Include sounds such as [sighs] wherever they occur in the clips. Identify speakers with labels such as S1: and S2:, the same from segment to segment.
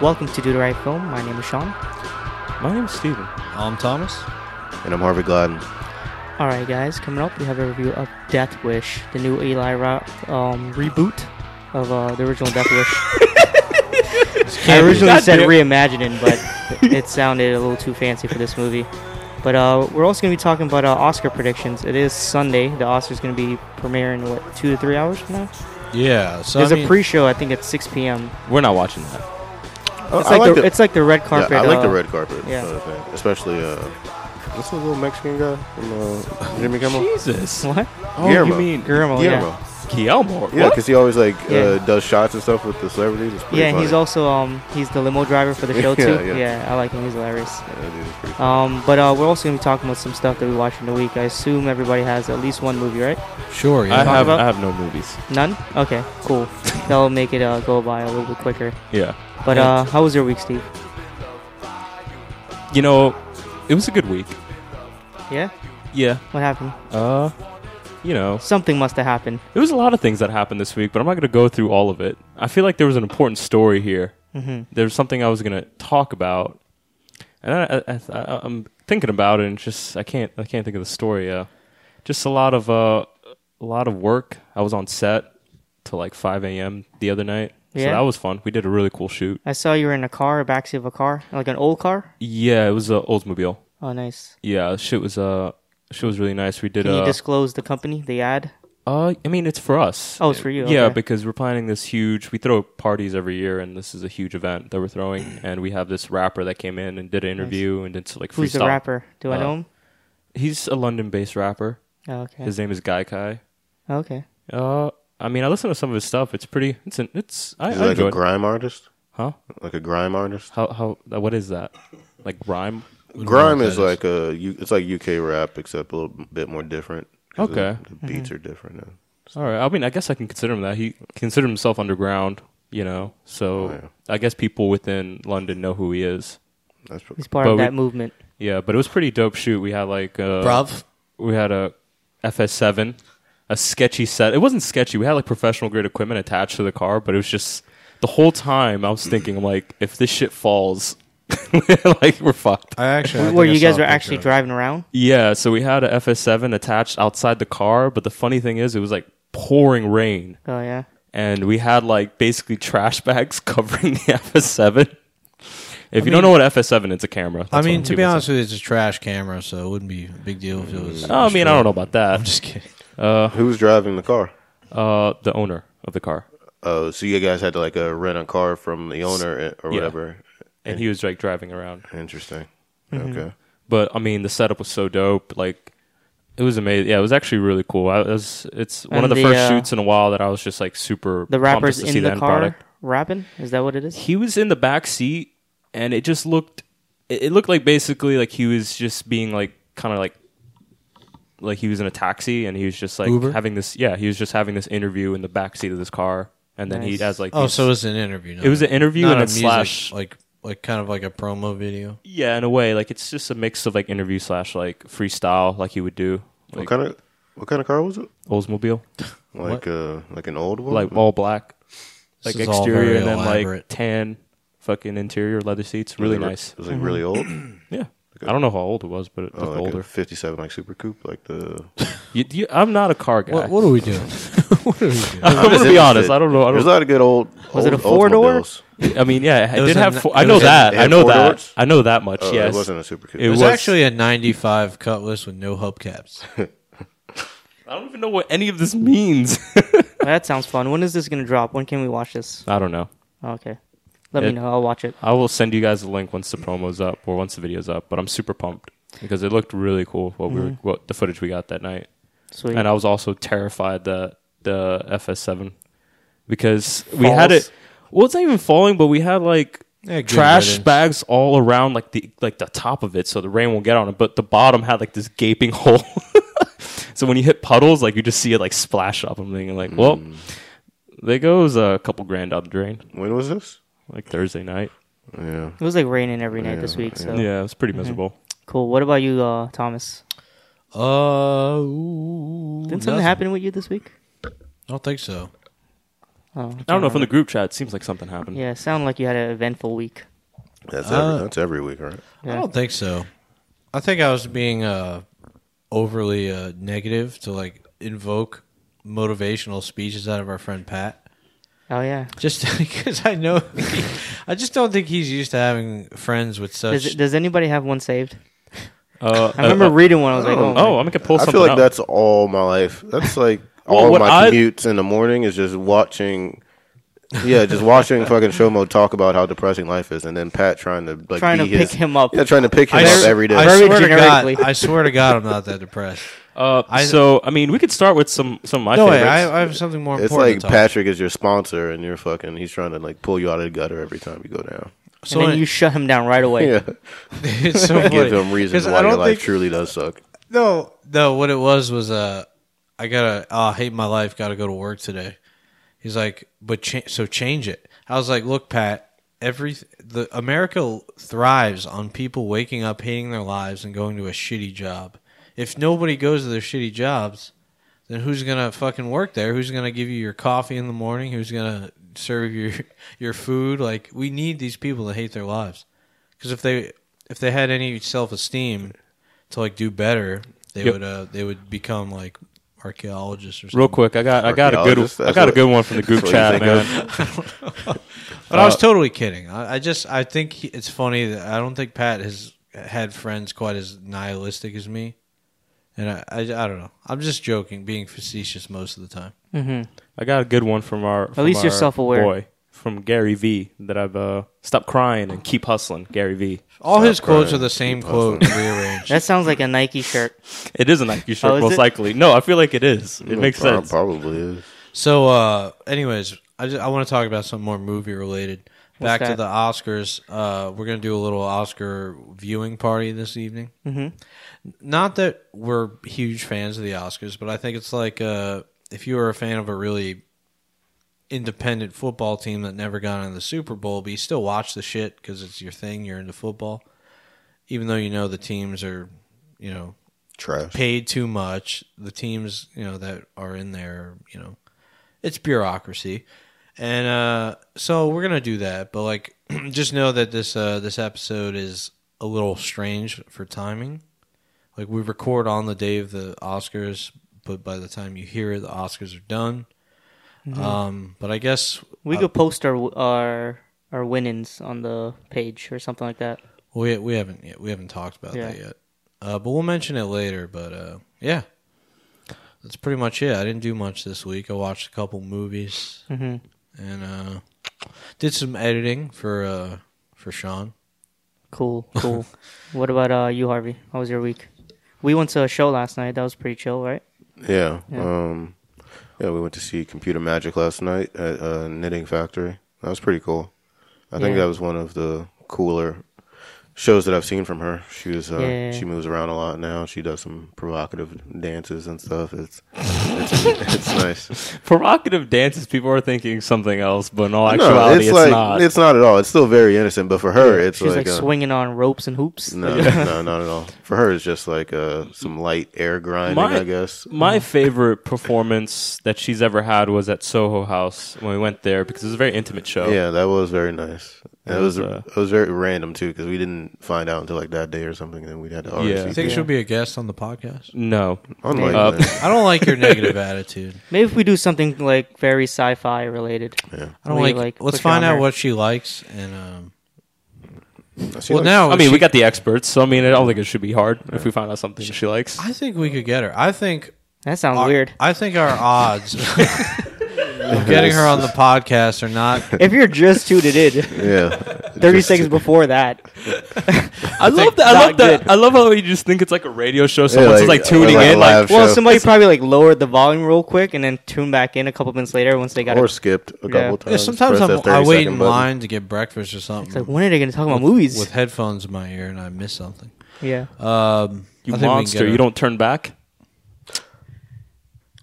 S1: Welcome to Do the Right Film. My name is Sean.
S2: My name's Steven. I'm Thomas.
S3: And I'm Harvey Gladden.
S1: Alright, guys, coming up, we have a review of Death Wish, the new Eli Roth um, reboot of uh, the original Death
S3: [laughs]
S1: Wish. I originally said reimagining, but
S3: [laughs]
S1: it sounded a little too fancy for this movie. But uh, we're also going to be talking about uh, Oscar predictions. It is Sunday. The Oscar's going to be premiering, what, two to three hours from now?
S2: Yeah. So
S1: There's
S2: I mean,
S1: a pre show, I think, at 6 p.m.
S4: We're not watching that.
S3: Oh,
S1: It's, like, the, it's like the red carpet.
S3: Yeah, I like the
S1: uh,
S3: red carpet.
S1: yeah.
S3: sort of thing. Especially, uh, what's the little Mexican guy from uh, Jimmy Kimmel?
S1: [laughs]
S4: Jesus.
S1: What?
S4: Oh, you
S3: Guillermo.
S4: mean
S1: Guillermo, yeah.
S3: Guillermo.
S4: Guillermo?
S3: Yeah,
S4: What?
S3: because he always like
S1: Yeah.
S3: uh, does shots and stuff with the celebrities. It's pretty
S1: Yeah, and he's
S3: funny.
S1: also um he's the limo driver for
S3: [laughs]
S1: the show too.
S3: Yeah,
S1: yeah.
S3: yeah.
S1: I like him. He's hilarious.
S3: Yeah, dude, it's pretty funny.
S1: Um, but uh, we're also gonna be talking about some stuff that we watched in the week. I assume everybody has at least one movie, right?
S2: sure. Yeah.
S4: I
S1: Talk
S4: have
S1: about-
S4: I have no movies.
S1: None? Okay,
S4: [laughs]
S1: cool. That'll make it uh, go by a little bit quicker.
S4: Yeah.
S1: But
S2: Yeah.
S1: uh, how was your week, Steve?
S4: You know, it was a good week.
S1: Yeah.
S4: Yeah.
S1: What happened?
S4: Uh, you know,
S1: Something must have happened.
S4: there was a lot of things that happened this week, but I'm not gonna go through all of it. I feel like there was an important story here.
S1: hmm
S4: There's something I was gonna talk about, and I, I, I, I'm thinking about it, and it's just I can't I can't think of the story. Uh, just a lot of uh, a lot of work. I was on set till like 5 a.m. the other night, so
S1: Yeah?
S4: that was fun. We did a really cool shoot.
S1: I saw you were in a car, backseat of a car, like an old car.
S4: Yeah, it was uh, Oldsmobile.
S1: Oh, nice.
S4: Yeah, shit was uh shit was really nice. We did
S1: Can
S4: uh,
S1: you disclose the company, the ad?
S4: uh I mean it's for us.
S1: Oh, it's for you,
S4: Yeah,
S1: okay.
S4: because we're planning this huge we throw parties every year and this is a huge event that we're throwing and we have this rapper that came in and did an interview and did some like freestyle.
S1: Who's the rapper? Do I
S4: Uh,
S1: know him?
S4: He's a London based rapper.
S1: Oh, okay.
S4: His name is Guy Kai.
S1: okay.
S4: Uh I mean I listen to some of his stuff. It's pretty it's an it's I,
S3: Is
S4: I
S3: he like
S4: enjoy
S3: a
S4: it.
S3: grime artist?
S4: Huh?
S3: Like a grime artist?
S4: How how uh, what is that? Like rhyme?
S3: Grime
S2: what
S3: is
S2: that is.
S3: like a U- it's like UK rap except a little bit more different. 'cause
S4: Okay.
S3: the, the beats are different. yeah.
S4: All right. I mean, I guess I can consider him that. He considered himself underground, you know. So
S3: Oh, yeah.
S4: I guess people within London know who he is.
S3: That's pretty,
S1: He's part
S4: But
S1: of
S4: we-
S1: that movement.
S4: Yeah, but it was pretty dope shoot. We had like uh
S2: Bruv.
S4: we had a FS7, a sketchy set. It wasn't sketchy. We had like professional grade equipment attached to the car, but it was just the whole time I was
S2: Hmm.
S4: thinking I'm like if this shit falls [laughs] like we're fucked.
S2: I actually. I
S1: Where
S2: think I
S1: you
S2: saw
S1: guys
S2: a
S1: were
S2: picture
S1: actually
S2: of it.
S1: driving around?
S4: Yeah, so we had a FS7 attached outside the car, but the funny thing is it was like pouring rain.
S1: Oh yeah.
S4: and we had like basically trash bags [laughs] covering the FS7. If you
S2: mean-
S4: don't know what FS7, it's a camera.
S2: I
S4: That's
S2: mean,
S4: what
S2: to be
S4: people
S2: honest
S4: say.
S2: with you, it's a trash camera, so it wouldn't be a big deal if it was.
S4: Oh, I mean, I don't know about
S2: I'm
S4: that.
S2: just kidding.
S3: Who's driving the car?
S4: Uh, the owner of the car,
S3: Oh, so you guys had to like uh, rent a car from the owner eh, or
S4: Yeah.
S3: whatever.
S4: and he was like driving around.
S3: Interesting. Okay.
S4: But I mean, the setup was so dope. Like, it was amazing. Yeah, it was actually really cool. I was. It's one of
S1: And
S4: the,
S1: the,
S4: first
S1: uh,
S4: shoots in a while that I was just like super.
S1: The
S4: pumped
S1: rappers
S4: just to see
S1: in the
S4: end
S1: car
S4: product.
S1: rapping? Is that what it is?
S4: he was in the back seat and it just looked it it looked like basically like he was just being like kind of like like he was in a taxi and he was just like
S2: Uber?
S4: having this yeah he was just having this interview in the back seat of this car and then he
S1: Nice.
S4: has like
S2: [laughs] Oh,
S4: these-
S2: so it was an interview. no.
S4: It was an interview
S2: Not
S4: and
S2: a
S4: a slash-
S2: like like kind of like a promo video.
S4: yeah in a way like it's just a mix of like interview slash like freestyle like he would do
S3: What
S4: like
S3: kind of what kind of car was it?
S4: Oldsmobile
S3: Like uh like an old one?
S4: like all black
S2: This
S4: like
S2: is all very
S4: exterior and then like
S2: elaborate.
S4: tan fucking interior leather seats really
S3: Was it-
S4: nice
S3: Was it really old?
S4: yeah I don't know how old it was but it
S3: Oh,
S4: looked
S3: like
S4: older
S3: a 57 like Super Coupe like the
S4: You- you- I'm not a car guy
S2: What, what are we doing? what are we doing?
S4: [laughs] I'm gonna be honest. I don't know. I
S3: There's
S4: don't.
S3: a lot of good old
S1: Was it
S3: old
S1: a four-door?
S3: Oldsmobiles.
S4: I mean, yeah,
S2: It
S4: I
S2: was
S4: did
S2: a
S4: have.
S2: n-
S4: Four,
S2: it
S4: I know
S2: was a-
S4: that.
S3: it
S4: I
S3: had
S4: know
S3: four
S4: that.
S3: doors?
S4: I know that much.
S3: Oh,
S4: yes.
S3: it wasn't a Super Coupe.
S4: It
S2: It was,
S4: was-
S2: actually a 95 Cutlass with
S4: [laughs]
S2: no hubcaps.
S4: I don't even know what any of this means. [laughs]
S1: Well, that sounds fun. When is this gonna drop? When can we watch this?
S4: I don't know.
S1: Okay. Let me
S4: It-
S1: know. I'll watch it.
S4: I will send you guys a link once the promo's up or once the video's up. But I'm super pumped because it looked really cool. What we
S2: Mm-hmm.
S4: were, what the footage we got that night,
S1: Sweet.
S4: and I was also terrified that the FS7 because we had
S1: Falls.
S4: it. Well, it's not even falling, but we had like.
S2: Yeah, good
S4: trash
S2: riddance.
S4: bags all around like the like the top of it so the rain won't get on it but the bottom had like this gaping [laughs] hole so when you hit puddles like you just see it like splash up i'm thinking like well there goes a couple grand out the drain
S3: When was this?
S4: like thursday night
S3: Yeah.
S1: it was like raining every night this
S3: Yeah,
S1: week, so
S4: yeah it was pretty miserable
S1: cool. What about you, uh, Thomas?
S2: Uh, ooh,
S1: Didn't something
S2: nothing.
S1: happen with you this week?
S2: I don't think so.
S1: Oh,
S4: I don't know. From the group chat, it seems like something happened.
S1: Yeah, it sounded like you had an eventful week.
S3: That's
S2: Uh,
S3: every, that's every week, right?
S2: I
S1: Yeah.
S2: don't think so. I think I was being uh, overly uh, negative to like invoke motivational speeches out of our friend Pat.
S1: Oh yeah.
S2: Just [laughs] because I know, I just don't think he's used to having friends with such.
S1: Does, does anybody have one saved?
S4: Uh,
S1: I remember
S4: uh,
S1: reading one. I was like,
S3: oh,
S1: oh,
S4: oh, I'm gonna pull
S3: I
S4: something
S3: feel like
S4: up.
S3: that's all my life. That's like
S4: [laughs] Well,
S3: all
S4: what
S3: my
S4: I-
S3: commutes in the morning is just watching. Yeah,
S4: [laughs]
S3: just watching fucking show mode talk about how depressing life is, and then Pat trying to like
S1: Trying
S3: be
S1: to
S3: his-
S1: pick him up.
S3: Yeah, trying to pick him
S2: I,
S3: up
S2: s-
S3: every day.
S2: I
S1: Very
S2: swear to
S1: generically.
S2: God, I swear to God, I'm not
S3: [laughs]
S2: that depressed.
S4: Uh,
S2: I-
S4: so I mean, we could start with some some of my
S2: No way,
S4: favorites.
S2: I, I have something more
S3: it's
S2: important.
S3: like
S2: to talk.
S3: Patrick is your sponsor, and you're fucking. He's trying to like pull you out of the gutter every time you go down. [laughs]
S1: and then you shut him down right away.
S3: Yeah,
S2: [laughs] it's so funny.
S3: give him reasons
S2: 'Cause I
S3: why your
S2: don't
S3: life
S2: think-
S3: truly does suck.
S2: No, no. What it was was uh, I gotta. Oh, I hate my life. Gotta go to work today. He's like, but cha- so change it. I was like, look, Pat. Every the America thrives on people waking up hating their lives and going to a shitty job. If nobody goes to their shitty jobs, then who's gonna fucking work there? Who's gonna give you your coffee in the morning? Who's gonna serve your [laughs] your food? Like we need these people to hate their lives because if they if they had any self esteem to like do better, they
S4: Yep.
S2: would uh they would become like archaeologists or something.
S4: Real quick, I got I got a good
S3: Archaeologist,
S4: I
S3: that's
S4: got a
S3: what-
S4: good one
S3: [laughs]
S4: from the group
S3: that's what you
S4: chat,
S3: think of.
S4: man.
S2: But I
S3: Uh,
S2: was totally kidding. I, I just I think he, it's funny that I don't think Pat has had friends quite as nihilistic as me. And I, I, I don't know. I'm just joking, being facetious most of the time.
S4: I got a good one from our at
S1: least you're self-aware.
S4: boy from Gary V that I've uh, stop crying and keep hustling. Gary V.
S2: All
S3: Stop
S2: his quotes
S3: crying.
S2: are the same
S3: Keep [laughs]
S2: quote rearranged.
S1: That sounds like a Nike shirt.
S4: It is a Nike shirt,
S1: Oh, is
S4: most
S1: it?
S4: likely. No, I feel like it is. It makes
S3: Prob-
S4: sense.
S3: Probably is.
S2: So, uh, anyways, I just, I want to talk about something more movie related. Back to
S1: that?
S2: the Oscars. Uh, we're gonna do a little Oscar viewing party this evening. Mm-hmm. Not that we're huge fans of the Oscars, but I think it's like uh, if you were a fan of a really independent football team that never got into the Super Bowl, but you still watch the shit because it's your thing. You're into football, even though you know the teams are, you know,
S3: Trash.
S2: paid too much. The teams, you know, that are in there, you know, it's bureaucracy. And uh, so we're gonna do that, but like, [clears throat] just know that this uh, this episode is a little strange for timing. Like we record on the day of the Oscars, but by the time you hear it, the Oscars are done. Um, but I guess
S1: We could post our our our winnings on the page or something like that.
S2: we we haven't yet, we haven't talked about that
S1: Yeah.
S2: yet. Uh, but we'll mention it later. But uh, yeah, that's pretty much it. I didn't do much this week. I watched a couple movies
S1: Mhm.
S2: and uh, did some editing for uh, for Sean.
S3: [laughs]
S1: Cool, cool. what about uh, you, Harvey? How was your week? We went to a show last night. That was pretty chill, right?
S3: Yeah.
S1: Yeah.
S3: Um, yeah, we went to see Computer Magic last night at uh, Knitting Factory. That was pretty cool. I think
S1: Yeah.
S3: that was one of the cooler shows that I've seen from her. She was uh,
S1: Yeah.
S3: she moves around a lot now. She does some provocative dances and stuff. It's it's, it's nice.
S4: Provocative dances. People are thinking something else, but in all
S3: No,
S4: actuality,
S3: it's,
S4: it's,
S3: like
S4: not.
S3: it's not at all. It's still very innocent, but for her, it's
S1: She's like,
S3: uh,
S1: swinging on ropes and hoops.
S4: [laughs]
S3: no, no, not at all. For her, it's just like uh, some light air grinding,
S4: My-
S3: I guess.
S4: My favorite performance that she's ever had was at Soho House when we went there because it was a very intimate show.
S3: Yeah, that was very nice. And
S4: It
S3: It was
S4: was, uh,
S3: it was very random too because we didn't find out until like that day or something. And then we had to
S4: Yeah.
S2: You
S3: RSVP.
S2: think she'll be a guest on the podcast?
S4: No,
S3: Unlike
S4: Uh, [laughs]
S3: that.
S2: I don't like your negative attitude.
S1: Maybe if we do something like very sci-fi related.
S2: I don't
S1: We,
S2: like.
S1: like,
S2: let's
S1: push
S2: find
S1: on
S2: out
S1: her.
S2: what she likes and. Um,
S3: She
S2: well,
S3: likes-
S2: now
S4: I mean
S2: Oh, she-
S4: we got the experts, so I mean I don't think it should be hard if we find out something she likes.
S2: I think we could get her. I think
S1: That sounds
S2: our-
S1: weird.
S2: I think our odds of getting her on the podcast are not
S1: If you're just tuned
S3: [laughs]
S1: in,
S4: [laughs]
S3: yeah,
S1: thirty
S3: Just-
S1: seconds before that,
S4: I love that. I
S1: not
S4: love that. I love how you just think it's like a radio show. Someone's
S3: like,
S4: just like tuning
S3: like a
S4: in, like
S3: live
S1: well,
S3: show.
S1: somebody probably like lowered the volume real quick and then tuned back in a couple minutes later once they got
S3: or
S1: it.
S3: skipped a
S1: Yeah.
S3: couple
S2: Yeah,
S3: times.
S2: sometimes
S3: press
S2: I'm,
S3: that
S2: I
S3: 30
S2: wait
S3: second
S2: in
S3: button.
S2: line to get breakfast or something
S1: It's like when are they going to talk about movies?
S2: with headphones in my ear, and I miss something.
S1: yeah,
S4: you
S2: Um, I think we can
S4: monster.
S2: get her-
S4: You don't turn back.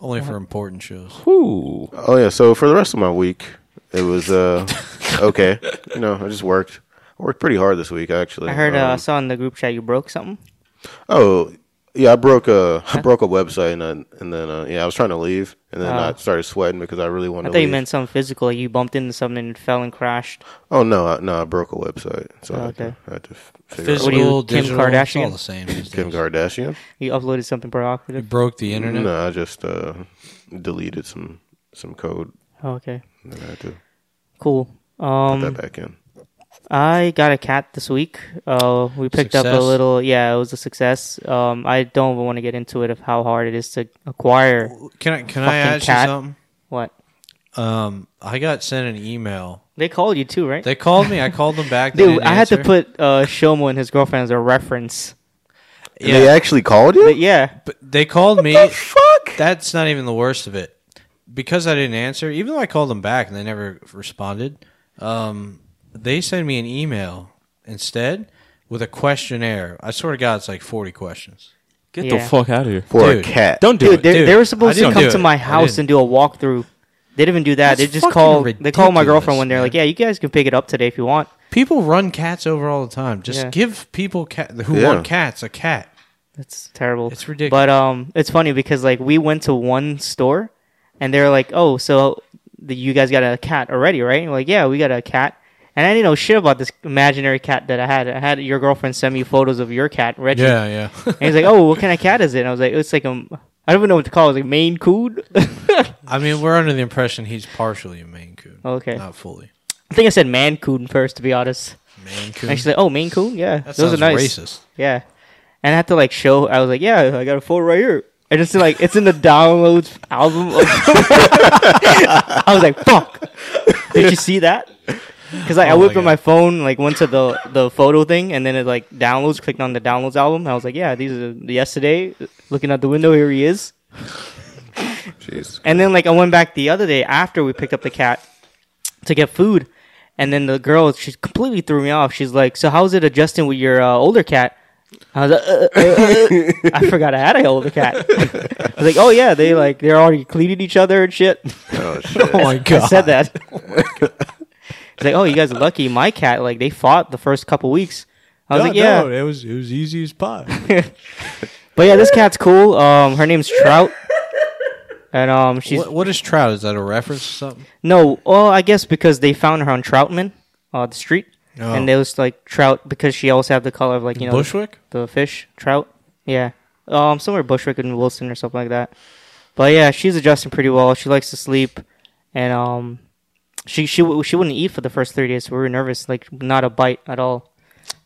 S2: only for important shows.
S4: Ooh.
S3: Oh yeah. So for the rest of my week, it was
S2: [laughs]
S3: uh, okay. You know, I just worked. I
S2: uh,
S3: worked pretty hard this week actually.
S1: I heard.
S3: Um,
S1: uh, I saw in the group chat you broke something.
S3: Oh, Yeah, I broke a I broke a website and then and then uh, yeah, I was trying to leave and then
S1: Oh.
S3: I started sweating because I really wanted
S1: I
S3: to
S1: thought
S3: leave.
S1: you meant something physical. Like you bumped into something and fell and crashed.
S3: oh no, I, no, I broke a website, so I, had to-
S1: Okay.
S3: I had to f- figure
S1: What
S2: Physical,
S1: do you- Kim
S2: digital, it's all
S1: Kardashian?
S2: the same. these
S3: out Kim
S2: days.
S3: Kardashian.
S1: You uploaded something
S2: You
S1: provocative.
S2: broke the internet.
S3: No, I just uh, deleted some some code
S1: Oh, okay,
S3: and then I had to
S1: cool.
S3: put
S1: Um,
S3: that back in.
S1: I got a cat this week. Uh, we picked up a
S2: Success.
S1: little. Yeah, it was a success. Um, I don't want to get into it of how hard it is to acquire
S2: Can I
S1: Fucking
S2: can I ask
S1: cat.
S2: you something?
S1: what
S2: Um, I got sent an email.
S1: they called you too, right?
S2: They called me. I called them back. They
S1: Dude,
S2: didn't
S1: I had to
S2: answer.
S1: put uh, Shomo and his girlfriend as a reference.
S3: And
S2: Yeah,
S3: They actually called you.
S1: But yeah,
S2: but they called me.
S3: Fuck.
S2: That's not even the worst of it. Because I didn't answer, even though I called them back and they never responded, um, they sent me an email instead with a questionnaire. I swear to God, it's like 40 questions.
S4: Get
S1: Yeah.
S4: the fuck out of here.
S3: For
S2: Dude,
S3: a cat.
S4: Don't do
S1: dude,
S4: it.
S1: they,
S2: dude,
S1: they
S2: I
S1: were supposed to
S2: didn't
S1: come
S2: do
S1: to
S2: it.
S1: my
S2: I
S1: house
S2: didn't.
S1: and do a walkthrough. They didn't even do that.
S2: That's
S1: they just
S2: fucking
S1: called. They called my
S2: ridiculous,
S1: girlfriend when they're
S2: man.
S1: like, "Yeah, you guys can pick it up today if you want."
S2: People run cats over all the time. Just
S1: Yeah.
S2: give people cat who
S3: Yeah.
S2: want cats a cat.
S1: That's terrible.
S2: It's ridiculous.
S1: But um, it's funny because like we went to one store, and they're like, "Oh, so the, you guys got a cat already, right?" And we're like, "Yeah, we got a cat." And I didn't know shit about this imaginary cat that I had. I had your girlfriend send me photos of your cat, Reggie.
S2: Yeah, yeah.
S1: And he's like, "Oh, what kind of cat is it?" And I was like, "It's like a." I don't even know what to call it. It's like Maine Coon.
S2: [laughs]
S1: [laughs]
S2: I mean, we're under the impression he's partially a Maine Coon.
S1: Oh, Okay.
S2: Not fully.
S1: I think I said Man Coon first, to be honest.
S2: Maine Coon.
S1: And she's like, "Oh, Maine Coon, yeah,
S2: that
S1: those
S2: sounds
S1: are nice."
S2: racist.
S1: Yeah, and I had to like show. I was like, "Yeah, I got a photo right here." And it's like it's in the downloads album. [laughs] Of- I was like, "Fuck!" Did you see that? Because like, I
S2: Oh my
S1: whipped up
S2: God.
S1: my phone, like went to the the photo thing, and then it like downloads. Clicked on the downloads album. and I was like, "Yeah, these are yesterday." Looking out the window, here he is.
S3: Jesus.
S1: And then like I went back the other day after we picked up the cat to get food, and then the girl she completely threw me off. She's like, "So how's it adjusting with your uh, older cat?" I was like, uh, uh, uh, uh."
S2: [laughs]
S1: "I forgot I had an older cat." [laughs] I was like, "Oh yeah, they like they're already cleaning each other and shit." [laughs]
S3: Oh shit.
S2: Oh my
S1: I
S2: god. Oh
S1: said
S2: [laughs]
S1: that. It's like, "Oh, you guys are lucky. My cat like they fought the first couple weeks." I was like, "Yeah."
S2: it was it was easy as pie.
S1: But yeah, this cat's cool. Um, her name's
S2: [laughs]
S1: Trout, and um, she's
S2: what, what is trout? Is that a reference or something?
S1: No, well, I guess because they found her on Troutman, uh, the street,
S2: Oh.
S1: and there was like trout because she also had the color of like you know
S2: Bushwick?
S1: the fish trout. Yeah, um, somewhere Bushwick and Wilson or something like that. But yeah, she's adjusting pretty well. She likes to sleep, and um, she she w- she wouldn't eat for the first three days. So we were nervous, like not a bite at all.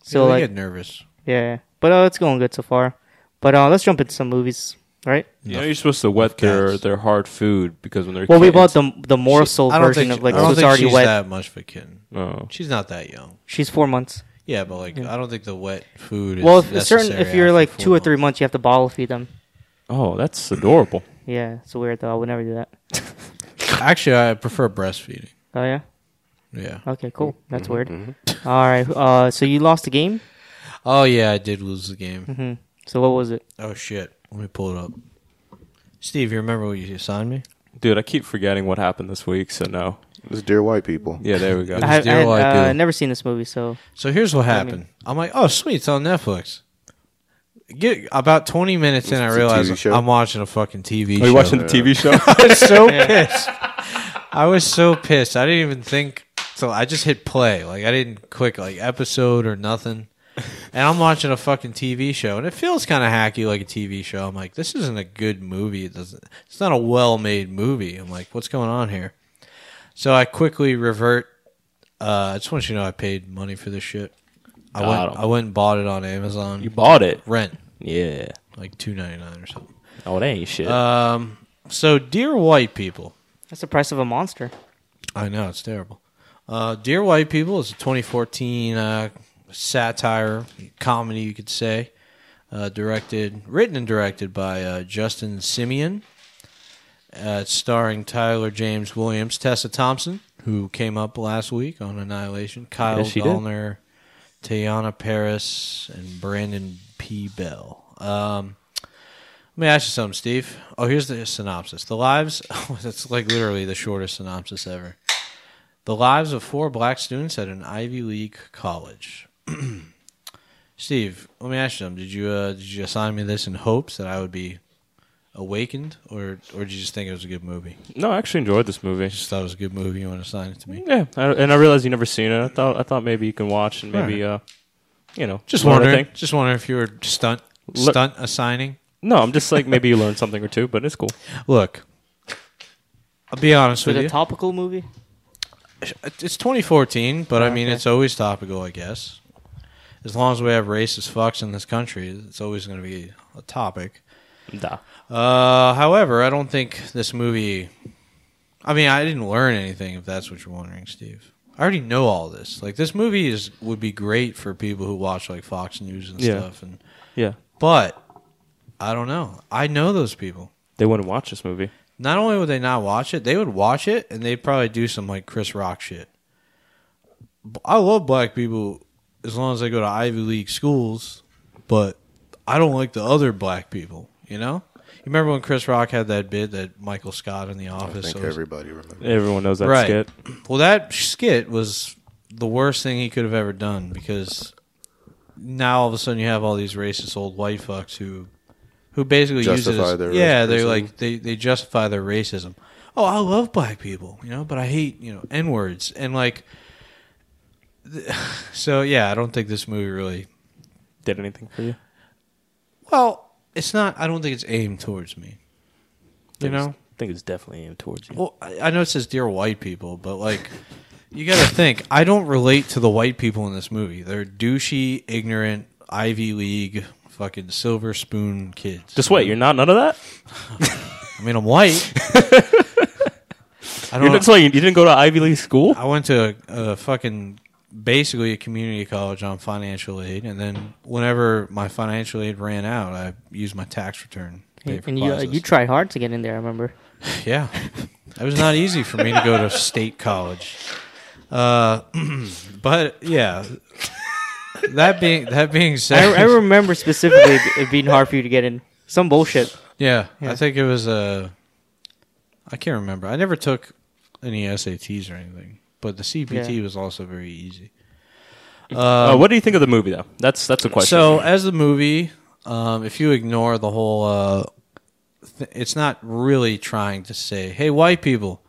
S1: So
S2: So I
S1: like
S2: get nervous.
S1: yeah, but uh, it's going good so far. But uh, let's jump into some movies, right?
S4: You know you're supposed to wet their,
S2: cats.
S4: their hard food because when they're
S1: Well, we bought
S4: kids-
S1: the the morsel version
S2: think
S1: of like
S2: I don't
S1: so it's
S2: think
S1: already
S2: she's
S1: wet.
S2: that much of a kitten.
S4: Oh.
S2: She's not that young.
S1: She's four months.
S2: Yeah, but like I don't think the wet food. Is
S1: Well, if a certain
S2: necessary
S1: if you're
S2: after
S1: like
S2: four
S1: two or three
S2: months.
S1: months, you have to bottle feed them.
S4: oh, that's adorable.
S1: Yeah, it's weird though. I would never do that.
S2: Actually, I prefer breastfeeding.
S1: Oh yeah.
S2: Yeah.
S1: Okay, cool.
S2: Mm-hmm.
S1: That's weird. [laughs] All right. Uh, so you lost the game.
S2: Oh yeah, I did lose the game.
S1: Mm-hmm. So what was it?
S2: Oh shit. Let me pull it up. Steve, you remember what you assigned me?
S4: Dude, I keep forgetting what happened this week, so no.
S3: It's dear white people.
S4: Yeah, there we go. [laughs]
S1: I have
S2: Dear White
S1: uh,
S2: Dude.
S1: never seen this movie, so
S2: So here's what happened. I'm like, oh sweet, it's on Netflix. Get about 20 minutes in, I
S3: It's a TV
S2: realize
S3: show?
S2: I'm watching a fucking TV
S4: Are
S2: show.
S4: you watching the TV show? [laughs]
S2: I was [laughs] so pissed. I was so pissed. I didn't even think. So I just hit play. Like I didn't click like episode or nothing. And I'm watching a fucking TV show, and it feels kind of hacky like a TV show. I'm like, this isn't a good movie. It doesn't. It's not a well-made movie. I'm like, what's going on here? So I quickly revert. Uh, I just want you to know I paid money for this shit. I
S4: Got
S2: went.
S4: 'em.
S2: I went and bought it on Amazon.
S4: you bought it.
S2: rent
S4: Yeah.
S2: like two ninety nine or something.
S4: Oh, that ain't shit.
S2: Um. So, dear white people,
S1: that's the price of a monster.
S2: I know it's terrible. Uh, Dear White People is a 2014 uh, satire comedy, you could say, uh, directed, written and directed by uh, Justin Simeon. Uh, it's starring Tyler James Williams, Tessa Thompson, who came up last week on Annihilation, Kyle
S4: Yes, she did.
S2: Gallner, Tayana Paris, and Brandon P. Bell. Um, let me ask you something, Steve. Oh, here's the synopsis. The lives, [laughs] that's like literally the shortest synopsis ever. The lives of four black students at an Ivy League college. [clears throat] Steve, let me ask you something. Did you uh, did you assign me this in hopes that I would be awakened, or or did you just think it was a good movie?
S4: No, I actually enjoyed this movie.
S2: Just thought it was a good movie. You want to assign it to me?
S4: Yeah, I, and I realized you never seen it. I thought I thought maybe you can watch and maybe uh, you know,
S2: Just
S4: learn a
S2: wondering.
S4: thing.
S2: Just wondering if you were stunt
S4: Look-
S2: stunt assigning.
S4: No, I'm just like maybe you learn something or two, but it's cool.
S2: Look, I'll be honest
S1: Was
S2: with
S1: it
S2: you.
S1: a topical movie?
S2: It's 2014, but I mean,
S1: okay.
S2: it's always topical, I guess. As long as we have racist fucks in this country, it's always going to be a topic.
S4: Nah.
S2: Uh, however, I don't think this movie. I mean, I didn't learn anything, if that's what you're wondering, Steve. I already know all this. Like, this movie is would be great for people who watch like Fox News and
S4: Yeah.
S2: stuff. And
S4: Yeah,
S2: but I don't know. I know those people.
S4: they wouldn't watch this movie.
S2: Not only would they not watch it, they would watch it and they'd probably do some like Chris Rock shit. B- I love black people as long as they go to Ivy League schools, but I don't like the other black people, you know? You remember when Chris Rock had that bit that Michael Scott in the
S3: I
S2: office
S3: think
S2: was-
S3: everybody remembers.
S4: Everyone knows that
S2: Right.
S4: skit.
S2: Well, that skit was the worst thing he could have ever done because now all of a sudden you have all these racist old white fucks who who basically use
S3: Justify
S2: it as,
S3: their
S2: yeah they
S3: racism.
S2: like they they justify their racism. Oh, I love black people, you know, but I hate you know n words and like. [sighs] th- So yeah, I don't think this movie really.
S4: Did anything for you?
S2: Well, it's not. I don't think it's aimed towards me. You
S4: It was-
S2: know,
S4: I think it's definitely aimed towards you.
S2: Well, I I know it says dear white people, but like, you got to think. I don't relate to the white people in this movie. They're douchey, ignorant, Ivy League, fucking silver spoon kids.
S4: Just wait, you're not none of that.
S2: I mean, I'm white. I
S4: You're
S2: don't.
S4: not saying you didn't go to Ivy League school.
S2: I went to a, a fucking basically a community college on financial aid, and then whenever my financial aid ran out, I used my tax return. to pay
S1: And,
S2: for
S1: and you uh,
S2: classes.
S1: you tried hard to get in there. I
S2: [laughs]
S1: remember.
S2: Yeah. It was not easy for me to go to state college. Uh, [clears throat] but yeah. That being that being
S1: I,
S2: said,
S1: I remember specifically it being hard for you to get in. Some bullshit.
S2: yeah,
S1: Yeah.
S2: I think it was uh I can't remember. I never took any SATs or anything, but the CPT
S1: Yeah.
S2: was also very easy.
S4: Uh, what do you think of the movie though? That's that's a question.
S2: Um, So, as the movie, um, if you ignore the whole, uh, th- it's not really trying to say, "Hey, white people,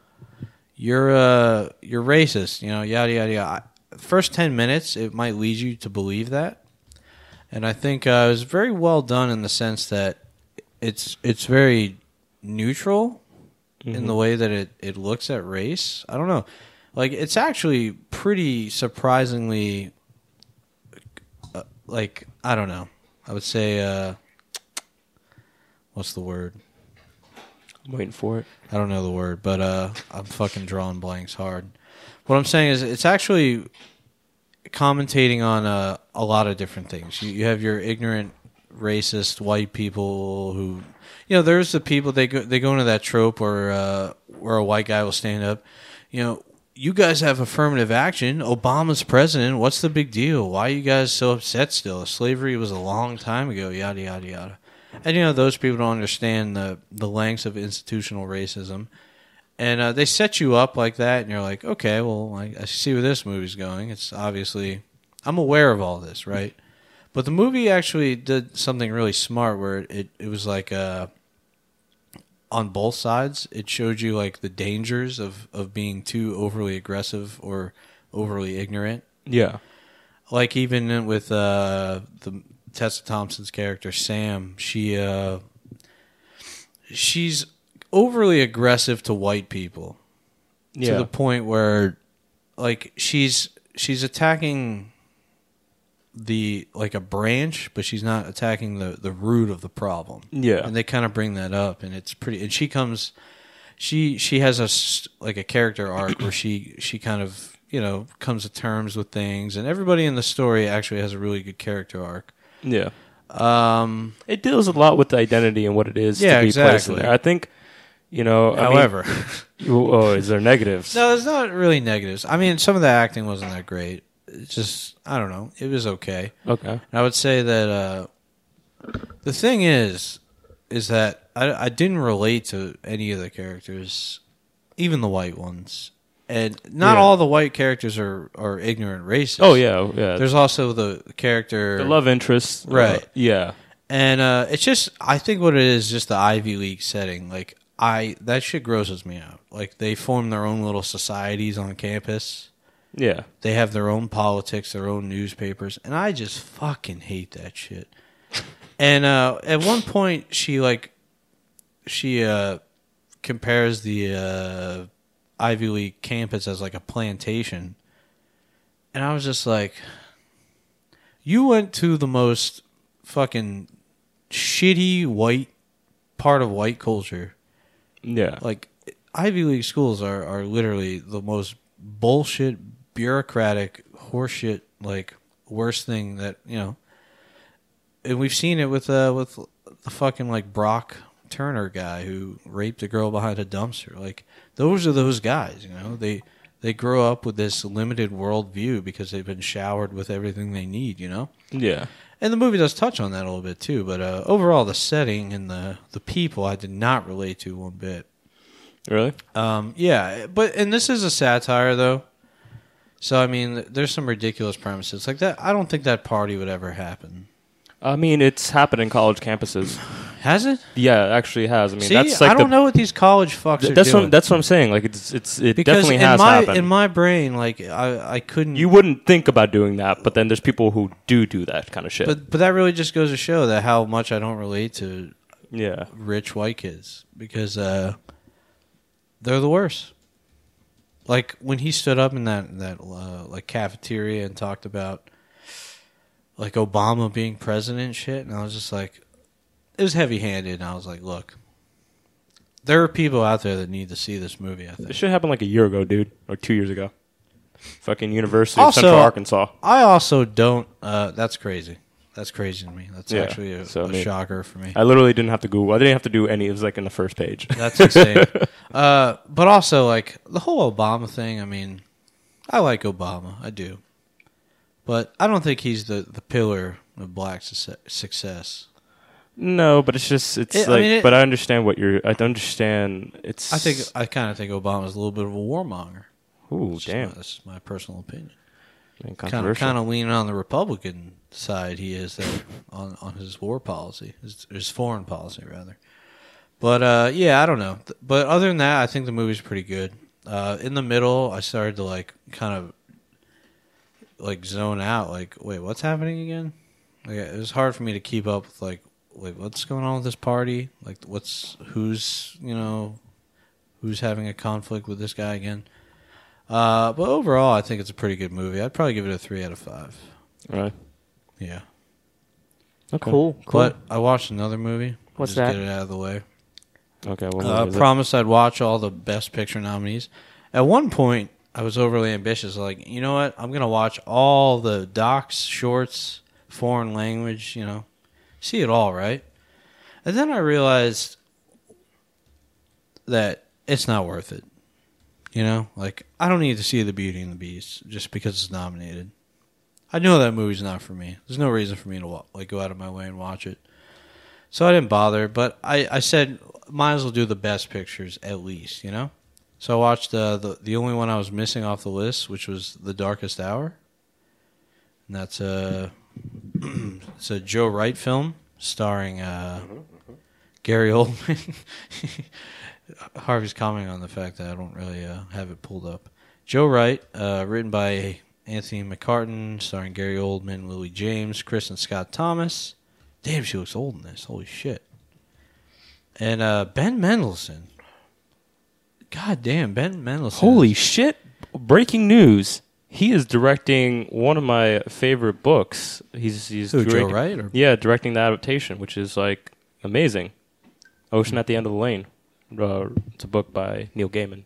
S2: you're uh, you're racist," you know, yada yada yada. I- First ten minutes, it might lead you to believe that, and I think uh, it was very well done in the sense that it's it's very neutral in the way that it, it looks at race. I don't know. Like it's actually pretty surprisingly uh, like I don't know. I would say uh what's the word?
S4: I'm waiting for it.
S2: I don't know the word, but uh I'm fucking drawing blanks hard. What I'm saying is it's actually commentating on uh, a lot of different things. You, you have your ignorant, racist white people who, you know, there's the people they go they go into that trope where uh, where a white guy will stand up, you know. You guys have affirmative action. Obama's president. What's the big deal? Why are you guys so upset still? Slavery was a long time ago. Yada yada yada. And you know those people don't understand the the lengths of institutional racism and uh, they set you up like that, and you're like, okay, well, I, I see where this movie's going. It's obviously I'm aware of all this, right? But the movie actually did something really smart, where it it was like uh, on both sides, it showed you like the dangers of of being too overly aggressive or overly ignorant
S4: Yeah,
S2: like even with uh the Tessa Thompson's character Sam, she uh she's overly aggressive to white people
S4: yeah.
S2: to the point where like she's she's attacking the like a branch, but she's not attacking the the root of the problem.
S4: Yeah.
S2: and they kind of bring that up, and it's pretty. And she comes, she she has a s- like a character arc where she she kind of you know comes to terms with things, and everybody in the story actually has a really good character arc.
S4: yeah.
S2: Um,
S4: It deals a lot with the identity and what it is to
S2: Yeah,
S4: be placed in
S2: exactly.
S4: there. I think, you know. I mean- [laughs]
S2: however.
S4: oh, is there negatives?
S2: No, it's not really negatives. I mean, some of the acting wasn't that great. It's just I don't know. It was okay.
S4: Okay.
S2: And I would say that uh, the thing is, is that I, I didn't relate to any of the characters, even the white ones. and not
S4: Yeah.
S2: all the white characters are are ignorant racists.
S4: Oh yeah, yeah.
S2: There's also the character
S4: the love interest, uh,
S2: Right.
S4: yeah,
S2: and uh, it's just I think what it is just the Ivy League setting. Like I that shit grosses me out. Like they form their own little societies on campus.
S4: yeah.
S2: They have their own politics, their own newspapers, and I just fucking hate that shit. And uh, at one point, she like she uh, compares the uh, Ivy League campus as like a plantation, and I was just like, "You went to the most fucking shitty white part of white culture."
S4: Yeah.
S2: like Ivy League schools are, are literally the most bullshit, bureaucratic, horseshit, like worst thing that you know. And we've seen it with uh with the fucking like Brock Turner guy who raped a girl behind a dumpster. Like those are those guys, you know. They they grow up with this limited worldview because they've been showered with everything they need, you know.
S4: yeah.
S2: And the movie does touch on that a little bit too, but uh, overall the setting and the the people I did not relate to one bit.
S4: Really?
S2: Um, yeah, but and this is a satire though, so I mean, there's some ridiculous premises like that. I don't think that party would ever happen.
S4: I mean, it's happened in college campuses.
S2: Has it?
S4: [clears throat] Yeah, it actually has. I mean,
S2: See,
S4: that's like
S2: I don't
S4: the,
S2: know what these college fucks
S4: th-
S2: are
S4: that's
S2: doing.
S4: what that's what I'm saying. Like it's it's it
S2: because
S4: definitely
S2: in
S4: has
S2: my
S4: happened.
S2: in my brain, like I I couldn't.
S4: you wouldn't think about doing that, but then there's people who do do that kind of shit.
S2: but but that really just goes to show that how much I don't relate to
S4: yeah.
S2: rich white kids because uh, they're the worst. Like when he stood up in that that uh, like cafeteria and talked about like Obama being president and shit, and I was just like, it was heavy handed, and I was like, look, there are people out there that need to see this movie. I
S4: This
S2: think.
S4: shit happened like a year ago, dude, or two years ago. Fucking University
S2: Also-
S4: of Central Arkansas.
S2: I also don't. Uh, that's crazy. That's crazy to me. That's
S4: Yeah,
S2: actually a,
S4: so, I
S2: a
S4: mean-
S2: shocker for me.
S4: I literally didn't have to Google. I didn't have to do any. It was like in the first page.
S2: That's insane. [laughs] uh, but also, like the whole Obama thing. I mean, I like Obama. I do, but I don't think he's the the pillar of black suce- success.
S4: No, but it's just it's
S2: It- I
S4: like.
S2: mean, it-
S4: but I understand what you're. I understand. It's.
S2: I think I kind of think Obama's a little bit of a warmonger.
S4: Ooh,
S2: It's just
S4: damn.
S2: my- That's just my personal opinion.
S4: Man,
S2: Kind of
S4: controversial.
S2: kind of leaning on the Republican side. He is there on on his war policy, his, his foreign policy rather. But uh, yeah, I don't know. Th- But other than that, I think the movie's pretty good. Uh, in the middle, I started to like kind of like zone out. Like, wait, what's happening again? Like, it was hard for me to keep up with like, wait, what's going on with this party? Like, what's who's you know who's having a conflict with this guy again? Uh, but overall, I think it's a pretty good movie. I'd probably give it a three out of five.
S4: Right.
S2: Yeah,
S4: Okay.
S1: Cool. Cool.
S2: but I watched another movie.
S1: What's
S2: Just
S1: that?
S2: Get it out of the way.
S4: Okay. Well,
S2: I
S4: what is it?
S2: Uh, promised I'd watch all the Best Picture nominees. At one point, I was overly ambitious. Like, you know what? I'm gonna watch all the docs, shorts, foreign language. You know, see it all, right? And then I realized that it's not worth it. You know, like I don't need to see The Beauty and the Beast just because it's nominated. I know that movie's not for me. There's no reason for me to wa- like go out of my way and watch it. So I didn't bother, but I, I said might as well do the best pictures at least, you know. So I watched uh, the the only one I was missing off the list, which was The Darkest Hour, and that's a it's a Joe Wright film starring uh, Gary Oldman. [laughs] Harvey's commenting on the fact that I don't really uh, have it pulled up. Joe Wright, uh, written by Anthony McCartan, starring Gary Oldman, Lily James, Chris and Scott Thomas. Damn, she looks old in this. Holy shit. And uh, Ben Mendelsohn. God damn, Ben Mendelsohn.
S4: Holy shit! Breaking news. He is directing one of my favorite books. He's he's
S2: Who, Joe
S4: directing-
S2: Wright or-
S4: yeah, directing the adaptation, which is like amazing. Ocean at the End of the Lane. Uh, it's a book by Neil Gaiman.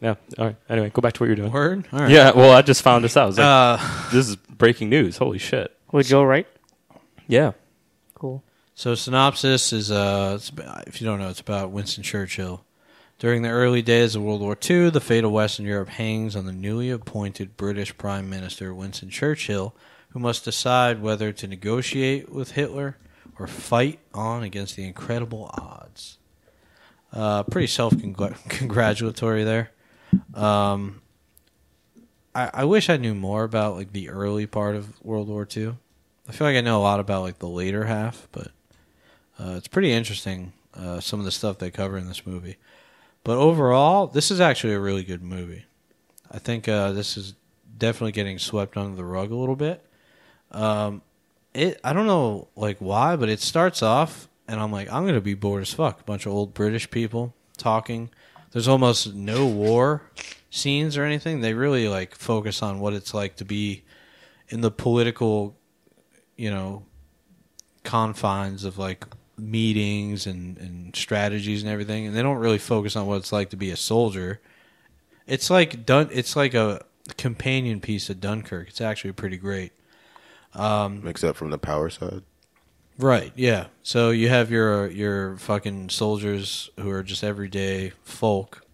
S4: Yeah. All right. Anyway, go back to what you're doing.
S2: word. All right.
S4: Yeah. Well, I just found this out. I was like,
S2: Uh,
S4: this is breaking news. Holy shit.
S1: With Joe Wright.
S4: Yeah.
S1: Cool.
S2: So synopsis is uh, it's about, if you don't know, it's about Winston Churchill. During the early days of World War II, the fate of Western Europe hangs on the newly appointed British Prime Minister Winston Churchill, who must decide whether to negotiate with Hitler or fight on against the incredible odds. Uh, pretty self-congratulatory there. Um, I, I wish I knew more about like the early part of World War II. I feel like I know a lot about like the later half, but uh, it's pretty interesting uh, some of the stuff they cover in this movie. But overall, this is actually a really good movie. I think uh, this is definitely getting swept under the rug a little bit. Um, it I don't know like why, but it starts off and I'm like I'm gonna be bored as fuck. A bunch of old British people talking. There's almost no war scenes or anything. They really like focus on what it's like to be in the political, you know, confines of like meetings and, and strategies and everything. And they don't really focus on what it's like to be a soldier. It's like done. It's like a companion piece of Dunkirk. It's actually pretty great.
S3: Except from the power side.
S2: Right. Yeah. So you have your your fucking soldiers who are just everyday folk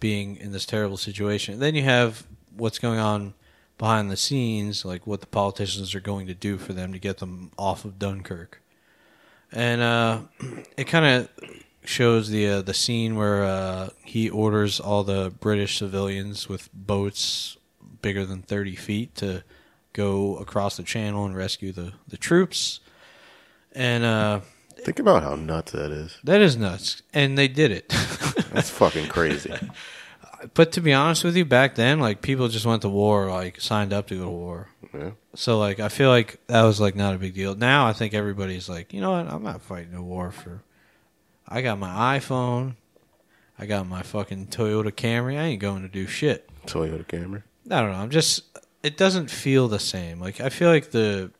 S2: being in this terrible situation. Then you have what's going on behind the scenes, like what the politicians are going to do for them to get them off of Dunkirk. And uh, [clears throat] it kind of shows the uh, the scene where uh, he orders all the British civilians with boats bigger than thirty feet to go across the channel and rescue the the troops. And uh,
S3: Think about how nuts that is.
S2: that is nuts. And they did it. [laughs]
S3: That's fucking crazy.
S2: But to be honest with you, back then, like people just went to war, like signed up to go to war.
S3: Yeah.
S2: So like I feel like that was like not a big deal. Now I think everybody's like, you know what? I'm not fighting a war for. I got my iPhone. I got my fucking Toyota Camry. I ain't going to do shit.
S3: Toyota Camry.
S2: I don't know. I'm just. It doesn't feel the same. Like I feel like the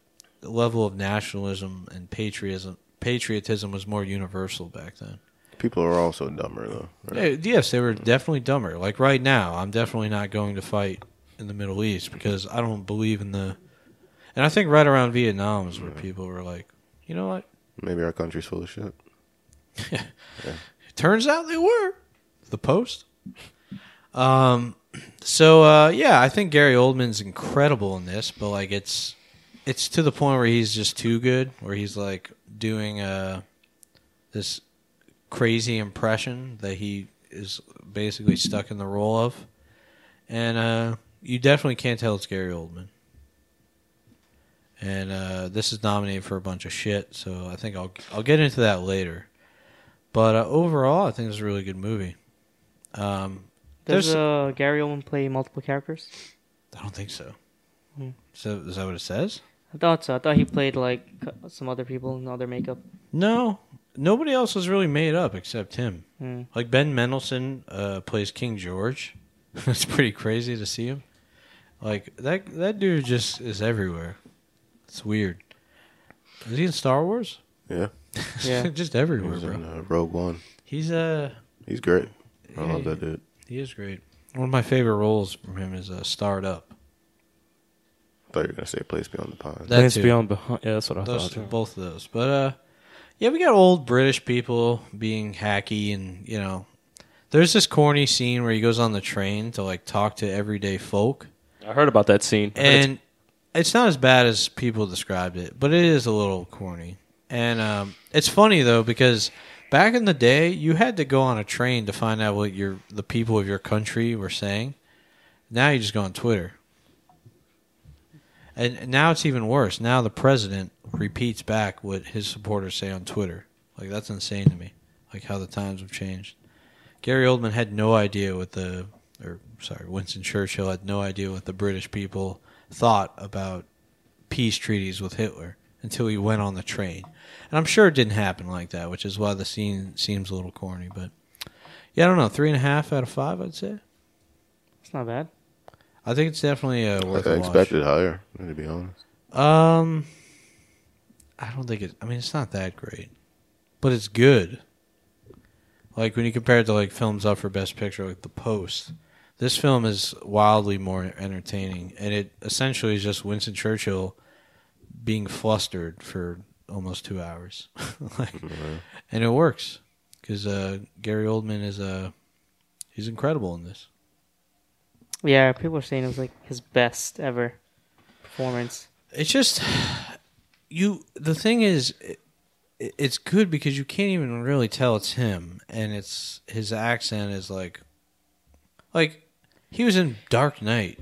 S2: the level of nationalism and patriotism patriotism was more universal back then.
S3: People are also dumber though. right?
S2: Yeah, Yes, they were definitely dumber. Like right now, I'm definitely not going to fight in the Middle East because I don't believe in the. And I think right around Vietnam is where people were like, you know what?
S3: Maybe our country's full of shit.
S2: It turns out they were the Post. Um, so uh, yeah, I think Gary Oldman's incredible in this, but like it's it's to the point where he's just too good, where he's like doing uh this crazy impression that he is basically stuck in the role of, and uh, you definitely can't tell it's Gary Oldman. And uh, this is nominated for a bunch of shit, so I think I'll I'll get into that later. But uh, overall, I think it's a really good movie. Um,
S1: Does
S2: there's-
S1: uh, Gary Oldman play multiple characters?
S2: I don't think so.
S1: Hmm.
S2: So is that what it says?
S1: I thought so. I thought he played like c- some other people in other makeup.
S2: No, nobody else was really made up except him.
S1: Hmm.
S2: Like Ben Mendelsohn uh, plays King George. [laughs] it's pretty crazy to see him. Like that that dude just is everywhere. It's weird. Is he in Star Wars?
S3: Yeah.
S1: Yeah.
S2: [laughs] just
S3: He
S2: everywhere,
S3: was in
S2: bro.
S3: uh, Rogue One.
S2: He's uh
S3: He's great. I
S2: Yeah,
S3: love that dude.
S2: he is great. One of my favorite roles from him is uh, Starred Up.
S3: I thought you were gonna say Place Beyond the Pines.
S2: That
S4: Lance
S2: too.
S4: Beyond behind. Yeah, that's what I
S2: those
S4: thought. too.
S2: both of those. But uh yeah, we got old British people being hacky and you know there's this corny scene where he goes on the train to like talk to everyday folk.
S4: I heard about that scene. I heard it's-
S2: And it's, not as bad as people described it, but it is a little corny. And um it's funny though because back in the day you had to go on a train to find out what your the people of your country were saying. Now you just go on Twitter. And now it's even worse. Now the president repeats back what his supporters say on Twitter. Like that's insane to me. Like how the times have changed. Gary Oldman had no idea what the or sorry, Winston Churchill had no idea what the British people thought about peace treaties with Hitler until he went on the train. And I'm sure it didn't happen like that, which is why the scene seems a little corny, but yeah, I don't know, three and a half out of five I'd say.
S1: It's not bad.
S2: I think it's definitely uh,
S3: Like
S2: worth
S3: I
S2: a watch.
S3: expected higher, to be honest.
S2: Um, I don't think it. I mean, it's not that great, but it's good. Like when you compare it to like films up for Best Picture, like The Post, this film is wildly more entertaining, and it essentially is just Winston Churchill being flustered for almost two hours, [laughs] like, and it works because uh, Gary Oldman is uh, he's incredible in this.
S1: Yeah, people are saying it was like his best ever performance.
S2: It's just you. The thing is, it, it's good because you can't even really tell it's him, and it's his accent is like, like He was in Dark Knight,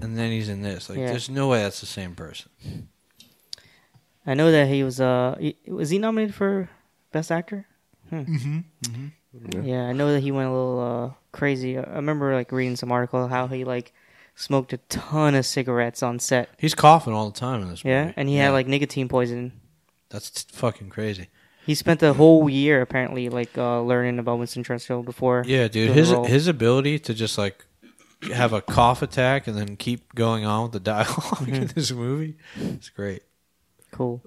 S2: and then he's in this. Like,
S1: Yeah.
S2: there's no way that's the same person.
S1: I know that he was. Uh, he- was he nominated for best actor? Hmm. Mm-hmm. Yeah, I know that he went a little uh, crazy. I I remember like reading some article how he like smoked a ton of cigarettes on set.
S2: He's coughing all the time in this movie.
S1: Yeah, and he had like nicotine poisoning.
S2: that's t- fucking crazy.
S1: He spent the whole year apparently like uh, learning about Winston Churchill before.
S2: Yeah, dude,
S1: doing the
S2: his
S1: role.
S2: his ability to just like have a cough attack and then keep going on with the [laughs] dialogue
S1: Mm-hmm.
S2: in this movie, it's great.
S1: cool.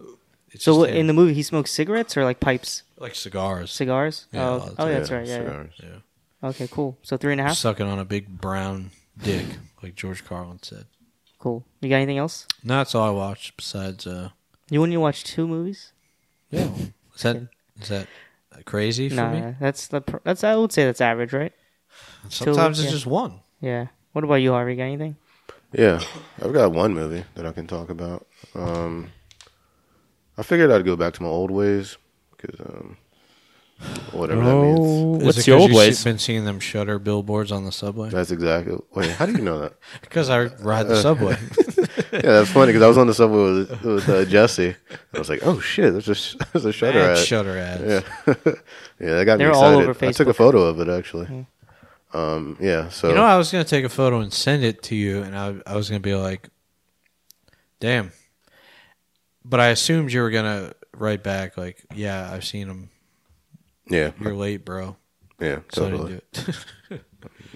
S2: It's
S1: So
S2: just him.
S1: in the movie, he smokes cigarettes or like pipes,
S2: like cigars,
S1: cigars.
S2: Yeah, all
S1: oh,
S2: the
S1: oh, yeah,
S2: time.
S1: that's right. Yeah, yeah.
S3: cigars.
S1: Okay, cool. So three and a half.
S2: sucking on a big brown dick, like George Carlin said.
S1: Cool. You got anything else?
S2: No, that's all I watched besides. uh
S1: You want to watch two movies?
S2: Yeah, is that is that crazy for me?
S1: Nah, that's the pr- that's I would say that's average, right?
S2: Sometimes
S1: yeah.
S2: it's just one.
S1: Yeah. What about you, Harvey? Got anything?
S3: Yeah, I've got one movie that I can talk about. Um, I figured I'd go back to my old ways because um, whatever that means.
S4: Oh,
S2: Is it
S4: what's
S2: 'cause
S4: your old
S2: you've
S4: ways?
S2: se- Been seeing them shutter billboards on the subway
S3: That's exactly. Wait, how do you know that?
S2: because I ride
S4: uh, [laughs]
S2: the subway.
S3: Yeah, that's funny because I was on the subway with, with uh, Jesse. I was like, "Oh shit, there's a sh- [laughs] there's a shutter
S2: Mad
S3: ad."
S2: shutter
S3: [laughs]
S2: ads.
S3: yeah, that got
S1: They're
S3: me
S1: all over
S3: excited. I took a
S1: Facebook. Mm.
S3: photo of it actually. Um, yeah, so
S2: You know, I was gonna take a photo and send it to you, and I, I was gonna be like, "Damn," but I assumed you were gonna write back like, "Yeah, I've seen them.
S3: yeah,
S2: You're late, bro."
S3: yeah,
S2: So
S3: totally.
S2: I didn't do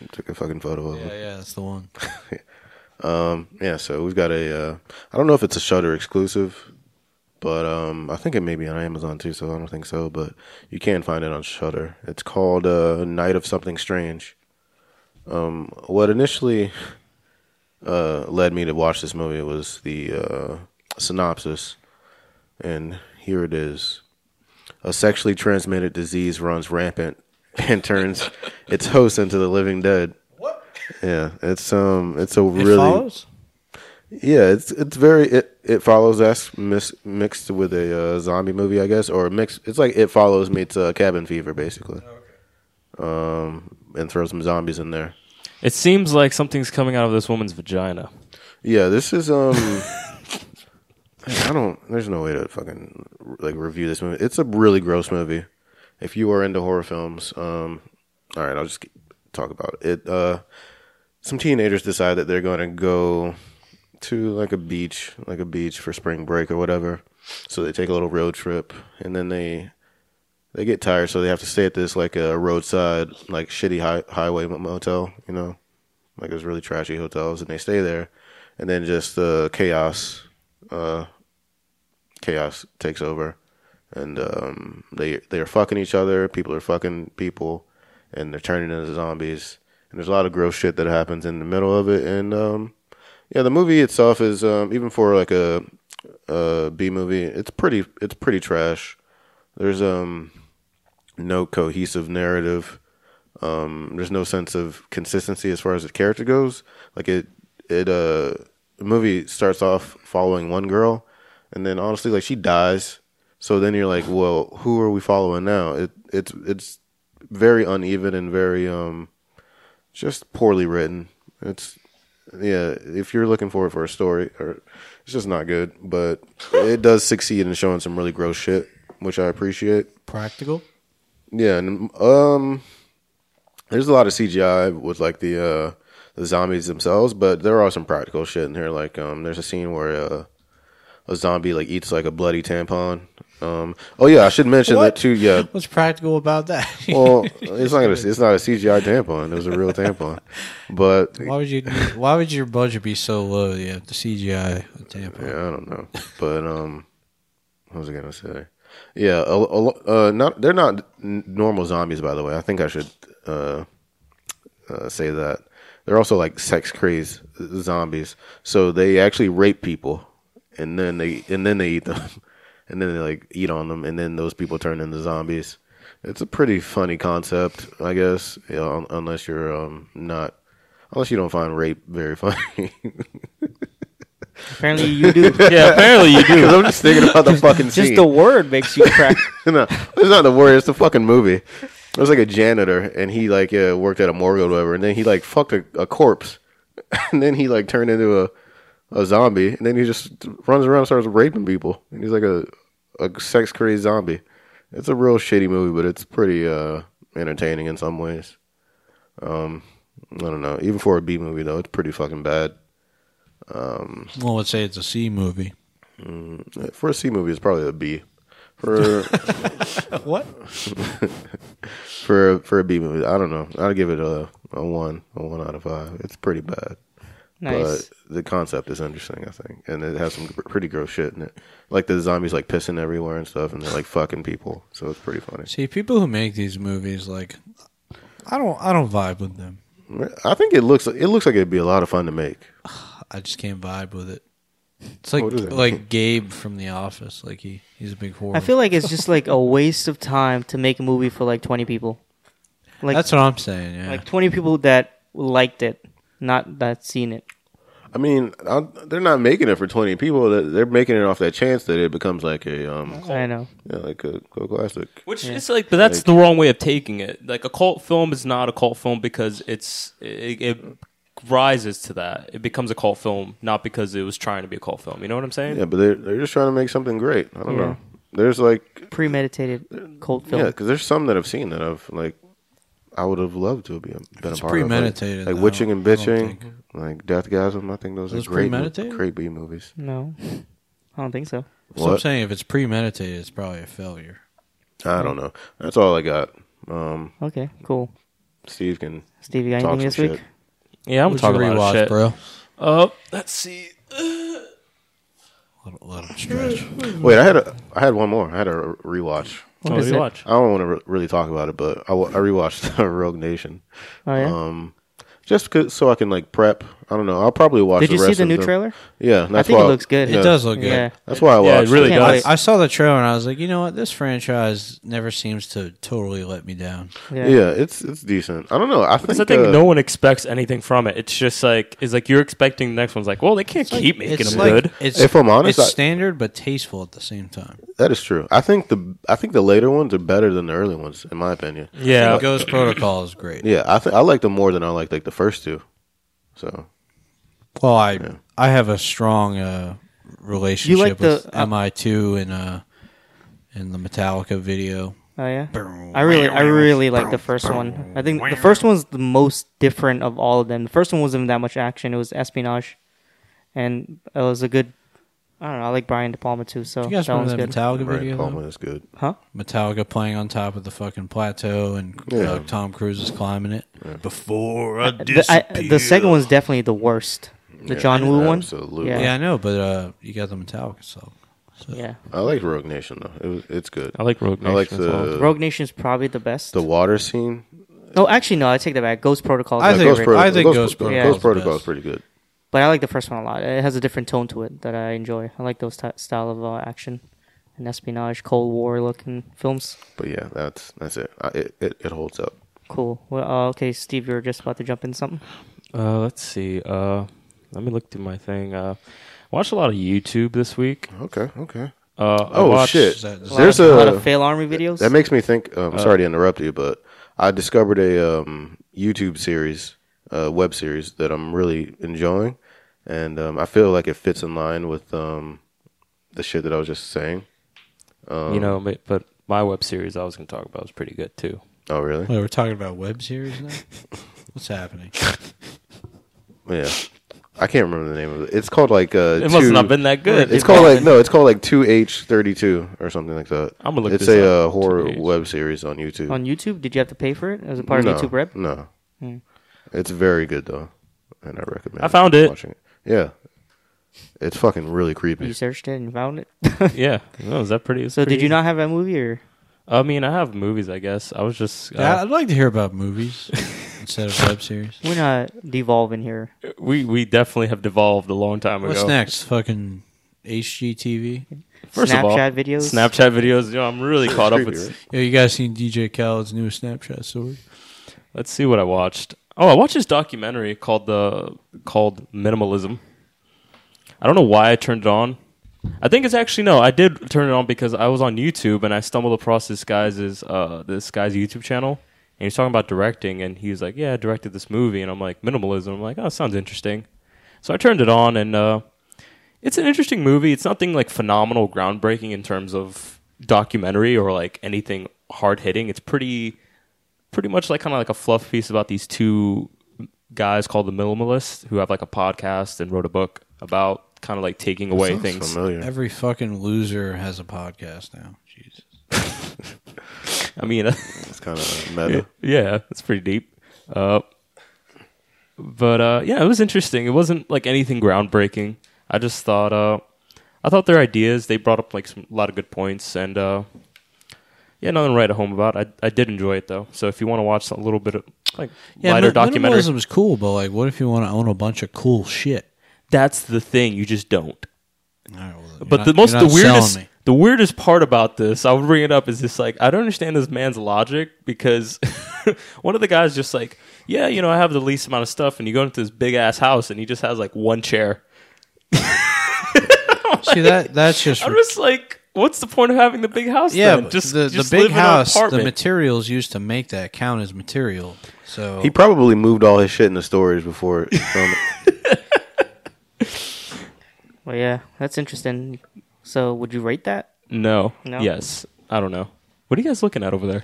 S2: it. [laughs]
S3: Took a fucking photo of
S2: yeah,
S3: it.
S2: yeah, that's the one.
S3: Yeah, so we've got a. Uh, I don't know if it's a Shutter exclusive, but um, I think it may be on Amazon too. So I don't think so, but you can find it on Shutter. It's called uh, "Night of Something Strange." Um, what initially uh, led me to watch this movie was the uh, synopsis, and here it is: A sexually transmitted disease runs rampant [laughs] and turns its host into the living dead. What? Yeah, it's um, it's a
S2: It
S3: really
S2: follows.
S3: yeah, it's it's very it it follows us mis- mixed with a uh, zombie movie, I guess, or mixed. It's like it follows meets uh, Cabin Fever, basically. Um, and throw some zombies in there.
S4: It seems like something's coming out of this woman's vagina.
S3: Yeah, this is um. I don't. There's no way to fucking like review this movie. It's a really gross movie. If you are into horror films, um, all right, I'll just get- talk about it. it uh, some teenagers decide that they're going to go to like a beach, like a beach for spring break or whatever. So they take a little road trip, and then they they get tired, so they have to stay at this like a roadside, like shitty high, highway motel, you know, like those really trashy hotels, and they stay there, and then just the chaos, uh, chaos takes over, and um, they they are fucking each other, people are fucking people, and they're turning into zombies, and there's a lot of gross shit that happens in the middle of it, and um, yeah, the movie itself is um, even for like a a B movie, it's pretty it's pretty trash. There's um no cohesive narrative. Um, there's no sense of consistency as far as the character goes. Like it, it uh, the movie starts off following one girl, and then honestly, like she dies. So then you're like, well, who are we following now? It it's it's very uneven and very um just poorly written. It's yeah, if you're looking for it for a story, or it's just not good. But it does succeed in showing some really gross shit, which I appreciate.
S2: Practical.
S3: Yeah, and um, there's a lot of CGI with like the uh the zombies themselves, but there are some practical shit in here. Like um, there's a scene where uh, a zombie like eats like a bloody tampon. Um, oh yeah, I should mention that
S2: What?
S3: too. Yeah,
S2: What's practical about that? [laughs]
S3: well, it's not gonna, it's not a CGI tampon. It was a real tampon, but
S2: why would you? need- Why would your budget be so low? that You have to CGI a tampon.
S3: Yeah, I don't know, but um, what was I gonna say? Yeah, a, a lo- uh, not they're not n- normal zombies, by the way. I think I should uh, uh, say that they're also like sex crazed zombies. So they actually rape people, and then they and then they eat them, [laughs] and then they like eat on them, and then those people turn into zombies. It's a pretty funny concept, I guess, you know, un- unless you're um, not. Unless you don't find rape very funny, [laughs]
S1: Apparently, you do.
S4: Yeah, apparently you do.
S3: because I'm just thinking about the fucking scene.
S1: Just the word makes you crack.
S3: no, it's not the word. It's the fucking movie. It was like a janitor, and he like yeah, worked at a morgue or whatever, and then he like fucked a, a corpse, [laughs] and then he like turned into a a zombie, and then he just runs around and starts raping people, and he's like a a sex crazy zombie. It's a real shitty movie, but it's pretty uh, entertaining in some ways. Um, I don't know. Even for a B movie though, it's pretty fucking bad.
S2: Well, let's say it's a C movie.
S3: For a C movie, it's probably a B. For
S2: What?
S3: for for a B movie, I don't know. I'd give it a a one, a one out of five. It's pretty bad.
S1: Nice.
S3: [laughs] But the concept is interesting, I think, and it has some gr- pretty gross shit in it. Like the zombies like pissing everywhere and stuff, and they're like fucking people. So it's pretty funny.
S2: See, people who make these movies, like, I don't, I don't vibe with them.
S3: I think it looks it looks like it'd be a lot of fun to make.
S2: I just can't vibe with it. It's like
S3: What is it?
S2: like Gabe from The Office. Like he, he's a big whore.
S1: I feel like it's just like a waste of time to make a movie for like 20 people. Like
S2: that's what I'm saying. Yeah,
S1: like 20 people that liked it, not that seen it.
S3: I mean, I, they're not making it for twenty people. They're- They're making it off that chance that it becomes like a um,
S1: I know.
S3: yeah, like a, a classic.
S4: [laughs] Which is like, but that's the wrong way of taking it. Like a cult film is not a cult film because it's it, it rises to that. It becomes a cult film not because it was trying to be a cult film. You know what I'm saying?
S3: Yeah, but they're they're just trying to make something great. I don't
S1: Yeah.
S3: know. There's like
S1: Premeditated cult film.
S3: Yeah, 'cause yeah, because there's some that I've seen that I've like, I would have loved to have been, been
S2: It's
S3: a part
S2: premeditated,
S3: of, like, like
S2: though.
S3: witching and
S2: I don't think-
S3: bitching, like Deathgasm. I think those,
S2: Those
S3: are great, mo-
S2: premeditated?
S3: great B movies.
S1: No. I don't think so.
S2: so I'm
S3: What?
S2: saying if it's premeditated, it's probably a failure.
S3: I don't know. Hmm. That's all I got. Um,
S1: Okay, cool.
S3: Steve can
S1: Steve, you got
S3: talk
S1: anything
S3: some
S1: this
S3: shit.
S1: week?
S4: Yeah, I'm
S2: What'd
S4: talking
S2: you
S4: about shit.
S2: bro.
S4: Uh, let's see.
S2: Let, let him stretch.
S1: [laughs]
S3: Wait, I had a I had one more. I had a re- rewatch.
S1: What
S4: oh,
S1: is
S4: you
S1: it?
S4: watch?
S3: I don't want to re- really talk about it, but I, wa- I rewatched [laughs] Rogue Nation.
S1: Oh, yeah?
S3: Um, just 'cause- so I can like prep. I don't know. I'll probably watch.
S1: Did you
S3: the
S1: see
S3: rest
S1: the
S3: of
S1: new
S3: them.
S1: trailer?
S3: Yeah, that's
S1: I think
S3: why
S1: it looks good.
S3: yeah,
S2: It does look good.
S1: Yeah.
S3: That's why I
S4: Yeah, it
S3: watched.
S4: really
S3: it.
S1: Can't
S4: does.
S1: wait.
S2: I saw the trailer and I was like, you know what? This franchise never seems to totally let me down.
S1: Yeah.
S3: Yeah. it's it's decent. I don't know. I think
S4: Because I think
S3: uh,
S4: no one expects anything from it. It's just like it's like you're expecting the next one's like, well, they can't keep making
S2: It's
S4: them
S2: like-
S4: good.
S2: It's,
S3: If I'm honest,
S2: it's
S3: I-
S2: standard but tasteful at the same time.
S3: That is true. I think the I think the later ones are better than the early ones, in my opinion.
S4: Yeah,
S2: Ghost Protocol is great.
S3: Yeah, I th- I like them more than I like like the first two. So
S2: Well, I I have a strong uh, relationship
S1: like
S2: with
S1: the- uh,
S2: MI2 and uh, and the Metallica video.
S1: Oh yeah. I really, I really like the first one. I think the first one's the most different of all of them. The first one wasn't that much action; it was espionage, and it was a good. I don't know. I like Brian De Palma too, so
S2: You guys
S1: that one's
S2: remember that
S1: good.
S2: Metallica
S3: Brian
S2: video?
S3: Palmer
S2: though?
S3: is good.
S1: Huh?
S2: Metallica playing on top of the fucking plateau and
S3: Yeah.
S2: uh, Tom Cruise is climbing it.
S5: Before I
S1: The, I,
S5: disappear.
S1: the second one's definitely the worst. The John Woo one.
S3: absolutely.
S1: Yeah.
S2: Yeah, I know, but uh, you got the Metallica song.
S1: Yeah.
S3: I like Rogue Nation though. It was, it's good.
S4: I like Rogue
S3: I like
S4: Nation as well.
S3: the
S1: Rogue Nation's probably the best.
S3: the water scene.
S1: no, actually, no. I take that back. Ghost Protocol.
S2: I
S1: I
S2: think-
S1: favorite,
S2: I think Ghost
S3: Pro-
S1: Protocol's
S3: Ghost
S1: the
S3: Protocol
S2: best.
S3: is pretty good.
S1: but I like the first one a lot. It has a different tone to it that I enjoy. I like those ty style of uh, action and espionage, Cold War looking films.
S3: But yeah, that's that's it. I, it, it it holds up.
S1: Cool. Well, uh, okay, Steve, you were just about to jump in something.
S4: Uh, let's see. Uh, let me look through my thing. Uh, watched a lot of YouTube this week.
S3: Okay, okay.
S4: Uh, I
S3: Oh
S4: watched-
S3: shit!
S2: that- is
S3: There's
S1: a lot
S3: a
S1: of fail army videos.
S3: That makes me think. Um,
S4: Uh,
S3: sorry to interrupt you, but I discovered a um, YouTube series, uh, web series that I'm really enjoying, and um, I feel like it fits in line with um, the shit that I was just saying.
S4: You
S3: Um,
S4: know, but, but my web series I was going to talk about was pretty good too.
S3: Oh, really?
S2: Wait, we're talking about web series [laughs] now. What's happening?
S3: Yeah. I can't remember the name of it. It's called like uh,
S4: It must
S3: two-
S4: not have been that good.
S3: It's
S4: [laughs]
S3: called like no, it's called like two H thirty two or something like that.
S4: I'ma look
S3: It's
S4: this
S3: a
S4: up,
S3: uh, horror
S4: 2H.
S3: web series on YouTube.
S1: on YouTube. Did you have to pay for it as a part
S3: no,
S1: of YouTube Hmm. Red?
S3: No, it's very good though, and I recommend.
S4: I found it.
S3: Watching it. Yeah, it's fucking really creepy.
S1: You searched it and found it. [laughs]
S4: yeah. No, is that pretty? it's
S1: So did
S4: pretty-
S1: you not have that movie or?
S4: I mean, I have movies. I guess I was just. Uh,
S2: Yeah, I'd like to hear about movies instead of web [laughs] series.
S1: We're not devolving here.
S4: We we definitely have devolved a long time ago.
S2: What's next? Fucking HGTV.
S4: First
S1: Snapchat
S4: of all,
S1: videos.
S4: Snapchat videos. You know, I'm really caught up
S3: creepy,
S4: with.
S3: right?
S2: Yo, you guys seen DJ Khaled's new Snapchat story?
S4: Let's see what I watched. Oh, I watched this documentary called the called Minimalism. I don't know why I turned it on. I think it's actually no. I did turn it on because I was on YouTube and I stumbled across this guy's uh, this guy's YouTube channel, and he's talking about directing, and he's like, "Yeah, I directed this movie," and I'm like, "Minimalism." I'm like, "Oh, sounds interesting." So I turned it on, and uh, it's an interesting movie. It's nothing like phenomenal, groundbreaking in terms of documentary or like anything hard hitting. It's pretty, pretty much like kind of like a fluff piece about these two guys called the Minimalists who have like a podcast and wrote a book about kind of like taking away
S3: Sounds
S4: things.
S3: familiar.
S2: Every fucking loser has a podcast now. Jesus.
S4: I mean. [laughs]
S3: It's kind of [laughs] meta.
S4: yeah, that's pretty deep. Uh, but uh, yeah, it was interesting. It wasn't like anything groundbreaking. I just thought, uh, I thought their ideas. They brought up like some, a lot of good points, and uh, yeah, nothing right at home about. I I did enjoy it though. So if you want to watch a little bit of like lighter
S2: min-
S4: documentary,
S2: Minimalism's cool, but like, what if you want to own a bunch of cool shit?
S4: that's the thing. You just don't.
S2: All right, well, you're
S4: But
S2: not-
S4: the most
S2: you're
S4: the
S2: not selling
S4: weirdest
S2: me.
S4: the weirdest part about this, I would bring it up, is this like I don't understand this man's logic because [laughs] one of the guys just like, yeah, you know, I have the least amount of stuff, and you go into this big ass house, and he just has like one chair.
S2: [laughs] See that that's [laughs] just
S4: I'm just like, what's the point of having the big house?
S2: yeah.
S4: then?
S2: but
S4: just
S2: the,
S4: just
S2: the big
S4: live in an
S2: house, the
S4: apartment.
S2: materials used to make that count as material. So
S3: He probably moved all his shit into storage before [laughs] he filmed it.
S1: Well, yeah, that's interesting. So, would you rate that?
S4: no,
S1: No?
S4: yes, I don't know. What are you guys looking at over there?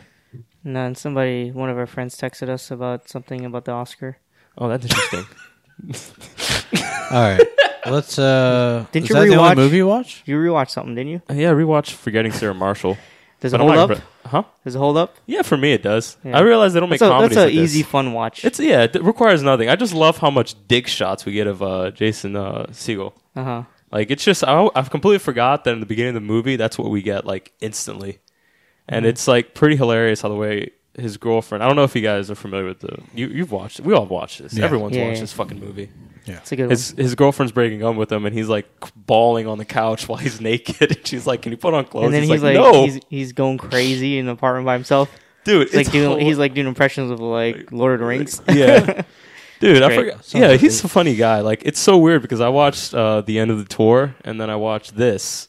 S1: No, and somebody, one of our friends, texted us about something about the Oscar.
S4: Oh, that's interesting.
S2: all right, [laughs] let's. uh
S1: Didn't
S2: is
S1: you
S2: that the
S1: rewatch-
S2: only movie you watch?
S1: You rewatched something, didn't you?
S4: Uh, [laughs] yeah, rewatch Forgetting Sarah Marshall.
S1: Does it
S4: But I'm
S1: hold up?
S4: not impre- Huh?
S1: Does it hold up?
S4: Yeah, for me it does.
S1: Yeah.
S4: I realize they don't make
S1: That's a,
S4: comedies.
S1: that's an
S4: like this.
S1: easy, fun watch.
S4: It's yeah, it requires nothing. I just love how much dick shots we get of uh, Jason uh, Siegel.
S1: Uh huh.
S4: Like it's just I, I've completely forgot that in the beginning of the movie that's what we get like instantly, and it's like pretty hilarious how the way his girlfriend. I don't know if you guys are familiar with the you you've watched. We all have watched this.
S2: Yeah.
S4: Everyone's
S1: Yeah,
S4: watched
S1: yeah.
S4: this fucking movie.
S2: Yeah,
S1: It's a good
S4: His his girlfriend's breaking up with him, and he's like bawling on the couch [laughs] while he's naked, and she's like, "Can you put on clothes?"
S1: one. And then he's, like,
S4: "No,
S1: he's, he's going crazy in the apartment by himself.
S4: dude."
S1: It's like
S4: it's
S1: doing,
S4: hila-
S1: he's like doing impressions of like Lord of the Rings.
S4: [laughs] yeah. Dude, I
S1: Great.
S4: forgot.
S2: Sounds
S4: Yeah,
S2: like
S4: he's a funny guy. Like, it's so weird because I watched uh, the end of the tour and then I watched this,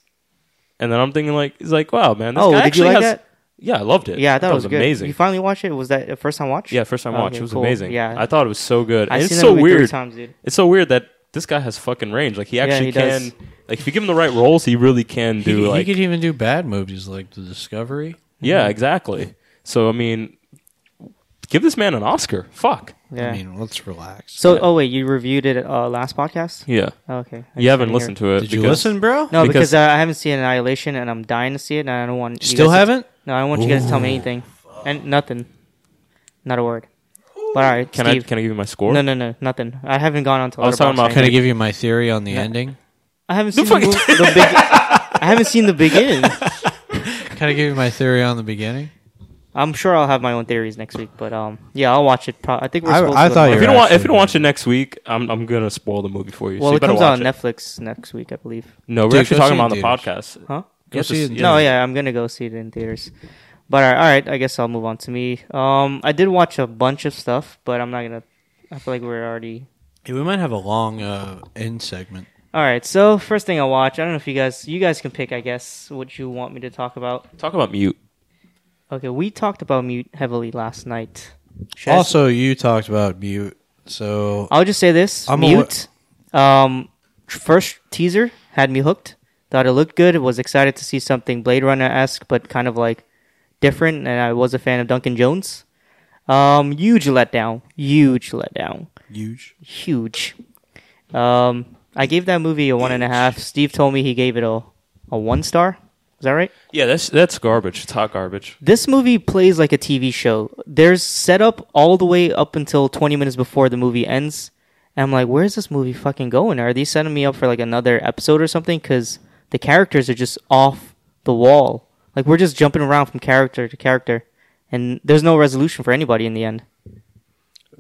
S4: and then I'm thinking like, he's like, wow, man. This
S1: Oh,
S4: guy
S1: did you
S4: actually
S1: like
S4: has-
S1: that?
S4: Yeah, I loved it.
S1: Yeah, I thought it was, good.
S4: amazing.
S1: You finally watched it? Was that a first time watch? Oh,
S4: yeah, first time
S1: Okay,
S4: watch. it was
S1: cool.
S4: amazing.
S1: Yeah,
S4: I thought it was so good.
S1: I've
S4: And it's
S1: seen that
S4: so
S1: movie three
S4: weird.
S1: times, dude.
S4: It's so weird that this guy has fucking range. Like, he actually
S1: he
S4: can.
S1: does.
S4: Like, if you give him the right roles, he really can
S2: he,
S4: do
S2: he
S4: like
S2: could even do bad movies like The Discovery.
S4: yeah, exactly. So I mean, give this man an Oscar. Fuck.
S1: Yeah.
S2: I mean, let's relax.
S1: so, oh wait, you reviewed it uh, last podcast?
S4: Yeah,
S1: Oh, okay. I
S4: you haven't
S1: didn't hear
S4: listened to it.
S2: Did you
S4: because-
S2: listen, bro?
S1: No, because,
S4: Because-
S1: uh, I haven't seen Annihilation, and I'm dying to see it, and I don't want you
S2: Still
S1: guys to-
S2: haven't?
S1: no, I don't want you guys to tell me anything, and nothing, not a word. But all right,
S4: Can
S1: Steve.
S4: I can I give you my score?
S1: No, no, no, nothing. I haven't gone on to.
S4: I was talking about-
S1: Letterboxd.
S2: Can I give you my theory on the ending?
S1: I haven't seen the,
S4: fucking-
S1: mo- the big. I haven't seen the
S4: [laughs]
S1: beginning.
S2: Can I give you my theory on the beginning?
S1: I'm sure I'll have my own theories next week, but um, yeah, I'll watch it. Pro- I think we're
S2: I-
S1: supposed
S2: I
S1: to.
S2: thought
S1: tomorrow.
S4: If
S2: You're
S4: you don't want, if
S2: actually
S4: you don't watch it next week, I'm I'm gonna spoil the movie for you.
S1: Well,
S4: so you
S1: it
S4: better
S1: comes out on
S4: watch it.
S1: Netflix next week, I believe.
S4: No, we're
S2: Dude,
S4: actually
S2: go
S4: talking
S2: see
S4: about on
S2: it
S4: the
S2: in
S4: podcast.
S1: Huh?
S2: Go
S4: Yes,
S2: see
S4: it's-
S2: it in
S1: No,
S2: theaters.
S1: yeah, I'm gonna go see it in theaters. But all right, all right, I guess I'll move on to me. Um, I did watch a bunch of stuff, but I'm not gonna. I feel like we're already.
S2: Yeah, we might have a long uh, end segment.
S1: All right, so first thing I watch. I don't know if you guys, you guys can pick. I guess what you want me to talk about.
S4: Talk about mute.
S1: Okay, we talked about mute heavily last night. Should I-
S2: Also, you talked about mute, so
S1: I'll just say this:
S2: I'm awa-
S1: mute. um, tr- first teaser had me hooked. Thought it looked good. Was excited to see something Blade Runner esque, but kind of like different. And I was a fan of Duncan Jones. Um, huge letdown. Huge letdown.
S2: huge.
S1: Huge. Um, I gave that movie a one and a half. Steve told me he gave it a a one star. Is that right?
S4: Yeah, that's that's garbage. It's hot garbage.
S1: This movie plays like a TV show. There's setup all the way up until 20 minutes before the movie ends. And I'm like, where's this movie fucking going? Are they setting me up for like another episode or something? Because the characters are just off the wall. Like, we're just jumping around from character to character. And there's no resolution for anybody in the end.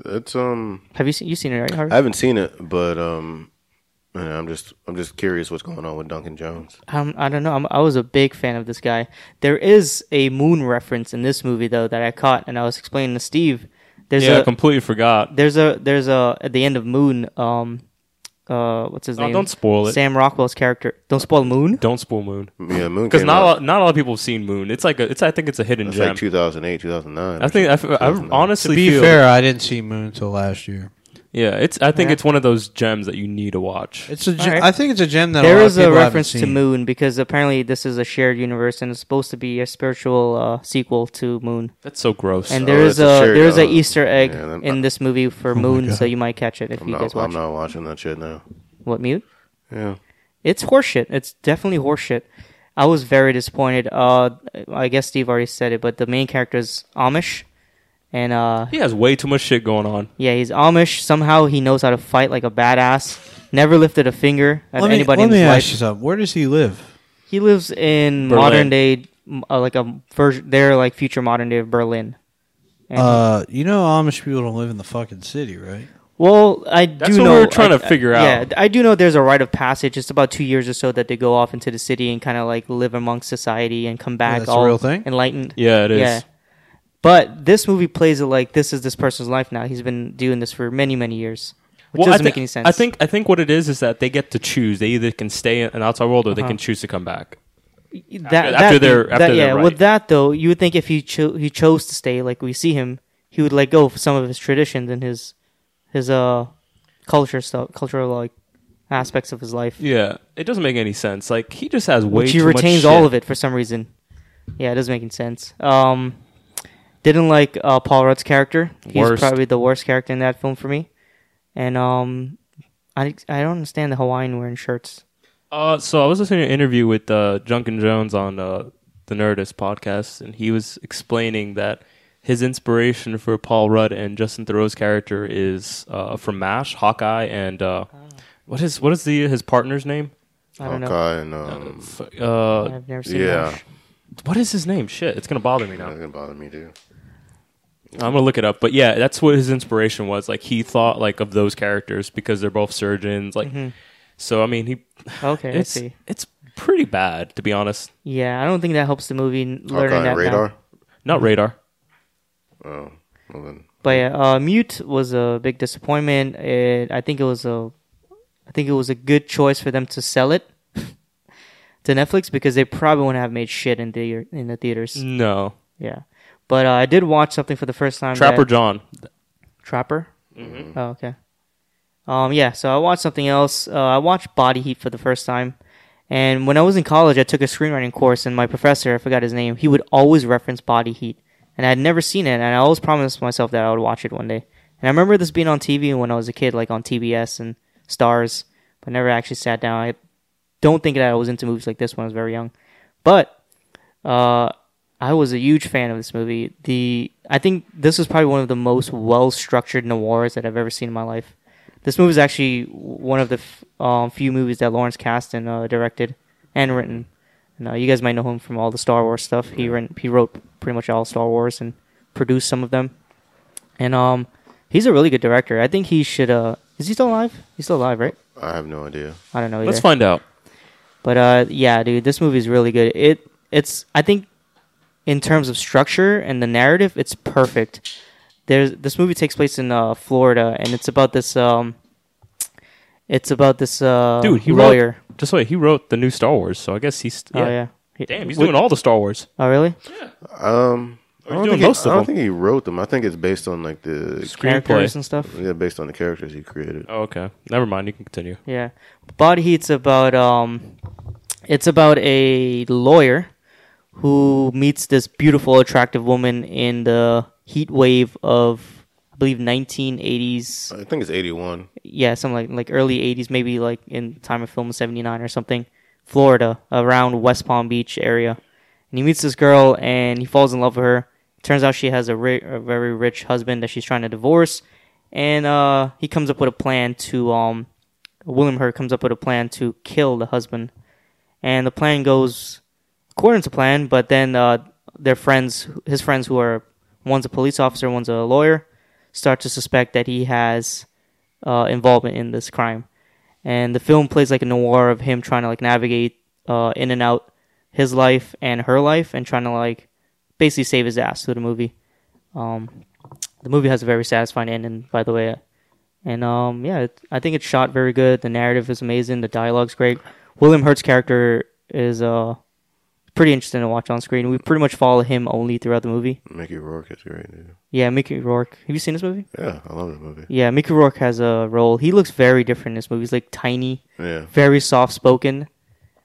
S3: It's um,
S1: Have you seen, you seen it, right, Harvey?
S3: I haven't seen it, but um, you know, I'm just I'm just curious what's going on with Duncan Jones.
S1: um, I don't know. I'm, I was a big fan of this guy. There is a moon reference in this movie, though, that I caught. And I was explaining to Steve. There's
S4: yeah, I
S1: a,
S4: completely forgot.
S1: there's a there's a at the end of Moon, um, uh, what's his
S4: No,
S3: Oh,
S1: name?
S4: don't spoil it.
S1: Sam Rockwell's character. Don't spoil Moon.
S4: Don't spoil Moon
S1: [laughs]
S3: Yeah, Moon
S4: because
S3: came
S4: not a
S3: out-
S4: lot, not a lot of people have seen Moon. It's like a, it's I think it's a hidden
S3: It's
S4: gem.
S3: like 2008, 2009.
S4: I think I, f- I
S2: To
S4: honestly
S2: be
S4: feel
S2: fair, I didn't see Moon until last year.
S4: yeah, it's I think
S1: Yeah.
S4: it's one of those gems that you need to watch.
S2: It's a gem.
S1: Alright.
S2: I think it's a gem that
S1: there
S2: a lot
S1: is
S2: of
S1: a
S2: people haven't
S1: reference to
S2: seen.
S1: Moon because apparently this is a shared universe and it's supposed to be a spiritual uh, sequel to Moon.
S4: That's so gross.
S1: And
S3: Oh,
S1: there is
S3: that's a
S1: a,
S3: shared
S1: there is a
S3: element.
S1: Easter egg
S3: Yeah, then-
S1: in this movie for
S2: Oh
S1: Moon, so you might catch it if
S3: I'm
S1: you
S3: not,
S1: guys watch.
S3: I'm not watching that shit now.
S1: What mute?
S3: Yeah.
S1: It's horseshit. It's definitely horseshit. I was very disappointed. Uh, I guess Steve already said it, but the main character is Amish, and uh,
S4: he has way too much shit going on.
S1: yeah, he's Amish. Somehow he knows how to fight like a badass. Never lifted a finger at
S2: Let me,
S1: anybody
S2: let
S1: in
S2: me
S1: his
S2: ask you
S1: life.
S2: something. Where does he live?
S1: He lives in
S4: Berlin.
S1: modern day, m- uh, like a version. They're like future modern day of Berlin. And,
S2: Uh, you know, Amish people don't live in the fucking city, right?
S1: well, I
S4: That's
S1: do
S4: what
S1: know.
S4: we were trying
S1: I-
S4: to figure
S1: I-
S4: out.
S1: Yeah, I do know there's a rite of passage. It's about two years or so that they go off into the city and kind of like live amongst society and come back
S2: that's a
S1: all
S2: real thing?
S1: enlightened.
S4: Yeah, it is.
S1: Yeah. But this movie plays it like this is this person's life now. He's been doing this for many, many years. Which
S4: Well, I
S1: doesn't
S4: thi-
S1: make any sense.
S4: I think I think what it is is that they get to choose. They either can stay in an outside world or they
S1: Uh-huh.
S4: can choose to come back.
S1: that,
S4: after they're-
S1: that-
S4: after they're
S1: yeah,
S4: right.
S1: with that though, you would think if he cho- he chose to stay, like we see him, he would let go of some of his traditions and his his uh culture stuff, cultural like aspects of his life.
S4: Yeah, it doesn't make any sense. Like he just has way
S1: which he
S4: too much
S1: retains
S4: shit.
S1: all of it for some reason. Yeah, it doesn't make any sense. Um, didn't like uh, Paul Rudd's character. He's
S4: Worst.
S1: probably the worst character in that film for me. And um, I I don't understand the Hawaiian wearing shirts.
S4: Uh, so I was listening to an interview with uh, Junkin Jones on uh, the Nerdist podcast, and he was explaining that his inspiration for Paul Rudd and Justin Thoreau's character is uh, from MASH, Hawkeye, and uh,
S1: Ah.
S4: what is what is the his partner's name?
S1: I don't know.
S3: Hawkeye and um,
S4: F- Uh,
S1: I've never seen.
S3: Oh, yeah,
S1: Mash.
S4: what is his name? Shit, it's gonna bother me now.
S3: not gonna bother me too.
S4: I'm gonna look it up, but yeah, that's what his inspiration was. Like he thought like of those characters because they're both surgeons. Like,
S1: Mm-hmm.
S4: so I mean, he
S1: Okay, I
S4: it's
S1: see.
S4: it's pretty bad to be honest.
S1: Yeah, I don't think that helps the movie n- learning
S3: Hawkeye
S1: that
S3: and Radar.
S1: now.
S4: Not radar.
S3: Oh, well then.
S1: But yeah, uh, Mute was a big disappointment. It, I think it was a, I think it was a good choice for them to sell it [laughs] to Netflix because they probably wouldn't have made shit in the in the theaters.
S4: No,
S1: Yeah, but uh, I did watch something for the first time.
S4: Trapper
S1: that-
S4: John.
S1: Trapper. Mm-hmm. Oh, okay. Um, yeah. So I watched something else. Uh, I watched Body Heat for the first time, and when I was in college, I took a screenwriting course, and my professor, I forgot his name, he would always reference Body Heat, and I'd never seen it, and I always promised myself that I would watch it one day. And I remember this being on TV when I was a kid, like on TBS and Stars, but never actually sat down. I don't think that I was into movies like this when I was very young, but uh, I was a huge fan of this movie. The I think this is probably one of the most well structured noirs that I've ever seen in my life. This movie is actually one of the f- um, few movies that Lawrence Kasdan uh, directed and written. And, uh, you guys might know him from all the Star Wars stuff. He written, he wrote pretty much all Star Wars and produced some of them. And um, he's a really good director. I think he should. Uh, is he still alive? He's still alive, right?
S3: I have no idea.
S1: I don't know.
S4: Let's
S1: either.
S4: find out.
S1: But uh, yeah, dude, this movie is really good. It it's I think in terms of structure and the narrative, it's perfect. There's this movie takes place in uh, Florida, and it's about this um, it's about this uh,
S4: Dude, he
S1: lawyer.
S4: wrote. Just wait, he wrote the new Star Wars, so I guess he's. Yeah.
S1: Oh yeah, He-
S4: Damn, he's
S1: Wh-
S4: doing all the Star Wars.
S1: Oh really?
S3: Um, I don't,
S4: doing
S3: think he,
S4: most of
S3: I don't
S4: them.
S3: think he wrote them. I think it's based on like the
S1: Characters and stuff.
S3: yeah, based on the characters he created.
S4: Oh, okay. Never mind. You can continue.
S1: Yeah. Body Heat's about um it's about a lawyer who meets this beautiful attractive woman in the heat wave of I believe 1980s
S3: I think it's eighty-one.
S1: yeah, some like like early '80s, maybe like in time of film '79 or something, Florida, around West Palm Beach area. And he meets this girl, and he falls in love with her. Turns out she has a, ri- a very rich husband that she's trying to divorce, and uh, he comes up with a plan to um, William Hurt comes up with a plan to kill the husband, and the plan goes according to plan. But then uh, their friends, his friends who are one's a police officer, one's a lawyer, start to suspect that he has uh, involvement in this crime. And the film plays like a noir of him trying to like navigate uh, in and out his life and her life, and trying to like basically save his ass through the movie. Um, the movie has a very satisfying ending, by the way. And um, yeah, it, I think it's shot very good. The narrative is amazing. The dialogue's great. William Hurt's character is uh, pretty interesting to watch on screen. We pretty much follow him only throughout the movie.
S3: Mickey Rourke is great, dude.
S1: Yeah, Mickey Rourke. Have you seen this movie?
S3: Yeah, I love that movie.
S1: Yeah, Mickey Rourke has a role. He looks very different in this movie. He's like tiny,
S3: Yeah.
S1: very soft spoken.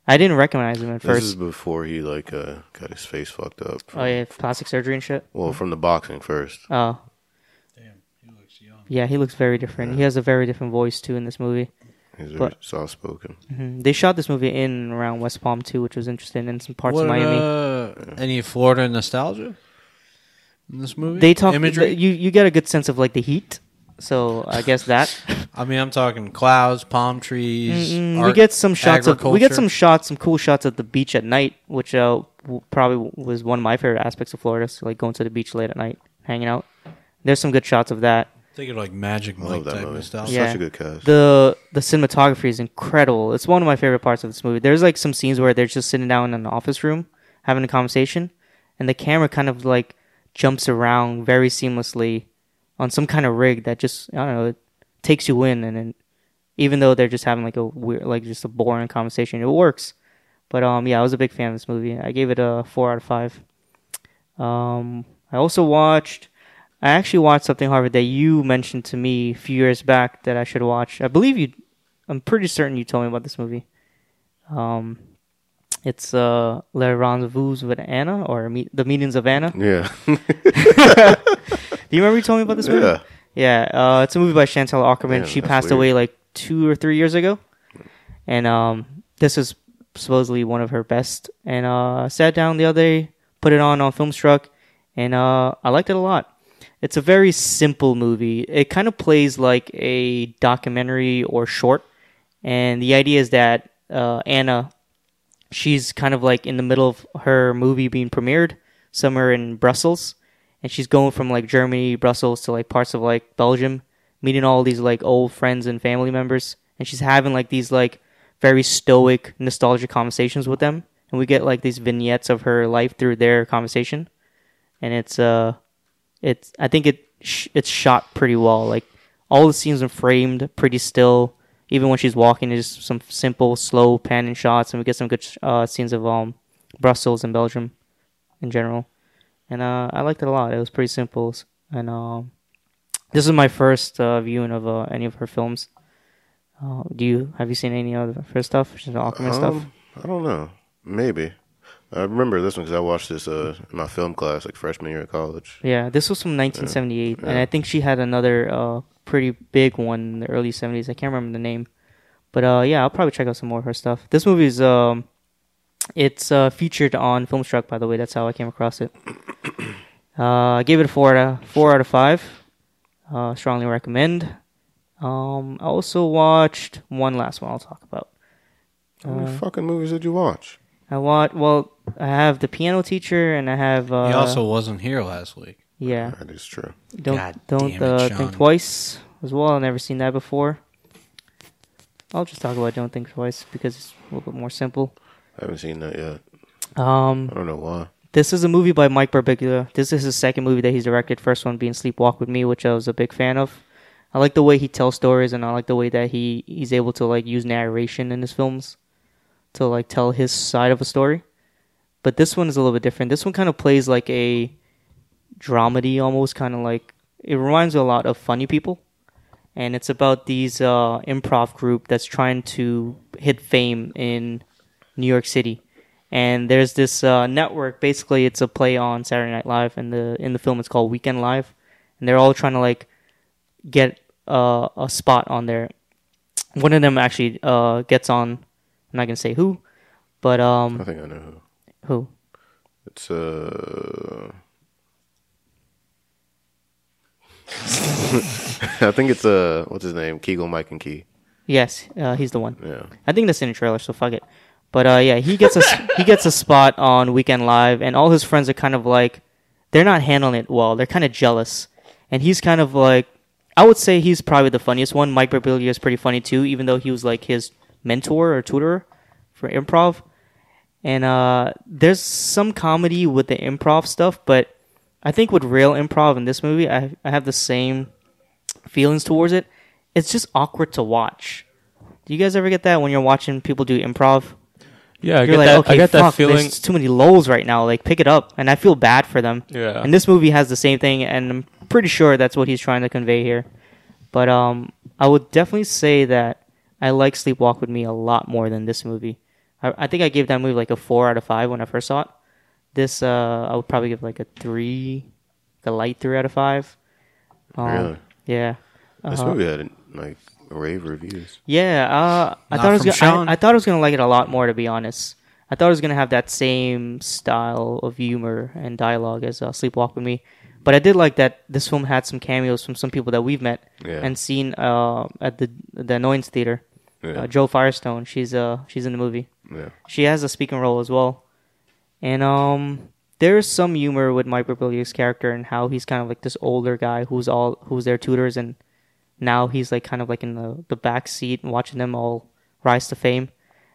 S1: I didn't recognize him at
S3: This
S1: first.
S3: is before he like uh, got his face fucked up.
S1: Oh yeah, plastic surgery and shit.
S3: Well, from the boxing first.
S1: Oh
S2: Damn, he looks young.
S1: yeah, he looks very different. He has a very different voice too in this movie.
S3: He's
S1: But-
S3: soft spoken.
S1: hmm They shot this movie in and around West Palm too, which was interesting, and some parts
S2: What,
S1: of Miami.
S2: uh, any Florida nostalgia in this movie?
S1: they talk.
S2: imagery.
S1: You you get a good sense of like the heat. So I guess
S2: [laughs]
S1: that
S2: I mean, I'm talking clouds, palm trees.
S1: Mm, we
S2: art,
S1: get some shots of we get
S2: agriculture.
S1: some shots, some cool shots at the beach at night, which uh, w- probably was one of my favorite aspects of Florida. So like going to the beach late at night, hanging out. There's some good shots of that.
S2: Think of like Magic
S3: I love
S2: Mike
S3: that
S2: type
S3: movie.
S2: nostalgia.
S1: Yeah.
S3: Such a good cast.
S1: the the cinematography is incredible. It's one of my favorite parts of this movie. There's like some scenes where they're just sitting down in an office room having a conversation, and the camera kind of like jumps around very seamlessly on some kind of rig that just I don't know it takes you in, and then even though they're just having like a weird like just a boring conversation, it works. But um, yeah, I was a big fan of this movie. I gave it a four out of five. Um, I also watched. I actually watched something, Harvard, that you mentioned to me a few years back that I should watch. I believe you. I'm pretty certain you told me about this movie. Um, it's uh, Le Rendezvous with Anna or Meet, The Meetings of Anna. Do
S3: yeah. [laughs]
S1: you remember you told me about this movie?
S3: yeah.
S1: Yeah, uh, it's a movie by Chantal Ackerman.
S3: Yeah,
S1: she
S3: that's
S1: passed
S3: weird.
S1: away like two or three years ago, and um, this is supposedly one of her best. And uh, I sat down the other day, put it on on Filmstruck, and uh, I liked it a lot. It's a very simple movie. It kind of plays like a documentary or short, and the idea is that uh, Anna she's kind of like in the middle of her movie being premiered somewhere in Brussels, and she's going from like Germany, Brussels to like parts of like Belgium, meeting all these like old friends and family members, and she's having like these like very stoic, nostalgic conversations with them, and we get like these vignettes of her life through their conversation, and it's uh, it's I think it sh- it's shot pretty well, like. All the scenes are framed pretty still even when she's walking, there's some simple, slow panning shots, and we get some good uh, scenes of um, Brussels and Belgium in general. And uh, I liked it a lot. It was pretty simple. And um, this is my first uh, viewing of uh, any of her films. Uh, do you have you seen any of her stuff? She's Aquaman stuff.
S3: Um, I don't know. Maybe. I remember this one because I watched this uh, in my film class, like freshman year of college.
S1: Yeah, this was from 1978, and I think she had another uh, pretty big one in the early 70s. I can't remember the name, but uh, yeah, I'll probably check out some more of her stuff. This movie is um, it's uh, featured on Filmstruck, by the way. That's how I came across it. [coughs] Uh, I gave it a four out of four out of five. Uh, strongly recommend. Um, I also watched one last one. I'll talk about.
S3: How many fucking movies did you watch?
S1: I watch. Well, I have the piano teacher, and I have. Uh,
S2: He also wasn't here last week.
S1: yeah.
S3: That is true.
S1: Don't
S2: God
S1: don't
S2: damn it,
S1: uh,
S2: Sean.
S1: think twice as well. I've never seen that before. I'll just talk about don't think twice because it's a little bit more simple.
S3: I haven't seen that yet.
S1: Um,
S3: I don't know why.
S1: this is a movie by Mike Birbiglia. This is his second movie that he's directed. First one being Sleepwalk with Me, which I was a big fan of. I like the way he tells stories, and I like the way that he he's able to like use narration in his films to like tell his side of a story. But this one is a little bit different. This one kind of plays like a dramedy, almost kind of like it reminds me a lot of Funny People, and it's about these uh, improv group that's trying to hit fame in New York City and there's this uh, network. Basically, it's a play on Saturday Night Live, and the in the film it's called Weekend Live, and they're all trying to like get uh, a spot on there. One of them actually uh, gets on. I'm not gonna say who, but
S3: I
S1: um,
S3: think I know who.
S1: who?
S3: It's uh. [laughs] I think it's uh, what's his name? Kegel, Mike, and Key.
S1: Yes, uh, he's the one.
S3: Yeah.
S1: I think that's in the trailer, so fuck it. But uh, yeah, he gets a he gets a spot on Weekend Live, and all his friends are kind of like they're not handling it well. They're kind of jealous, and he's kind of like I would say he's probably the funniest one. Mike Birbiglia is pretty funny too, even though he was like his mentor or tutor for improv. And uh, there's some comedy with the improv stuff, but I think with real improv in this movie, I I have the same feelings towards it. it's just awkward to watch. Do you guys ever get that when you're watching people do improv?
S4: Yeah, I
S1: You're
S4: get
S1: like,
S4: that.
S1: okay,
S4: I get
S1: fuck,
S4: that feeling.
S1: there's too many lulls right now. Like, pick it up, and I feel bad for them.
S4: Yeah.
S1: And this movie has the same thing, and I'm pretty sure that's what he's trying to convey here. But um, I would definitely say that I like Sleepwalk with Me a lot more than this movie. I, I think I gave that movie like a four out of five when I first saw it. This uh, I would probably give like a three, like a light three out of five. Um,
S3: Really?
S1: Yeah.
S3: This
S1: Uh-huh.
S3: movie had like rave reviews.
S1: Yeah, uh, I thought it
S2: Not from
S1: was. Gonna,
S2: Sean.
S1: I, I thought I was gonna like it a lot more, to be honest. I thought it was gonna have that same style of humor and dialogue as uh, Sleepwalk with Me, but I did like that this film had some cameos from some people that we've met
S3: Yeah.
S1: and seen uh, at the the Annoyance Theater.
S3: Yeah.
S1: Uh, Joe Firestone, she's uh she's in the movie.
S3: Yeah.
S1: She has a speaking role as well, and um, there's some humor with Mike Birbiglia's character and how he's kind of like this older guy who's all who's their tutors, and now he's like kind of like in the the back seat and watching them all rise to fame.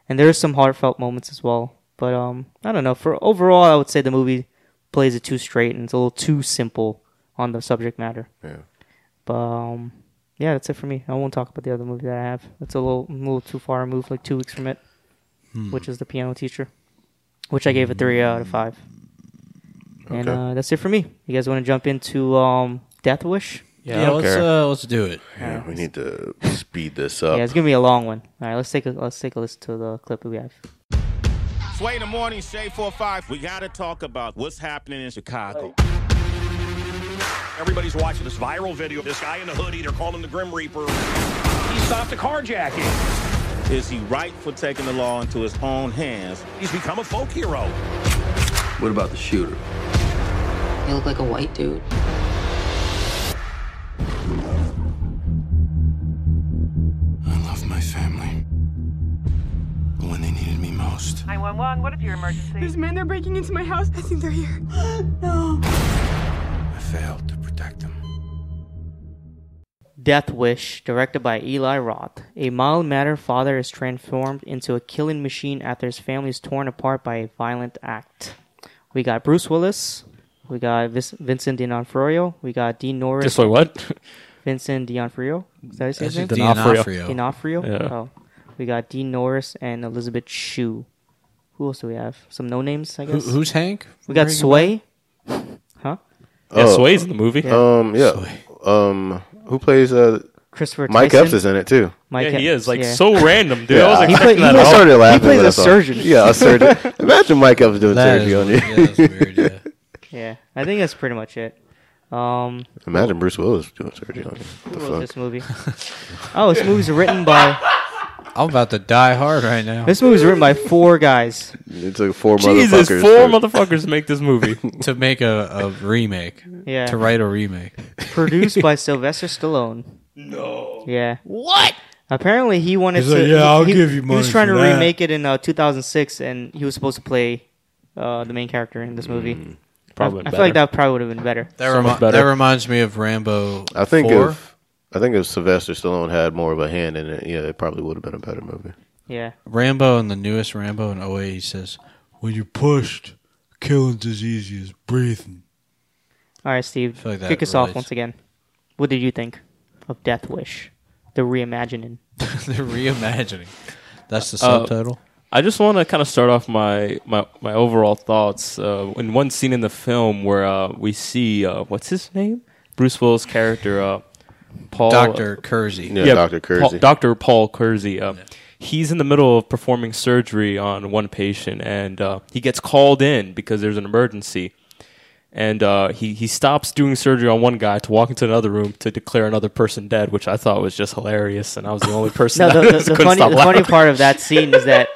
S1: And there's some heartfelt moments as well, but um, I don't know. For overall, I would say the movie plays it too straight and it's a little too simple on the subject matter.
S3: Yeah.
S1: But um, yeah, that's it for me. I won't talk about the other movie that I have. It's a little, I'm a little too far removed, like two weeks from it,
S3: Hmm.
S1: which is The Piano Teacher, which I gave a three out of five. And
S3: Okay.
S1: uh, that's it for me. You guys want to jump into um, Death Wish?
S4: Yeah, I
S2: yeah
S4: don't
S2: let's
S4: care.
S2: uh, let's do it.
S3: Yeah, we need to speed this up.
S1: Yeah, it's gonna be a long one. All right, let's take a let's take a listen to the clip that we have.
S5: Sway in the morning, Shay 45. We gotta talk about what's happening in Chicago.
S6: Everybody's watching this viral video. This guy in the hoodie, they're calling him the Grim Reaper. He stopped a carjacking.
S5: Is he right for taking the law into his own hands?
S6: He's become a folk hero.
S7: What about the shooter?
S8: You look like a white dude.
S7: I love my family. But when they needed me most,
S9: 911, what is your emergency?
S10: These men, they're breaking into my house. I think they're here. [gasps]
S7: I failed to protect them.
S1: Death Wish, directed by Eli Roth. A mild mannered father is transformed into a killing machine after his family is torn apart by a violent act. We got Bruce Willis. We got Vis- Vincent D'Onofrio. We got Dean Norris.
S4: Just like what?
S1: Vincent D'Onofrio. Is that his
S2: That's
S1: name?
S4: D'Onofrio.
S2: D'Onofrio.
S1: D'Onofrio.
S4: Yeah.
S1: Oh, we got Dean Norris and Elizabeth Shue. Who else do we have? Some no names, I
S2: Who,
S1: guess.
S2: who's Hank?
S1: we got Sway. Huh?
S4: Yeah, Sway's in the movie.
S3: Um, yeah. Um, who plays uh,
S1: Christopher
S3: Mike
S1: Tyson.
S3: Epps is in it too.
S1: Mike
S4: yeah, he
S1: Epps,
S4: is like
S1: yeah.
S4: so random, dude. I was
S3: he
S4: expecting
S1: played-
S4: that.
S1: he
S4: at
S1: was
S4: all.
S3: started laughing.
S1: plays
S3: when
S1: a
S3: I saw it.
S1: surgeon.
S3: Yeah, a surgeon.
S1: [laughs]
S3: Imagine Mike Epps doing
S2: That
S3: surgery on you.
S2: is, yeah, that's weird. Yeah.
S1: Yeah, I think that's pretty much it. Um,
S3: Imagine Bruce Willis doing surgery on you.
S1: Who
S3: The
S1: wrote
S3: fuck?
S1: this movie? oh, this movie's written by
S2: I'm about to die hard right now.
S1: this movie's written by four guys.
S3: It took four
S4: Jesus,
S3: motherfuckers.
S4: four
S3: to-
S4: motherfuckers to make this movie.
S2: to make a, a remake,
S1: Yeah,
S2: to write a remake.
S1: produced by Sylvester Stallone. No. Yeah. What? Apparently, he wanted
S2: He's
S1: to.
S2: like, "Yeah,
S1: he-
S2: I'll
S1: he,
S2: give you
S1: He
S2: money
S1: was trying
S2: for
S1: to
S2: that."
S1: remake it in uh, 2006, and he was supposed to play uh, the main character in this movie.
S4: Probably
S1: I, I feel like that probably would have been better.
S2: That,
S4: So much
S2: remi-
S4: better.
S2: that reminds me of Rambo.
S3: I think
S2: 4.
S3: if I think if Sylvester Stallone had more of a hand in it, yeah, it probably would have been a better movie.
S1: Yeah.
S2: Rambo and the newest Rambo in 08, he says, When you're pushed, [laughs] killing's as easy as breathing.
S1: All right, Steve,
S2: feel like that
S1: kick us off
S2: relates.
S1: once again. What did you think of Death Wish, the reimagining?
S2: They're reimagining. That's the
S4: Uh,
S2: subtitle.
S4: I just want to kind of start off my my, my overall thoughts uh, in one scene in the film where uh, we see uh, what's his name, Bruce Willis' character, uh, Paul uh,
S2: Dr. Kersey.
S3: Yeah, Dr.
S4: Paul,
S3: Kersey.
S4: Dr. Paul Kersey. Um, He's in the middle of performing surgery on one patient, and uh, he gets called in because there's an emergency. And uh, he, he stops doing surgery on one guy to walk into another room to declare another person dead, which I thought was just hilarious. And I was
S1: [laughs]
S4: the only person
S1: No,
S4: that
S1: the,
S4: [laughs]
S1: the, the,
S4: couldn't
S1: funny,
S4: stop
S1: the funny
S4: laughing.
S1: part of
S4: [laughs]
S1: that scene is that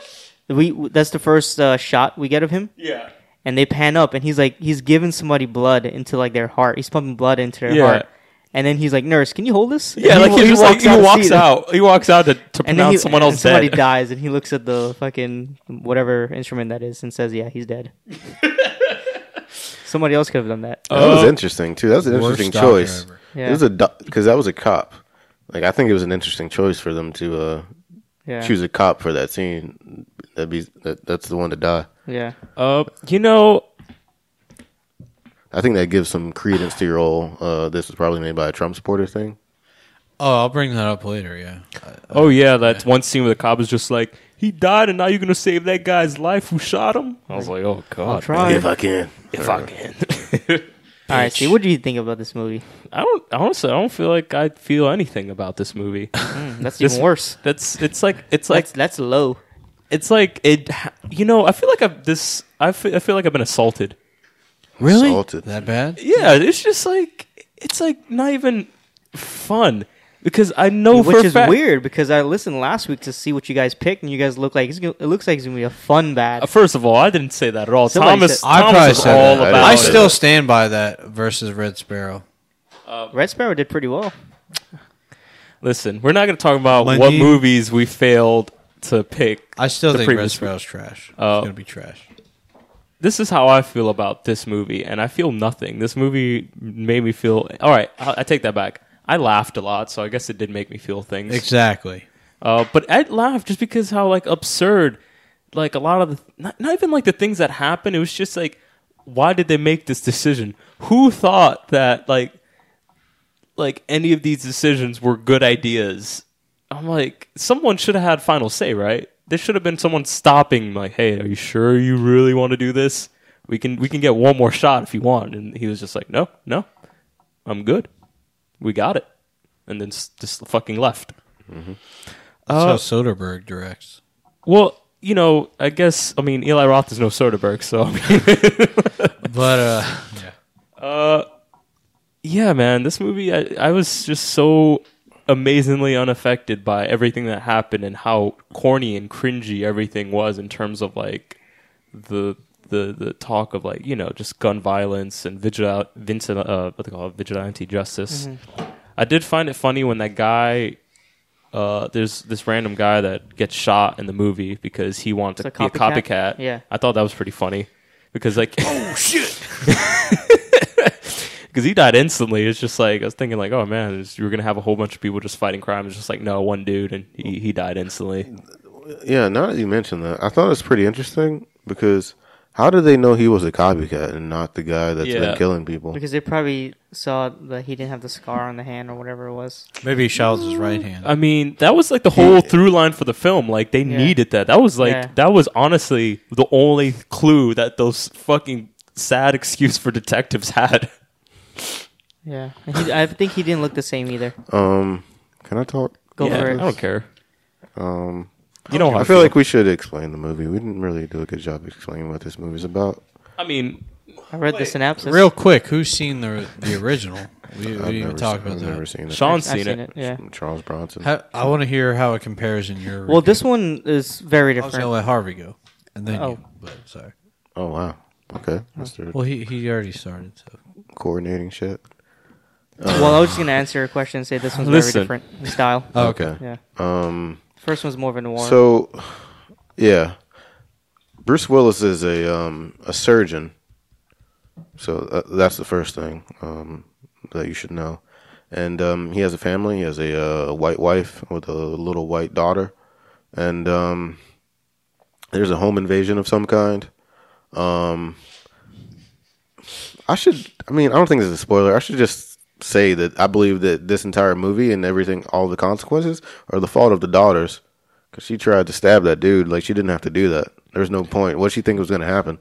S1: we that's the first uh, shot we get of him.
S4: Yeah.
S1: And they pan up, and he's like he's giving somebody blood into like their heart. He's pumping blood into their
S4: Yeah.
S1: heart. And then he's like, "Nurse, can you hold this?" And
S4: Yeah, like
S1: wa-
S4: he, just like,
S1: to
S4: he walks
S1: see them.
S4: out. He walks out to, to
S1: And then
S4: pronounce
S1: he,
S4: someone else
S1: and somebody
S4: dead.
S1: dies, and he looks at the fucking whatever instrument that is and says, "Yeah, he's dead." somebody else could have done that.
S3: That was interesting too. That was an
S2: Oh. Worst
S3: interesting
S2: doctor
S3: choice.
S2: ever.
S1: Yeah.
S3: It was a because that was a cop. Like I think it was an interesting choice for them to uh,
S1: yeah,
S3: choose a cop for that scene. That be that, that's the one to die.
S1: yeah,
S4: Uh, you know,
S3: I think that gives some credence to your whole. Uh, this was probably made by a Trump supporter thing.
S2: Oh, I'll bring that up later. Yeah.
S4: Oh yeah, that one scene where the cop is just like, he died, and now you're gonna save that guy's life who shot him. I was like, oh
S1: I'll
S4: god,
S1: try.
S3: If I can.
S4: if I can.
S1: All right, see, what do you think about this movie?
S4: [laughs] I don't honestly. I don't feel like I feel anything about this [laughs] movie.
S1: That's
S4: This-
S1: even worse.
S4: That's it's like it's like
S1: That's that's low.
S4: it's like it. You know, I feel like I've this. I feel, I feel like I've been assaulted.
S2: Really?
S3: Assaulted.
S2: That bad?
S4: Yeah, it's just like it's like not even fun because I know Oh, for
S1: Which
S4: a
S1: is
S4: fact-
S1: weird because I listened last week to see what you guys picked, and you guys look like it's gonna, it looks like it's gonna be a fun
S4: Uh,
S1: bad.
S4: First of all, I didn't say that at all.
S1: Somebody
S4: Thomas,
S1: said-
S2: I
S4: Thomas
S2: probably
S4: is
S2: said
S4: all
S2: that.
S4: about.
S2: I
S4: it.
S2: still stand by that versus Red Sparrow.
S1: Red Sparrow did pretty well.
S4: listen. We're not going to talk about
S2: When
S4: what
S2: you-
S4: movies we failed to pick.
S2: I still
S4: the
S2: think Red
S4: previous week.
S2: Sparrow's trash.
S4: Oh.
S2: it's gonna be trash.
S4: this is how I feel about this movie, and I feel nothing. This movie made me feel. All right, I, I take that back. I laughed a lot, so I guess it did make me feel things.
S2: Exactly.
S4: Uh, but I laughed just because how like absurd, like a lot of the not, not even like the things that happened. It was just like, why did they make this decision? Who thought that like, like any of these decisions were good ideas? I'm like, someone should have had final say, right? There should have been someone stopping, like, hey, are you sure you really want to do this? We can we can get one more shot if you want. And he was just like, no, no, I'm good. We got it. And then s- just fucking left. Uh.
S2: That's how Soderbergh directs.
S4: Well, you know, I guess I mean Eli Roth is no Soderbergh, so [laughs] I mean,
S2: But uh, [laughs]
S4: yeah, man, this movie I, I was just so amazingly unaffected by everything that happened and how corny and cringy everything was in terms of like the the the talk of like you know just gun violence and vigil Vincent uh, what they call it, vigilante justice.
S1: Mm-hmm.
S4: I did find it funny when that guy. Uh, there's this random guy that gets shot in the movie because he wanted to
S1: It's
S4: be
S1: a
S4: a
S1: copycat?
S4: copycat.
S1: Yeah.
S4: I thought that was pretty funny
S1: [laughs]
S4: because like oh [laughs] shit, because he died instantly. It's just like I was thinking like oh man, it's- you were gonna have a whole bunch of people just fighting crime. It's just like no one dude and he he died instantly.
S3: Yeah, now that you mention that, I thought it was pretty interesting because how did they know he was a copycat and not the guy that's
S4: Yeah.
S3: been killing people?
S1: Because they probably saw that he didn't have the scar on the hand or whatever it was.
S2: maybe he shot with his right hand.
S4: I mean, that was like the whole through line for the film. Like they needed that. That was like
S1: Yeah.
S4: that was honestly the only clue that those fucking sad excuse for detectives had.
S1: Yeah, And he, I think he didn't look the same either.
S3: Um, can I talk?
S1: Go
S4: Oh, Yeah,
S1: for
S4: I
S1: it.
S4: don't care.
S3: Um,
S4: You know, how
S3: I feel like we should explain the movie. We didn't really do a good job explaining what this movie's about.
S4: I mean,
S1: I read the synopsis.
S2: Real quick, who's seen the the original? We, we didn't even
S3: never
S2: talk
S3: seen-
S2: about
S3: I've
S2: that.
S3: Never seen it.
S4: Sean's
S1: I've
S4: seen, it.
S1: Yeah.
S3: Charles Bronson.
S2: How, I want to hear how it compares in your.
S1: Well,
S2: review.
S1: this one is very
S2: I was gonna
S1: different.
S2: let Harvey go, and then
S1: Oh.
S2: you. But sorry.
S3: oh wow. Okay, Mister
S2: Well, he he already started. So
S3: coordinating shit.
S1: Well, I was just gonna answer your question and say this one's
S4: Listen.
S1: very different in style.
S4: Uh,
S2: Oh,
S3: Okay.
S1: Yeah.
S3: Um.
S1: First one's more of a noir.
S3: So, yeah, Bruce Willis is a um, a surgeon. So tha- that's the first thing um, that you should know. And um, he has a family. He has a uh, white wife with a little white daughter. And um, there's a home invasion of some kind. Um, I should. I mean, I don't think this is a spoiler. I should just say that I believe that this entire movie and everything, all the consequences, are the fault of the daughters because she tried to stab that dude. Like she didn't have to do that. There's no point. What she think was going to happen?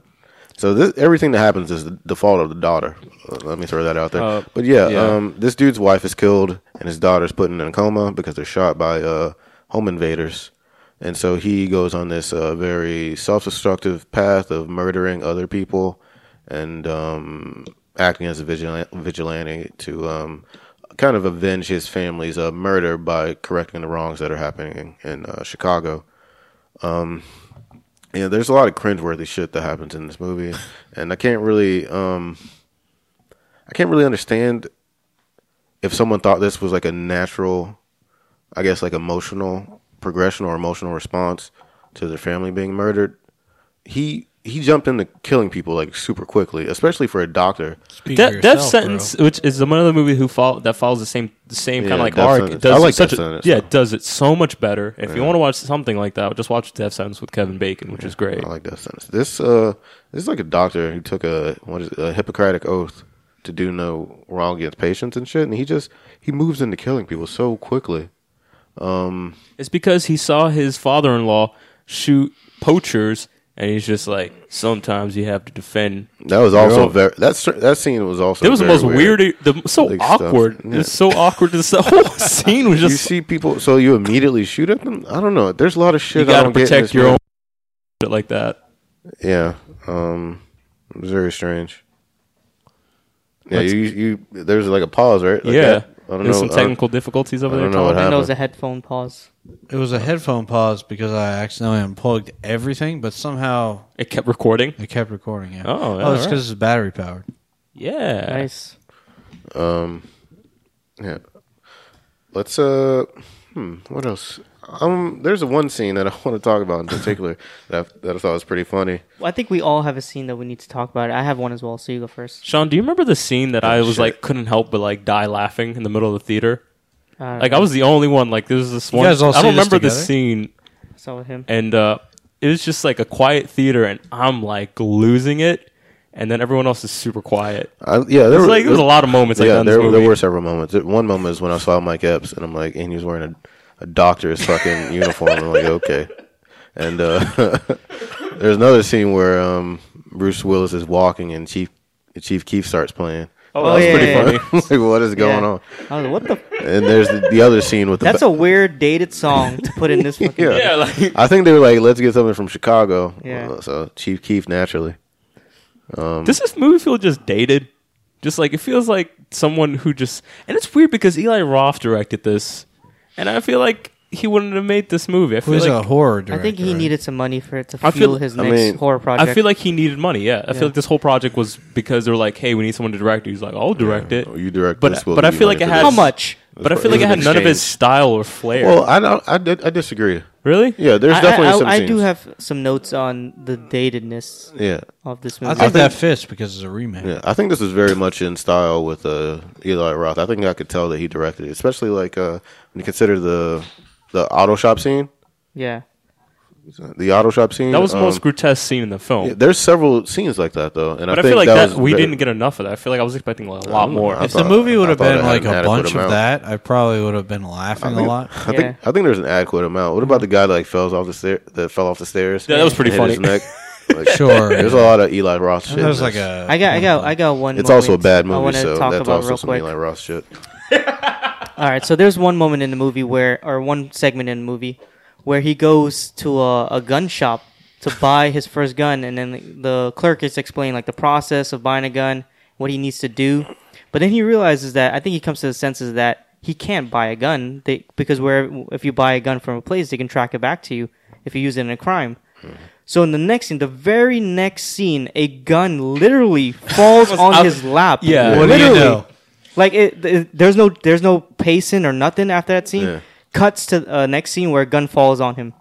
S3: So this, everything that happens is the fault of the daughter. Uh, Let me throw that out there.
S4: Uh,
S3: but yeah,
S4: yeah.
S3: Um, this dude's wife is killed and his daughter's put in a coma because they're shot by uh, home invaders. And so he goes on this uh, very self-destructive path of murdering other people and um, acting as a vigilante, vigilante to um, kind of avenge his family's uh, murder by correcting the wrongs that are happening in uh, Chicago. Um, yeah, there's a lot of cringeworthy shit that happens in this movie, and I can't really, um, I can't really understand if someone thought this was like a natural, I guess, like emotional progression or emotional response to their family being murdered. He he jumped into killing people like super quickly, especially for a doctor.
S2: speak
S4: That
S2: for
S4: Death
S2: yourself, bro.
S4: Sentence, which is another movie who fol- that follows the same the same
S3: Yeah,
S4: kind of like
S3: Death
S4: arc.
S3: Sentence.
S4: It does
S3: I like
S4: such
S3: Death
S4: a-
S3: Sentence,
S4: Yeah,
S3: though.
S4: it does it so much better. If you want to watch something like that, just watch Death Sentence with Kevin Bacon, which is great.
S3: I like that sentence. This uh, this is like a doctor who took a what is it, a Hippocratic oath to do no wrong against patients and shit. And he just he moves into killing people so quickly.
S4: It's because he saw his father-in-law shoot poachers, and he's just like, sometimes you have to defend.
S3: That was also very that cer- that scene was also
S4: It was the
S3: very
S4: most weird, the, so
S3: Like stuff.
S4: awkward. It
S3: Yeah.
S4: was so awkward. This [laughs] the whole scene was
S3: You
S4: just
S3: see people, so you immediately shoot at them. I don't know. There's a lot of shit.
S4: you
S3: I
S4: gotta
S3: don't get in
S4: protect
S3: this
S4: your
S3: movie.
S4: own [laughs] shit like that.
S3: Yeah. Um it was very strange. Yeah,
S4: Let's-
S3: you, you there's like a pause, right? Like
S4: yeah,
S3: that? I don't
S4: there's
S3: know. Uh,
S4: some technical difficulties over
S3: I
S4: there.
S3: don't know what
S4: Tom.
S1: And that was
S3: happened.
S1: a headphone pause.
S2: It was a headphone pause because I accidentally unplugged everything, but somehow
S4: It kept recording.
S2: it kept recording. Yeah.
S4: Oh, yeah,
S2: oh, it's
S4: alright.
S2: because it's battery powered.
S4: Yeah,
S1: Nice.
S3: Yeah. Let's uh hmm, what else? Um there's one scene that I [laughs] want to talk about in particular [laughs] that I, that I thought was pretty funny.
S1: Well, I think we all have a scene that we need to talk about. I have one as well, so you go first.
S4: Sean, do you remember the scene that I was
S3: Oh, shit.
S4: like couldn't help but like die laughing in the middle of the theater?
S1: Uh,
S4: Like I was the only one. Like there was this one.
S2: guys all
S4: I
S2: see
S4: don't
S2: this
S4: remember the
S2: together?
S4: scene,
S1: saw him.
S4: and uh, it was just like a quiet theater, and I'm like losing it, and then everyone else is super quiet.
S3: I, yeah, there
S4: It's
S3: were
S4: like there was a lot of moments like
S3: yeah,
S4: that in this
S3: there, there
S4: movie.
S3: were several moments. One moment is when I saw Mike Epps and I'm like and he was wearing a, a
S4: [laughs]
S3: doctor's fucking uniform. I'm like, okay. And uh [laughs] there's another scene where um Bruce Willis is walking and Chief Chief Keef starts playing.
S1: Oh, yeah, yeah, yeah.
S3: [laughs] like, what is going
S1: Yeah.
S3: on?
S1: I was like, what the? F-?
S3: And there's the, the other scene with the.
S1: That's
S3: ba-
S1: a weird dated song to put in this fucking.
S3: [laughs] Yeah.
S4: Yeah, like
S3: I think they were like, let's get something from Chicago.
S1: Yeah.
S3: Uh, So Chief Keef naturally. um,
S4: does this movie feel just dated? Just like it feels like someone who just and it's weird because Eli Roth directed this, and I feel like he wouldn't have made this movie. I feel
S2: Who's
S4: like
S2: a horror
S1: I
S2: director?
S1: think he
S2: right?
S1: needed some money for it to
S4: I
S1: fuel
S4: feel-
S1: his
S3: I
S1: next
S3: mean-
S1: horror project.
S4: I feel like he needed money. Yeah, I
S1: Yeah.
S4: feel like this whole project was because they were like, "Hey, we need someone to direct." it." He's like, "I'll direct it."
S3: Oh, you direct
S4: But-
S3: this. we'll
S4: but I
S3: give you
S4: feel
S3: money
S4: like it
S3: for
S4: has-
S1: how
S3: this.
S1: much?
S4: But I
S3: That's
S4: feel
S3: right.
S4: like it
S3: It
S4: had
S3: was
S4: none of his
S3: exchange.
S4: style or flair.
S3: Well, I don't. I, did, I disagree.
S4: really?
S3: Yeah, there's
S1: I,
S3: definitely
S1: I, I,
S3: some.
S1: I
S3: scenes.
S1: do have some notes on the datedness
S3: Yeah.
S1: of this
S2: I
S1: movie.
S2: think that fits because it's a remake.
S3: Yeah, I think this is very much in style with uh, Eli Roth. I think I could tell that he directed it, especially like uh, when you consider the the auto shop scene.
S1: yeah.
S3: The auto shop scene.
S4: That was the
S3: um,
S4: most grotesque scene in the film.
S3: yeah, There's several scenes like that though, and
S4: but
S3: I,
S4: I,
S3: think
S4: feel like that,
S3: was
S4: we
S3: ve-
S4: didn't get enough of that. I feel like I was expecting like, a lot more.
S3: I
S2: If
S3: thought-
S2: the movie would have
S3: I thought
S2: been
S3: it had
S2: like
S3: an
S2: a
S3: adequate
S2: bunch
S3: amount.
S2: of that, I probably would have been laughing a lot.
S3: [laughs] I think
S1: Yeah.
S3: I think there's an adequate amount. What about the guy that like fell off the stair that fell off the stairs?
S4: Yeah, that was pretty
S3: and hit
S4: funny.
S3: His
S4: [laughs]
S3: neck? Like,
S2: Sure.
S3: there's a lot of Eli Roth shit.
S2: That was
S3: in
S2: like
S3: this.
S2: a.
S1: I got, I got, I got one.
S3: It's also a
S1: moment
S3: bad
S1: I
S3: movie,
S1: wanna
S3: so
S1: talk
S3: that's
S1: about
S3: also
S1: real
S3: some
S1: quick.
S3: Eli Roth shit.
S1: All right, so there's one moment in the movie where, or one segment in the movie, where he goes to a, a gun shop to buy his first gun, and then the, the clerk is explaining like the process of buying a gun, what he needs to do, but then he realizes that I think he comes to the senses that he can't buy a gun they, because where if you buy a gun from a place, they can track it back to you if you use it in a crime. So in the next scene, the very next scene, a gun
S4: [laughs]
S1: literally falls on
S4: out-
S1: his lap.
S4: Yeah.
S2: What do you
S1: Literally.
S2: know?
S1: Like it, th- there's no there's no pacing or nothing after that scene.
S3: Yeah.
S1: Cuts to uh, next scene where a gun falls on him,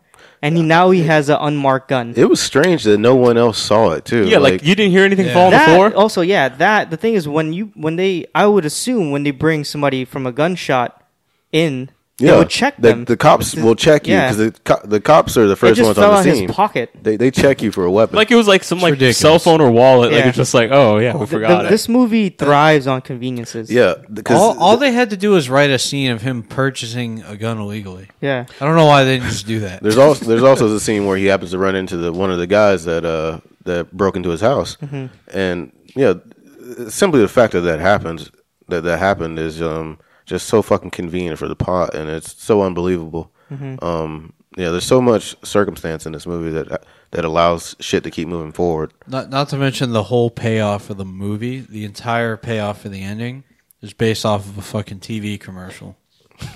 S1: and he now he has an unmarked gun.
S3: It was strange that no one else saw it too.
S4: yeah, like, you didn't hear anything
S2: Yeah.
S4: fall on the
S1: that
S4: floor.
S1: also yeah that the thing is when you when they I would assume when they bring somebody from a gunshot in they would check
S3: the,
S1: them.
S3: The cops will check you
S1: yeah.
S3: because the, co- the cops are the
S1: it
S3: first
S1: just
S3: ones
S1: fell
S3: on
S1: out
S3: the
S1: his
S3: scene.
S1: pocket.
S3: They they check you for a weapon.
S4: like it was like some like
S2: ridiculous.
S4: cell phone or wallet. Like
S1: Yeah.
S4: it's just like, oh yeah, we
S1: Th-
S4: forgot
S1: th-
S4: it.
S1: this movie thrives on conveniences.
S3: yeah, because
S2: All, all they had to do was write a scene of him purchasing a gun illegally.
S1: yeah.
S2: I don't know why they didn't just do that.
S3: There's also there's also the scene where he happens to run into the one of the guys that uh that broke into his house,
S1: Mm-hmm.
S3: and yeah, simply the fact that that happens that that happened is um just so fucking convenient for the plot, and it's so unbelievable.
S1: Mm-hmm.
S3: Um, yeah, there's so much circumstance in this movie that uh, that allows shit to keep moving forward.
S2: Not, not to mention the whole payoff of the movie, the entire payoff for the ending is based off of a fucking TV commercial.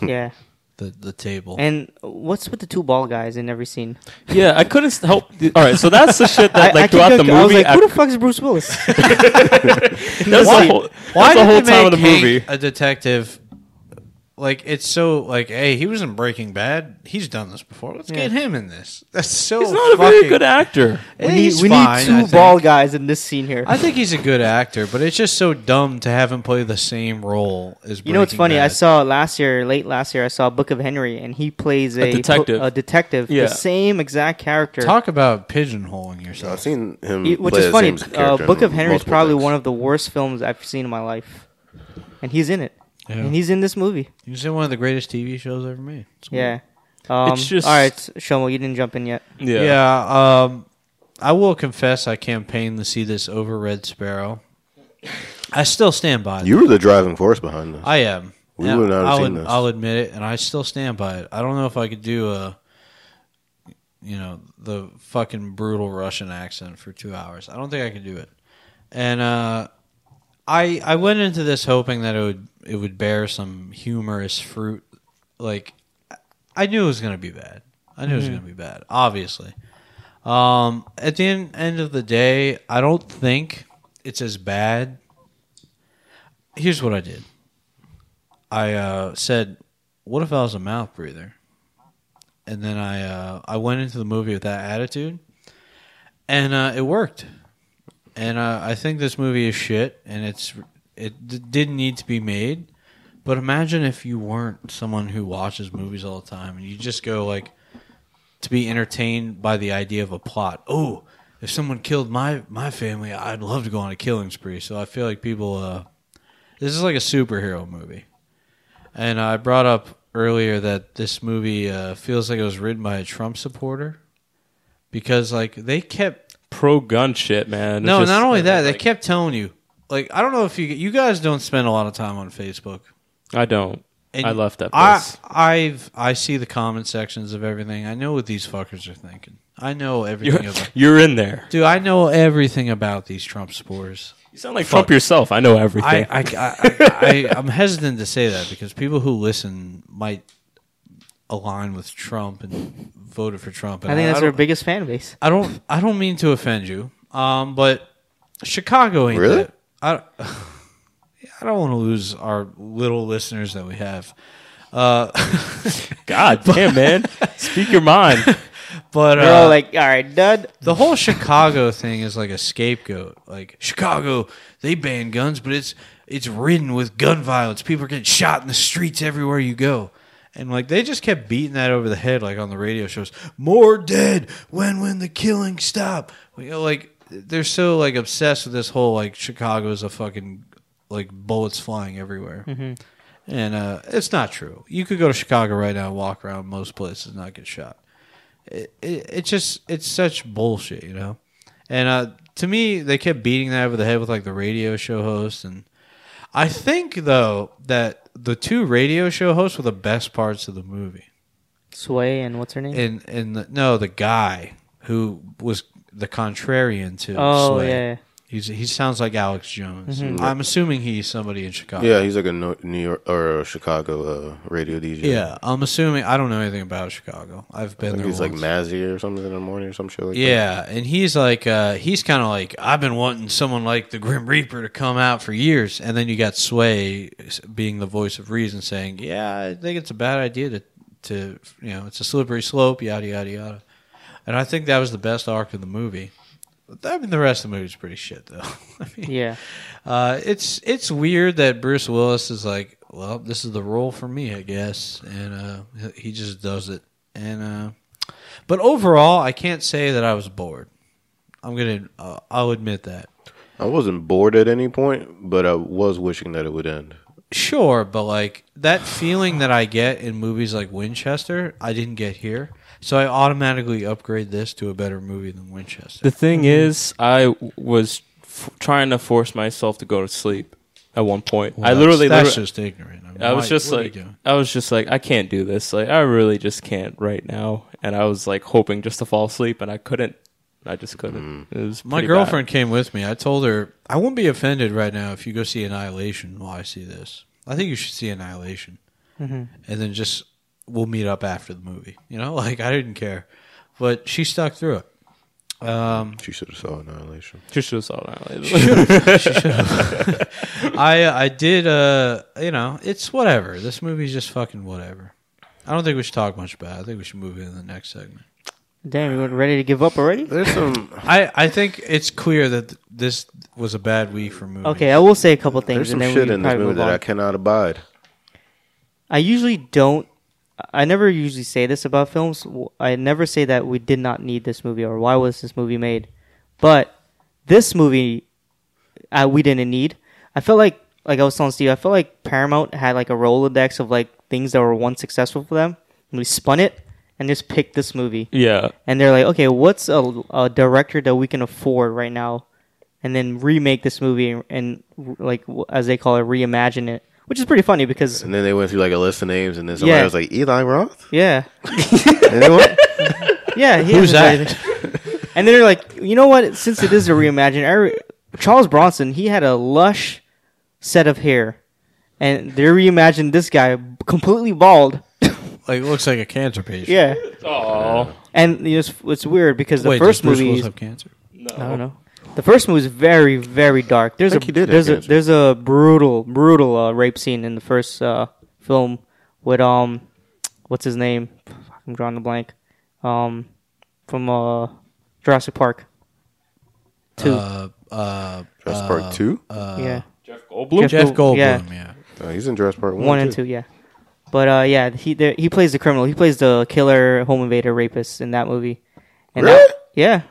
S1: yeah.
S2: The the table.
S1: And what's with the two ball guys in every scene?
S4: yeah, I couldn't s- help. All right, so that's the
S2: [laughs]
S4: shit that like
S1: I, I,
S4: throughout
S1: keep
S4: the
S1: going- I was
S4: movie.
S1: like,
S4: I-
S1: who the fuck is Bruce
S4: [laughs]
S1: Willis?
S4: that's the whole, that's the
S2: did
S4: whole
S2: they
S4: time of the
S2: make Hank
S4: movie.
S2: a detective Like it's so like, hey, he was in Breaking Bad. He's done this before. Let's get him in this. That's so.
S4: He's not a very
S2: fucking-
S4: good actor.
S2: Eh,
S1: We need,
S2: he's
S1: we
S2: fine,
S1: need
S2: I
S1: two
S2: think.
S1: bald guys in this scene here.
S2: I think he's a good actor, but it's just so dumb to have him play the same role as.
S1: you know what's
S2: Breaking
S1: funny? I
S2: Bad.
S1: saw last year, late last year, I saw Book of Henry, and he plays a, po-
S4: detective.
S1: A detective,
S4: Yeah.
S1: the same exact character.
S2: Talk about pigeonholing yourself.
S3: I've seen him.
S1: He- which
S3: play
S1: is
S3: the
S1: funny.
S3: same
S1: Uh,
S3: character
S1: Book
S3: in
S1: of Henry is
S3: multiple
S1: probably
S3: things.
S1: one of the worst films I've seen in my life, and he's in it.
S2: Yeah.
S1: And he's in this movie.
S2: He's in one of the greatest TV shows ever made. It's
S1: Yeah.
S2: weird.
S1: Um,
S4: It's just-
S1: all right, Shomo, you didn't jump in yet.
S4: Yeah.
S2: Yeah, um, I will confess I campaigned to see this over Red Sparrow. I still stand by it.
S3: You were the driving force behind this.
S2: I am.
S3: We
S2: And
S3: would not have
S2: I'll,
S3: seen this.
S2: I'll admit it, and I still stand by it. I don't know if I could do a, you know, the fucking brutal Russian accent for two hours. I don't think I could do it. And uh, I I went into this hoping that it would it would bear some humorous fruit. Like I knew it was going to be bad. I knew it was going to be bad. Obviously. Um, at the end, end of the day, I don't think it's as bad. Here's what I did. I uh, said, "What if I was a mouth breather?" And then I uh, I went into the movie with that attitude, and uh, it worked. And uh, I think this movie is shit, and it's it d- didn't need to be made. But imagine if you weren't someone who watches movies all the time, and you just go like to be entertained by the idea of a plot. Oh, if someone killed my my family, I'd love to go on a killing spree. So I feel like people. Uh, this is like a superhero movie. And I brought up earlier that this movie uh, feels like it was written by a Trump supporter because, like, they kept
S4: Pro gun shit, man. It's
S2: no,
S4: just-
S2: not only that, they
S4: like,
S2: kept telling you. Like, I don't know if you you guys don't spend a lot of time on Facebook.
S4: I don't.
S2: And
S4: I left that
S2: I
S4: place.
S2: I've I see the comment sections of everything. I know what these fuckers are thinking. I know everything
S4: you're,
S2: about.
S4: you're in there.
S2: Dude, I know everything about these Trump supporters.
S4: You sound like Trump yourself. I know everything.
S2: I, I, I, I, I'm hesitant to say that because people who listen might align with Trump and voted for Trump. And
S1: I think that's our
S2: Uh, don't,
S1: biggest fan base.
S2: I don't. I don't mean to offend you, um, but Chicago ain't
S3: Really?
S2: that- I, [sighs] I don't want to lose our little listeners that we have,
S4: God damn,
S2: [laughs]
S4: man. Speak your mind.
S2: but
S1: They're all
S2: uh,
S1: like, all right, dud.
S2: the whole Chicago thing is like a scapegoat. Like Chicago, they ban guns, but it's it's ridden with gun violence. People are getting shot in the streets everywhere you go. And like they just kept beating that over the head, like on the radio shows. More dead. When when the killing stop? You know, like they're so like obsessed with this whole like Chicago is a fucking like bullets flying everywhere. And uh, it's not true. You could go to Chicago right now and walk around most places and not get shot it, it's just it's such bullshit, you know. And uh, to me, they kept beating that over the head with like the radio show host, and I think though that the two radio show hosts were the best parts of the movie.
S1: Sway and what's her name?
S2: And and the, no, the guy who was the contrarian to
S1: Oh,
S2: Slade,
S1: yeah. Mm-hmm.
S2: he's he sounds like Alex Jones. I'm assuming he's somebody in Chicago.
S3: yeah, he's like a No- New York or a Chicago uh, radio DJ.
S2: yeah. I'm assuming I don't know anything about Chicago. I've been
S3: I think
S2: there.
S3: he's like
S2: once.
S3: Mazzy or something in the morning or some shit like that.
S2: Yeah, and he's like, uh, he's kind of like, I've been wanting someone like the Grim Reaper to come out for years, and then you got Sway being the voice of reason, saying, "Yeah, I think it's a bad idea to, to you know, it's a slippery slope, yada yada yada." And I think that was the best arc of the movie. But, I mean, the rest of the movie's pretty shit, though. [laughs] I mean,
S1: yeah.
S2: uh, it's it's weird that Bruce Willis is like, well, this is the role for me, I guess, and uh, he just does it. And uh, but overall, I can't say that I was bored. I'm gonna, uh, I'll admit that.
S3: I wasn't bored at any point, but I was wishing that it would end.
S2: Sure, but like that feeling that I get in movies like Winchester, I didn't get here. So I automatically upgrade this to a better movie than Winchester.
S4: The thing
S2: Mm-hmm.
S4: is, I w- was f- trying to force myself to go to sleep at one point. I literally,
S2: that's
S4: literally-
S2: just ignorant. mean,
S4: I was
S2: why-
S4: just
S2: what are you
S4: like,
S2: doing?
S4: I was just like, I can't do this. Like, I really just can't right now. And I was like hoping just to fall asleep, and I couldn't. I just couldn't.
S3: Mm-hmm.
S4: It was
S2: My
S4: pretty bad.
S2: girlfriend came with me. I told her I won't be offended right now if you go see Annihilation while I see this. I think you should see Annihilation,
S1: Mm-hmm.
S2: and then just [laughs]
S1: [coughs]
S2: we'll meet up after the movie. You know, like I didn't care, but she stuck through it, Um,
S3: She should have saw Annihilation.
S4: Just should have saw that.
S2: [laughs] I I did. Uh, you know, it's whatever. This movie's just fucking whatever. I don't think we should talk much about. it. I think we should move into the next segment.
S1: Damn, you were ready to give up already?
S3: There's [laughs] some
S2: I, I think it's clear that th- this was a bad week for movies.
S1: Okay, I will say a couple things,
S3: there's some
S1: and then
S3: shit
S1: we
S3: in
S1: can
S3: this
S1: probably
S3: movie
S1: move on.
S3: that I cannot abide.
S1: I usually don't. I never usually say this about films. I never say that we did not need this movie or why was this movie made. But this movie, uh, we didn't need. I felt like, like I was telling Steve, I felt like Paramount had like a Rolodex of like things that were once successful for them. And we spun it and just picked this movie.
S4: [laughs] yeah.
S1: And they're like, okay, what's a, a director that we can afford right now? And then remake this movie and, and like, as they call it, reimagine it. Which is pretty funny because,
S3: And then they went through like a list of names, and then somebody
S1: Yeah.
S3: was like
S1: [laughs]
S3: Eli Roth.
S1: yeah.
S3: And then what?
S1: Yeah, he
S2: Who's
S1: hasn't
S2: that?
S1: played it. and then they're like, you know what? Since it is a reimagine, I re- Charles Bronson, he had a lush set of hair, and they reimagined this guy completely bald.
S2: Like it looks like a cancer patient.
S1: Yeah,
S4: Oh.
S1: and you know, it's, it's weird because the
S2: Wait,
S1: first
S2: does Bruce
S1: movie,
S2: Willis
S1: is-
S2: have cancer?
S1: I don't know. The first movie is very, very dark. There's
S3: Oh. think
S1: a
S3: he did have
S1: there's a
S3: cancer.
S1: there's a brutal, brutal uh, rape scene in the first uh, film with um, what's his name? I'm drawing the blank. Um, from uh, Jurassic Park. Two.
S2: Uh, uh,
S3: Jurassic Park two.
S1: yeah.
S4: Jeff Goldblum.
S1: Jeff
S2: Jeff
S1: Gold-
S2: Goldblum.
S1: yeah.
S2: Yeah.
S3: No, Oh, he's in Jurassic Park one,
S1: one and two, yeah. But uh, yeah, he there, he plays the criminal. He plays the killer, home invader, rapist in that movie. And
S3: Really?
S1: that- yeah,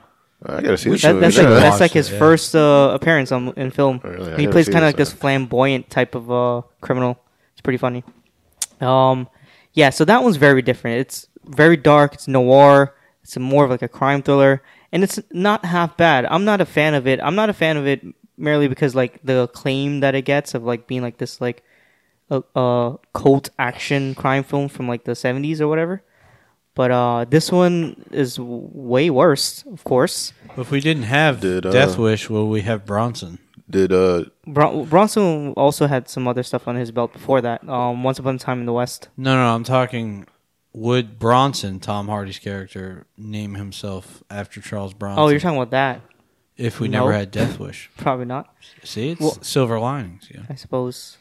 S3: I gotta see this
S1: that,
S3: movie.
S1: that's like
S3: now.
S1: that's
S2: watch
S1: like
S2: that,
S1: his
S2: yeah.
S1: first uh, appearance on, in film.
S3: Oh, Really? I
S1: he
S3: gotta
S1: plays
S3: see
S1: kind of like
S3: this
S1: this
S3: now.
S1: flamboyant type of uh, criminal. It's pretty funny. Um, yeah, so that one's very different. It's very dark. It's noir. It's more of like a crime thriller, and it's not half bad. I'm not a fan of it. I'm not a fan of it merely because like the acclaim that it gets of like being like this like a, a cult action crime film from like the 70s or whatever. But uh, this one is w- way worse, of course.
S2: If we didn't have
S3: Did, uh,
S2: Death Wish, will we have Bronson?
S3: Did uh,
S1: Bron- Bronson also had some other stuff on his belt before that. Um, Once Upon a Time in the West.
S2: No, no, I'm talking. Would Bronson, Tom Hardy's character, name himself after Charles Bronson?
S1: Oh, you're talking about that?
S2: if we
S1: No.
S2: never had Death Wish,
S1: Probably not.
S2: see, it's
S1: Well-
S2: silver linings. Yeah,
S1: I suppose.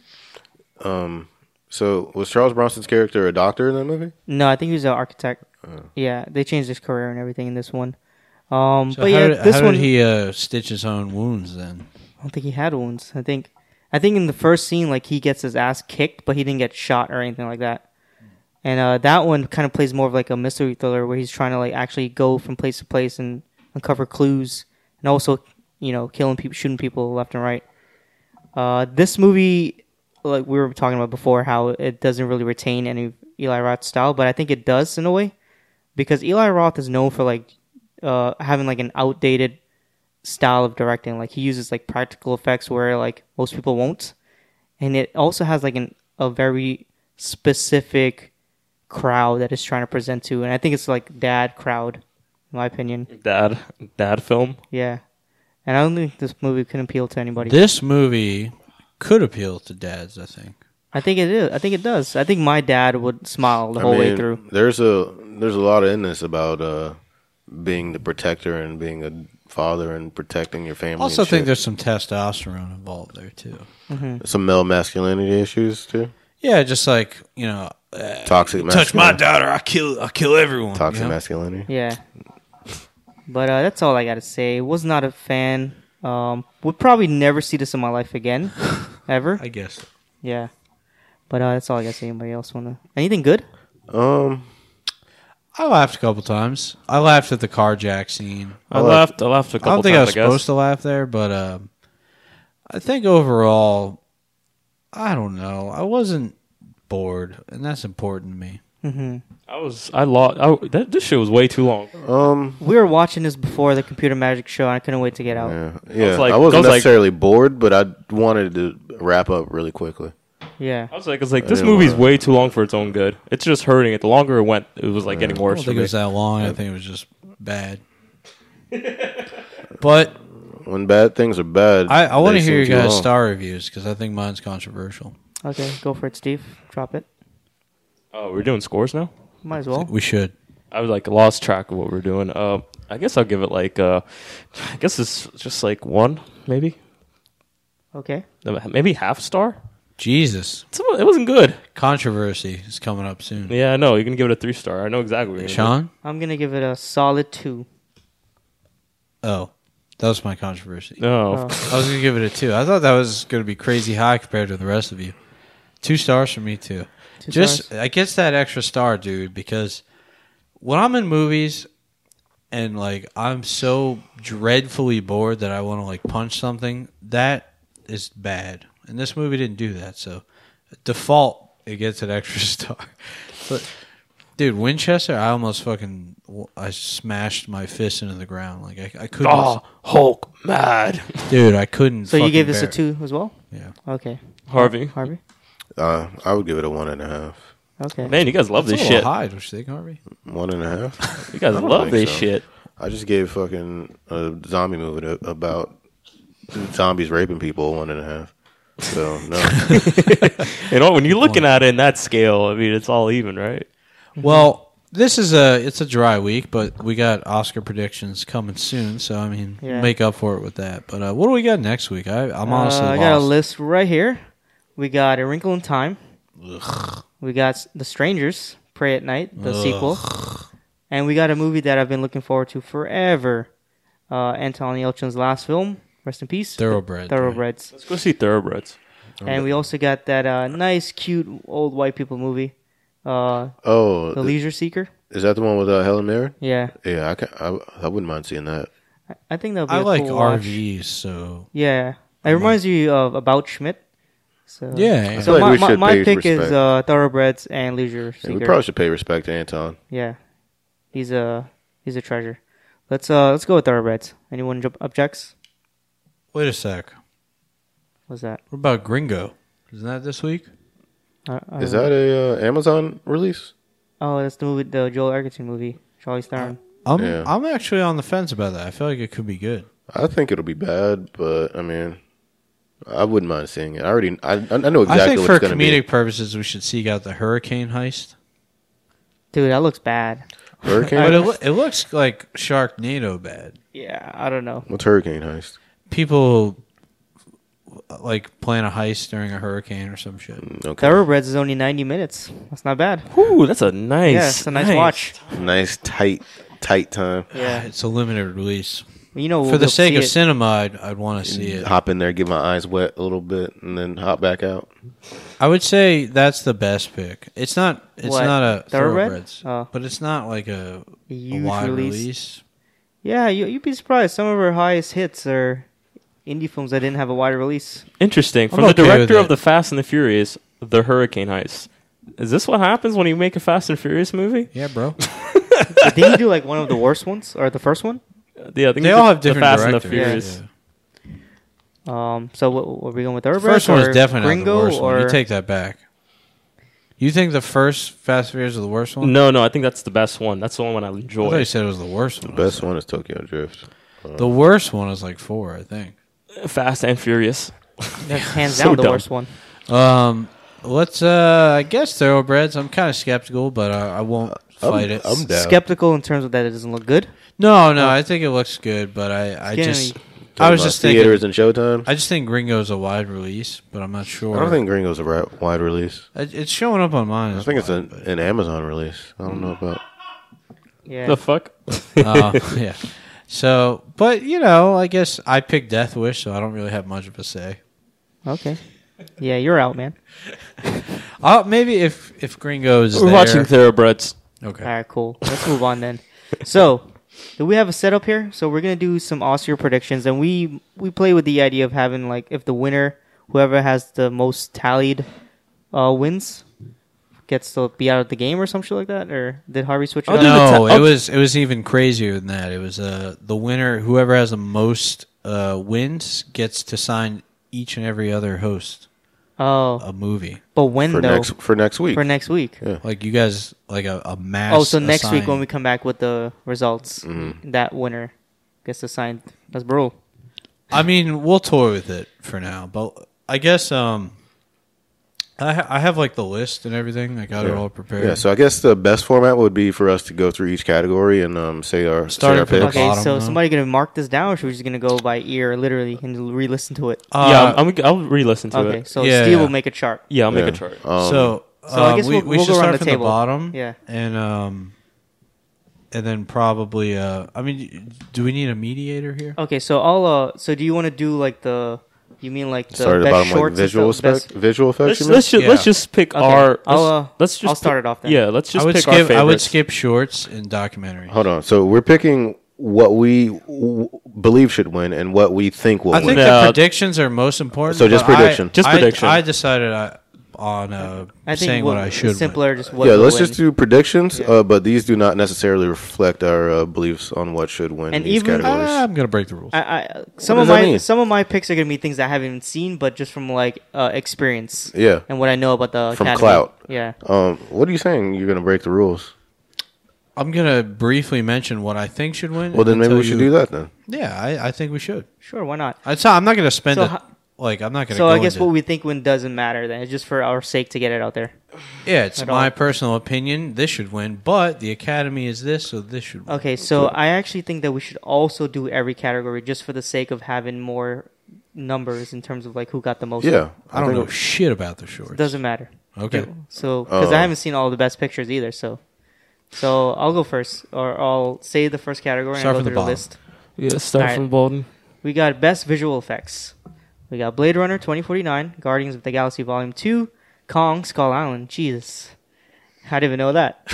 S3: so was Charles Bronson's character a doctor in that movie?
S1: No, I think he was an architect.
S2: Uh.
S1: Yeah, they changed his career and everything in this one. Um,
S2: so
S1: but
S2: how
S1: yeah,
S2: did,
S1: this
S2: how
S1: one
S2: did he uh, stitch his own wounds? Then
S1: I don't think he had wounds. I think, I think in the first scene, like he gets his ass kicked, but he didn't get shot or anything like that. And uh, that one kind of plays more of like a mystery thriller where he's trying to like actually go from place to place and uncover clues, and also you know killing people, shooting people left and right. Uh, this movie, like we were talking about before, how it doesn't really retain any of Eli Roth style, but I think it does in a way because Eli Roth is known for like uh, having like an outdated style of directing. Like he uses like practical effects where like most people won't, and it also has like an a very specific crowd that it's trying to present to, and I think it's like dad crowd, in my opinion.
S4: Dad. Dad film.
S1: Yeah, and I don't think this movie can appeal to anybody.
S2: this movie could appeal to dads. I think.
S1: I think it is. I think it does. I think my dad would smile the whole way through.
S3: There's a there's a lot in this about uh being the protector and being a father and protecting your family.
S2: I also
S3: and
S2: think
S3: shit.
S2: there's some testosterone involved there too.
S3: some male masculinity issues too.
S2: Yeah, just like you know,
S3: Toxic
S2: touch my
S3: masculinity.
S2: daughter, I kill, I kill everyone.
S3: toxic
S2: you know?
S3: masculinity.
S1: Yeah. But uh, that's all I got to say. Was not a fan. Um, would probably never see this in my life again, ever.
S2: I guess.
S1: Yeah. But uh, that's all I got to say. Anybody else wanna anything good?
S3: Um,
S2: I laughed a couple times. I laughed at the carjack scene.
S4: I laughed. I laughed a
S2: I
S4: couple
S2: don't think I was
S4: times. I,
S2: supposed to laugh there, but uh, I think overall, I don't know. I wasn't bored, and that's important to me.
S4: guess. I was. I lost. I, that, this shit was way too long.
S1: We were watching this before the Computer Magic Show, and I couldn't wait to get out.
S3: yeah, yeah. I,
S4: like-
S3: was
S4: I
S3: not
S4: was like-
S3: necessarily bored, but I wanted to wrap up really quickly.
S1: Yeah.
S4: I was like, I was like, this
S3: didn't
S4: movie's
S3: wanna-
S4: way too long for its own good. It's just hurting it. The longer it went, it was like getting
S2: I
S4: worse.
S2: don't
S4: For
S2: think it
S4: me.
S2: was that long. I think it was just bad. but
S3: When bad things are bad,
S2: I, I want to
S3: they
S2: hear your
S3: seem too
S2: guys'
S3: long.
S2: star reviews because I think mine's controversial.
S1: Okay, go for it, Steve. Drop it.
S4: Oh, we're doing scores now.
S1: Might as well.
S2: We should.
S4: I was like lost track of what we were doing. Uh, I guess I'll give it like uh, I guess it's just like one maybe,
S1: Okay.
S4: maybe half star.
S2: Jesus.
S4: It's, it wasn't good.
S2: Controversy is coming up soon.
S4: Yeah, I know. You're gonna give it a three star. I know exactly. What you're gonna
S2: Sean?
S1: I'm gonna give it a solid two.
S2: Oh. That was my controversy.
S4: do. No,
S1: Oh.
S2: I was gonna give it a two. I thought that was gonna be crazy high compared to the rest of you. Two stars for me too. Just
S1: stars.
S2: I guess that extra star, dude, because when I'm in movies and like I'm so dreadfully bored that I want to like punch something, that is bad. And this movie didn't do that, so default it gets an [laughs] extra star. But dude, Winchester, I almost fucking I smashed my fist into the ground. Like I,
S4: [laughs]
S2: I couldn't,
S4: oh, Hulk
S1: [laughs]
S4: mad.
S2: dude, I couldn't.
S1: So you
S2: fucking
S1: gave this
S2: bear
S1: a
S2: it.
S1: two as well?
S2: Yeah.
S1: Okay.
S4: Harvey,
S1: Harvey?
S3: Uh, I would give it a one and a half.
S1: Okay.
S4: man, you guys love
S2: That's
S4: this
S2: a little
S4: shit.
S2: high, don't you think, Harvey?
S3: One and a
S2: [laughs]
S3: half.
S4: You guys
S3: I don't
S4: love
S3: think
S4: this
S3: so.
S4: shit.
S3: I just gave fucking a zombie movie to, about zombies raping people one and a half. So
S2: [laughs]
S3: no,
S4: You know, when you're looking at it in that scale, I mean, it's all even, right?
S2: Well, this is a it's a dry week, but we got Oscar predictions coming soon, so I mean,
S1: Yeah.
S2: make up for it with that. But uh, what do we got next week? I, I'm honestly
S1: Uh, I
S2: lost.
S1: got a list right here. We got A Wrinkle in Time. We got S- The Strangers, Pray at Night, the sequel. And we got a movie that I've been looking forward to forever. Uh, Anton Yelchin's last film, rest in peace.
S2: Thoroughbred,
S1: Thoroughbreds.
S4: Let's go see Thoroughbreds.
S1: And we also got that uh, nice, cute old white people movie, uh,
S3: oh,
S1: The
S3: th-
S1: Leisure Seeker.
S3: is that the one with uh, Helen Mirren?
S1: Yeah,
S3: Yeah, I, can, I I wouldn't mind seeing that.
S1: I think that'll be.
S2: I
S1: a
S2: like
S1: cool watch.
S2: RVs, so
S1: Yeah, it reminds you of about Schmidt. So
S2: yeah.
S1: So
S3: I feel like
S1: my,
S3: we
S1: my,
S3: should
S1: my
S3: pay
S1: pick is
S3: respect.
S1: uh, thoroughbreds and leisure
S3: Yeah,
S1: seeker.
S3: we probably should pay respect to Anton.
S1: yeah, he's a he's a treasure. Let's uh let's go with thoroughbreds. Anyone jump objects?
S2: Wait a sec.
S1: What's that?
S2: What about Gringo? Isn't that this week?
S1: I- I
S3: Is
S1: don't know.
S3: that a uh, Amazon release?
S1: Oh, that's the movie, the Joel Edgerton movie,
S2: Uh,
S1: Charlie Stern.
S2: I'm
S3: Yeah.
S2: I'm actually on the fence about that. I feel like it could be good.
S3: I think it'll be bad, but I mean, I wouldn't mind seeing it. I already I I know exactly
S2: I think
S3: what
S2: for
S3: it's going to be.
S2: comedic purposes, we should seek out the hurricane heist.
S1: Dude, that looks bad.
S3: Hurricane.
S2: But it,
S3: heist?
S2: loo- it looks like Sharknado bad.
S1: Yeah, I don't know.
S3: What's hurricane heist?
S2: People like plan a heist during a hurricane or some shit.
S3: Okay.
S1: Thoroughbreds is only ninety minutes. That's not bad.
S4: Ooh, that's a nice,
S1: yeah, it's a nice, watch.
S3: nice tight tight time.
S1: Yeah,
S2: It's a limited release.
S1: you know,
S2: For the sake of cinema, I'd, I'd want to see it.
S3: Hop in there, get my eyes wet a little bit, and then hop back out.
S2: I would say that's the best pick. It's not. It's
S1: What?
S2: not a
S1: Thoroughbred?
S2: thoroughbreds,
S1: Oh.
S2: but it's not like a,
S1: A
S2: a
S1: huge
S2: wide
S1: release.
S2: release.
S1: Yeah, you, you'd be surprised. Some of our highest hits are indie films that didn't have a wide release.
S4: Interesting. From
S2: I'm
S4: the
S2: okay with
S4: director of
S2: it.
S4: the Fast and the Furious, the Hurricane Heist. Is this what happens when you make a Fast and Furious movie?
S2: Yeah, bro.
S1: But didn't you do like one of the worst ones or the first one?
S4: Yeah, I think
S2: they
S4: the-
S2: all have
S4: the
S2: different
S4: Fast
S2: directors.
S4: and the Furious.
S2: Yeah.
S1: Um, so what, what are we going with?
S2: The
S1: Thoroughbreds
S2: first one
S1: or
S2: is definitely not
S1: Gringo
S2: the worst
S1: or
S2: one. You take that back. You think the first Fast and Furious is the worst one?
S4: No, no, I think that's the best one. That's the one I
S2: I
S4: enjoy.
S2: thought you said it was the worst one.
S3: Best one is Tokyo Drift.
S2: The worst one is like four, I think.
S4: Fast and Furious.
S2: [laughs]
S1: that's hands
S4: so
S1: down the
S4: dumb.
S1: worst one.
S2: Um, let's. Uh, I guess thoroughbreds. I'm kind of skeptical, but I, I won't fight it.
S3: I'm down.
S1: Skeptical in terms of that it doesn't look good.
S2: No, no, I think it looks good, but I, I
S1: Skinny.
S2: just, I was
S3: About
S2: just thinking,
S3: theaters and Showtime.
S2: I just think Gringo's a wide release, but I'm not sure.
S3: I don't think Gringo's a ri- wide release.
S2: It- it's showing up on mine.
S3: I think it's an, an Amazon release. I don't know about.
S1: Yeah,
S4: The fuck?
S2: Oh, [laughs] yeah. So, but you know, I guess I picked Death Wish, so I don't really have much of a say.
S1: okay. [laughs] Yeah, you're out, man.
S2: Uh, maybe if if Gringo's
S4: [laughs] We're
S2: there,
S4: watching Thoroughbreds.
S2: okay.
S1: All right, cool. Let's move on then. So, do we have a setup here? So we're gonna do some Oscar predictions, and we we play with the idea of having like if the winner, whoever has the most tallied uh, wins, gets to be out of the game or some shit like that. Or did Harvey switch
S3: Oh,
S1: it up?
S2: No, it was it was even crazier than that. It was uh the winner, whoever has the most uh wins, gets to sign each and every other host
S1: Oh,
S2: a movie.
S1: but when
S3: For
S1: though?
S3: next for next week.
S1: for next week.
S2: Like you guys, like a, a mass.
S1: Oh, so next week
S2: assign-
S1: when we come back with the results,
S3: Mm-hmm.
S1: that winner gets assigned. That's bro.
S2: I mean, we'll toy with it for now, but I guess um I, ha- I have like the list and everything. I got it all prepared.
S3: Yeah, so I guess the best format would be for us to go through each category and um, say our
S2: Starting
S3: say our
S2: from the
S3: picks.
S2: bottom.
S1: Okay, so
S2: huh?
S1: somebody gonna mark this down, or should we just gonna go by ear, literally, and re-listen to it?
S2: Uh,
S4: yeah, I'm, I'm, I'll re-listen to
S1: okay,
S4: it.
S1: so
S2: yeah,
S1: Steve
S2: yeah.
S1: will make a chart.
S4: yeah, I'll make
S3: Yeah.
S4: a chart.
S3: Um,
S2: so,
S1: so I
S2: um,
S1: guess
S2: we,
S1: we'll-
S2: we
S1: we'll
S2: should
S1: go around
S2: start
S1: the
S2: from
S1: table.
S2: the bottom.
S1: Yeah.
S2: And um, and then probably uh, I mean, do we need a mediator here?
S1: Okay, so I'll. Uh, so do you want to do like the? You mean like the
S3: Sorry
S1: best
S3: about like
S1: shorts?
S3: visual
S1: and stuff,
S3: spec, visual effects.
S4: Let's,
S3: you mean?
S4: let's just let's
S2: Yeah.
S4: just pick
S1: Okay,
S4: our. Let's,
S1: I'll, uh,
S4: let's just
S1: I'll start
S4: pick-
S1: it off then.
S4: Yeah, let's just
S2: I would
S4: pick our
S2: skip.
S4: favorites.
S2: I would skip shorts and documentaries.
S3: Hold on. So we're picking what we w- believe should win and what we think will
S2: I think
S3: win.
S4: No.
S2: the predictions are most important.
S3: So just
S2: but I-
S3: prediction.
S4: Just
S2: I-
S4: prediction.
S2: I decided I, on uh,
S1: I think
S2: saying
S1: we'll-
S2: what I should. win.
S1: Simpler, just what.
S3: yeah,
S1: will
S3: let's
S1: win.
S3: just do predictions, uh, but these do not necessarily reflect our uh, beliefs on what should win
S1: And
S3: these
S1: even-
S3: categories.
S2: I'm gonna break the rules.
S1: I, I, some
S3: does
S1: of
S3: that
S1: my
S3: mean?
S1: some of my picks are gonna be things that I haven't even seen, but just from like uh, experience.
S3: Yeah.
S1: And what I know about the
S3: From
S1: academy.
S3: clout.
S1: Yeah.
S2: ah.
S3: um, what are you saying? You're going to break the rules?
S2: I'm gonna briefly mention what I think should win.
S3: Well, then
S2: and
S3: maybe
S2: tell
S3: we should do
S2: you-
S3: that then.
S2: Yeah, I, I think we should.
S1: Sure. Why not?
S2: I saw. I'm not gonna spend
S1: So
S2: it.
S1: ho-
S2: Like I'm not gonna.
S1: So
S2: go
S1: I guess
S2: into-
S1: what we think win doesn't matter then. It's just for our sake to get it out there.
S2: Yeah, it's
S1: at
S2: my
S1: all.
S2: personal opinion. This should win, but the Academy is this, so this should. win.
S1: Okay, so I actually think that we should also do every category just for the sake of having more numbers in terms of like who got the most.
S3: Yeah.
S2: I don't
S3: think
S2: know shit about the shorts.
S1: Doesn't matter.
S2: Okay.
S1: So, because
S3: Uh,
S2: Oh.
S1: I haven't seen all the best pictures either, so. So I'll go first, or I'll say the first category
S2: Start
S1: and
S2: from
S1: go
S2: the
S1: through the, list.
S2: bottom.
S4: Yeah, start
S1: Alright.
S4: from Bolden.
S1: We got best visual effects. We got Blade Runner 2049, Guardians of the Galaxy Volume 2, Kong Skull Island. Jesus. I didn't even know
S2: [laughs]
S1: that.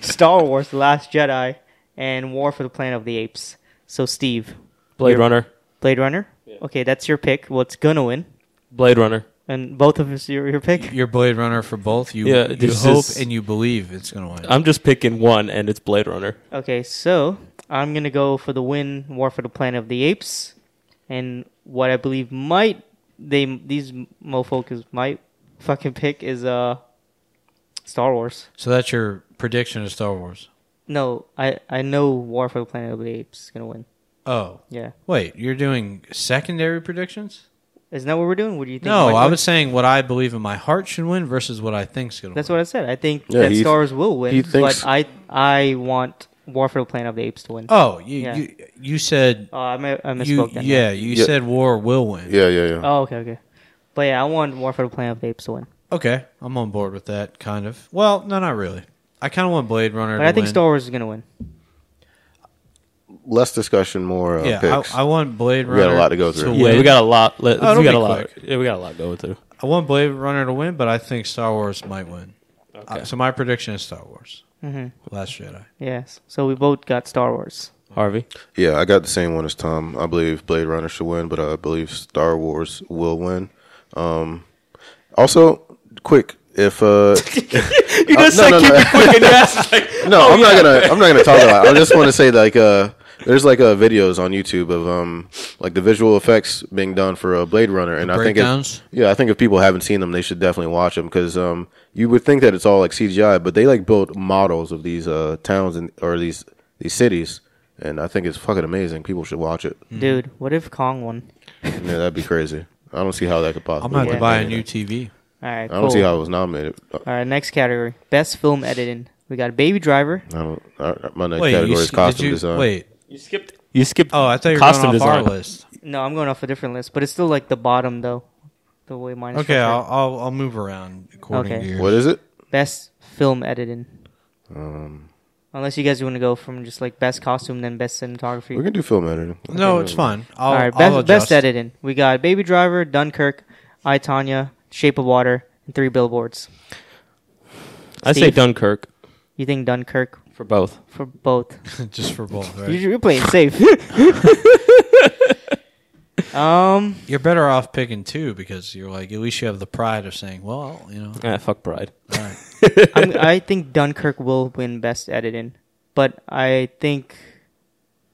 S1: Star Wars The Last Jedi and War for the Planet of the Apes. So Steve,
S4: Blade Runner.
S1: Blade Runner? Okay, that's your pick. Well, it's gonna win.
S4: Blade Runner.
S1: And both of us your, your pick?
S2: You're Blade Runner for both. You
S4: Yeah,
S2: you
S4: this
S2: hope
S4: is-
S2: and you believe it's gonna win.
S4: I'm just picking one, and it's Blade Runner.
S1: Okay, so I'm gonna go for the win War for the Planet of the Apes. And what I believe might they these mofokas might fucking pick is uh Star Wars.
S2: so that's your prediction of Star Wars.
S1: No, I I know War for the Planet of the Apes is gonna win.
S2: Oh,
S1: Yeah,
S2: wait, you're doing secondary predictions?
S1: isn't that what we're doing? What do you think?
S2: No,
S1: might
S2: I
S1: win?
S2: was saying what I believe in my heart should win versus what I think's gonna
S1: That's
S2: win.
S1: what I said. I think
S3: Yeah,
S1: that
S3: he-
S1: Star Wars will win,
S3: he thinks-
S1: but I I want War for the Planet of the Apes to win.
S2: oh, you
S1: Yeah.
S2: you, you said
S1: Oh, I, mi- I
S2: you
S1: misspoke. then.
S2: yeah you
S3: Yeah.
S2: said war will win.
S3: Yeah, yeah, yeah.
S1: Oh, okay, okay. But yeah, I want War for the Planet of the Apes to win.
S2: Okay, I'm on board with that kind of. Well, no, not really. I kind of want Blade Runner.
S1: But
S2: to
S1: I think
S2: win.
S1: Star Wars is gonna win.
S3: Less discussion, more uh,
S2: Yeah,
S3: picks.
S2: I, I want Blade
S3: We got a
S2: Runner.
S3: lot to go through.
S2: win.
S4: Yeah, we got a lot. Let,
S2: Oh, it'll
S4: we got
S2: be
S4: a lot.
S2: quick.
S4: Yeah, we got a lot going through.
S2: I want Blade Runner to win, but I think Star Wars might win. Uh, so my prediction is Star Wars. Mm-hmm. Last Jedi.
S1: Yes. So we both got Star Wars.
S4: Harvey.
S3: yeah, I got the same one as Tom. I believe Blade Runner should win, but I believe Star Wars will win. Um, also, quick, if uh,
S4: [laughs] You just
S3: no,
S4: said
S3: no,
S4: keep
S3: no.
S4: it quick, and you asked, like,
S3: No,
S2: Oh,
S3: I'm not gonna. I'm not gonna talk about. it. I just
S2: [laughs]
S3: want to say like uh, there's like uh, videos on YouTube of um like the visual effects being done for uh, Blade Runner, and I think
S2: breakdowns?
S3: if, yeah, I think if people haven't seen them, they should definitely watch them because um you would think that it's all like CGI, but they like built models of these uh towns and or these these cities, and I think it's fucking amazing. People should watch it.
S2: Hmm.
S1: Dude, what if Kong won?
S3: Yeah, that'd be crazy. I don't see how that could
S2: I'm Oh.
S3: possibly.
S2: gonna
S1: Yeah.
S3: work.
S2: have to buy a new TV.
S1: All right.
S3: I don't
S1: cool.
S3: see how it was nominated. I
S1: All right. Next category: best film editing. We got Baby Driver.
S3: don't. I, my next
S2: Wait, you,
S3: category
S2: s-
S3: is
S2: did
S3: costume
S2: you-
S3: design.
S2: Wait.
S4: you skipped. You skipped.
S2: Oh, I thought you were
S4: costume
S2: going off our
S4: design.
S2: list.
S1: No, I'm going off a different list, but it's still like the bottom though. The way mine is
S2: Okay,
S1: structured.
S2: I'll, I'll I'll move around according
S1: Okay.
S2: to yours.
S3: What is it?
S1: best film editing.
S3: Um,
S1: Unless you guys want to go from just like best costume then best cinematography.
S3: We can do film editing.
S2: No, it's fine. I'll,
S1: All right,
S2: I'll
S1: best, best
S2: adjust.
S1: editing. We got Baby Driver, Dunkirk, I Tanya, Shape of Water, and Three Billboards.
S4: I say
S1: Steve.
S4: Dunkirk
S1: You think Dunkirk
S4: for both.
S1: for both?
S2: just for both. Right?
S1: You- [laughs] You're playing safe. [laughs] um.
S2: You're better off picking two because you're like at least you have the pride of saying, well, you know,
S4: Ah, fuck Pride.
S2: all right.
S1: I'm, I think Dunkirk will win best editing, but I think,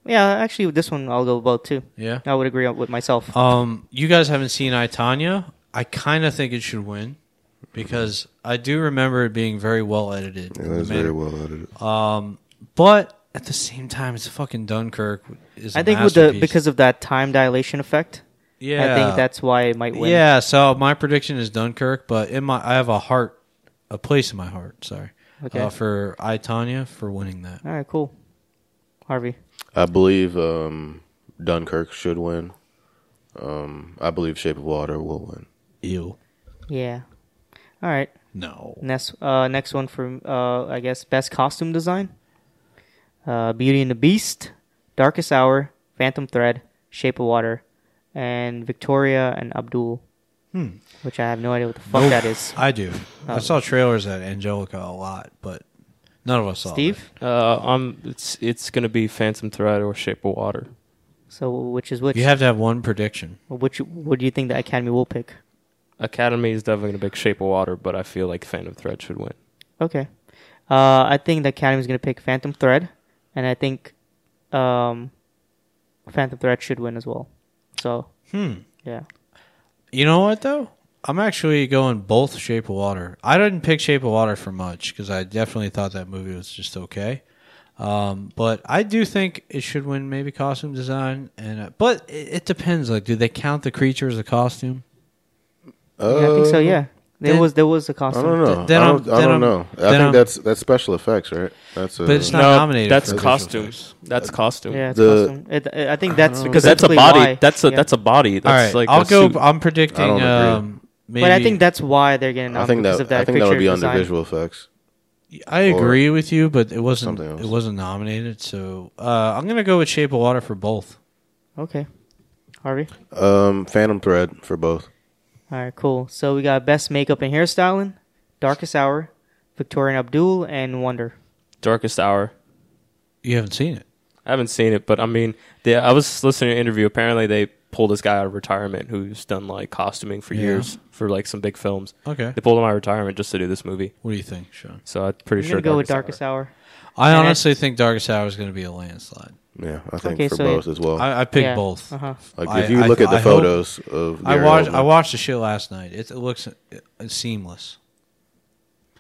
S1: yeah, actually, with this one I'll go both too.
S2: yeah.
S1: [laughs] I would agree with myself.
S2: Um, you guys haven't seen I Tanya. I kind of think it should win because I do remember it being very well edited.
S3: Yeah, that's very well edited.
S2: But at the same time, it's fucking Dunkirk. Is
S1: I think with the because of that time dilation effect,
S2: Yeah.
S1: I think that's why it might win.
S2: Yeah, so my prediction is Dunkirk, but in my I have a heart, a place in my heart. Sorry,
S1: Okay.
S2: uh, for I Tanya for winning that.
S1: All right, cool. Harvey.
S3: I believe um, Dunkirk should win. Um, I believe Shape of Water will win.
S2: Ew,
S1: Yeah. All right.
S2: no.
S1: Next, uh, next one for uh, I guess best costume design. Uh, Beauty and the Beast, Darkest Hour, Phantom Thread, Shape of Water, and Victoria and Abdul. Hmm. Which I have no idea what the fuck that is. Oh.
S2: I do. I saw trailers at Angelica a lot, but none of us saw.
S1: Steve.
S4: Uh, I'm. It's it's gonna be Phantom Thread or Shape of Water.
S1: So which is which?
S2: it. You have to have one prediction.
S1: Which what do you think the Academy will pick?
S4: Academy is definitely gonna pick Shape of Water, but I feel like Phantom Thread should win.
S1: Okay. Uh, I think the Academy's going to pick Phantom Thread, and I think um, Phantom Thread should win as well. So, hmm. yeah.
S2: You know what though? I'm actually going both Shape of Water. I didn't pick Shape of Water for much because I definitely thought that movie was just okay. Um, but I do think it should win maybe costume design and uh, but it, it depends. Like, do they count the creature as a costume?
S1: Yeah, I think so. Yeah, there
S2: then-
S1: was there was a
S3: Uh, I
S1: costume.
S3: don't know.
S2: Then
S3: I
S2: I'm-
S3: don't, I
S2: then
S3: don't
S2: I'm-
S3: know. I
S2: then
S3: think
S2: I'm-
S3: that's that's special effects, right? That's uh, a,
S2: But it's not nominated.
S4: That's
S2: for visual effects.
S4: costumes. That's costume.
S1: Yeah, it's
S3: The-
S1: costume. It, it- I think that's
S4: Because that's a
S1: specifically
S4: body.
S1: why-
S4: That's a
S1: yeah.
S4: that's a body.
S2: All
S4: That's
S2: right,
S4: like
S2: I'll
S4: a
S2: go.
S4: suit.
S2: I'm predicting.
S3: I don't agree.
S2: um, maybe,
S1: But I think that's why they're getting
S3: I
S1: nominated
S3: think
S1: because
S3: that
S1: of that.
S3: I think that would
S1: creature
S3: be under
S1: design.
S3: visual effects.
S2: I agree with you, but it wasn't.
S3: Something else.
S2: It wasn't nominated, so uh, I'm gonna go with Shape of Water for both.
S1: Okay, Harvey.
S3: Um, Phantom Thread for both.
S1: All right, cool. So we got best makeup and hairstyling, Darkest Hour, Victoria and Abdul, and Wonder.
S4: Darkest Hour.
S2: You haven't seen it.
S4: I haven't seen it, but I mean, they, I was listening to an interview. Apparently, they pulled this guy out of retirement who's done like costuming for years for like some big films.
S2: Okay.
S4: They pulled him out of retirement just to do this movie.
S2: What do you think, Sean?
S4: So I'm pretty
S1: I'm
S4: sure.
S1: gonna go with Darkest Hour.
S2: I
S1: And
S2: honestly think Darkest Hour is going to be a landslide.
S3: Yeah, I think
S1: Okay,
S3: for
S1: so
S3: both as well.
S2: I, I picked
S1: Yeah.
S2: both.
S1: Uh-huh.
S3: like if
S2: I-
S3: you
S2: I-
S3: look at the
S2: I hope-
S3: photos of
S2: I
S3: Gary
S2: watched.
S3: Oldman-
S2: I watched the shit last night. It, it looks uh uh, seamless.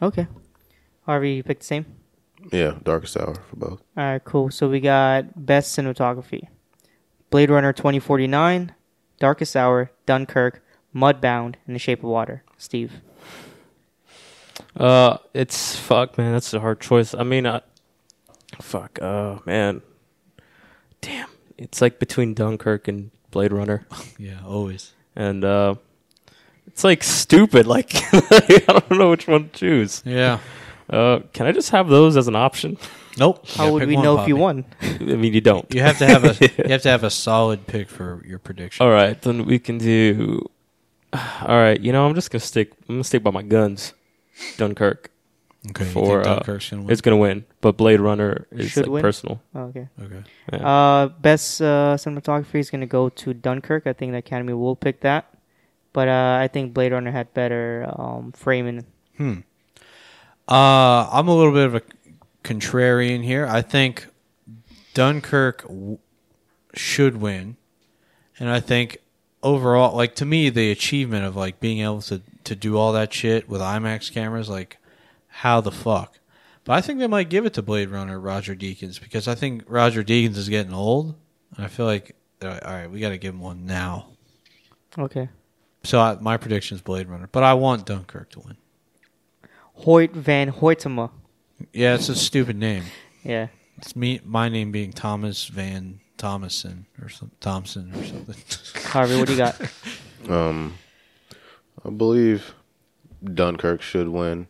S1: Okay, Harvey, you picked the same.
S3: yeah, Darkest Hour for both.
S1: All right, cool. So we got best cinematography: Blade Runner 2049, Darkest Hour, Dunkirk, Mudbound, and The Shape of Water. Steve.
S4: Uh, it's fuck, man. That's a hard choice. I mean, I, fuck. Oh man, damn. It's like between Dunkirk and Blade Runner,
S2: Yeah, always.
S4: and uh, it's like stupid. Like [laughs] I don't know which one to choose. [laughs]
S2: Yeah.
S4: Uh, can I just have those as an option?
S2: Nope.
S1: How would we know if you won?
S4: I mean, you don't.
S2: You have to have a.
S1: [laughs]
S2: you have to have a solid pick for your prediction.
S4: All right, then we can do. [sighs] All right, you know I'm just gonna stick. I'm gonna stick by my guns. Dunkirk
S2: Okay. you
S4: for
S2: think
S4: uh,
S2: Dunkirk's gonna win?
S4: it's gonna win, but Blade Runner is
S1: Should
S4: like,
S1: win.
S4: personal.
S1: Oh, [laughs] okay.
S2: okay.
S1: Uh, best uh, cinematography is going to go to Dunkirk. I think the Academy will pick that, but uh, I think Blade Runner had better um, framing.
S2: Uh, I'm a little bit of a contrarian here. I think Dunkirk w- should win, and I think overall, like to me, the achievement of like being able to to do all that shit with IMAX cameras, like how the fuck. But I think they might give it to Blade Runner Roger Deakins because I think Roger Deakins is getting old, and I feel like they're like, all right, we got to give him one now.
S1: Okay.
S2: So I, my prediction is Blade Runner, but I want Dunkirk to win.
S1: Hoyt Van Hoytema.
S2: Yeah, it's a stupid name.
S1: Yeah.
S2: It's me, my name being Thomas Van Thomason or some, Thompson or something. [laughs]
S1: Harvey, what do you got?
S3: Um, I believe Dunkirk should win,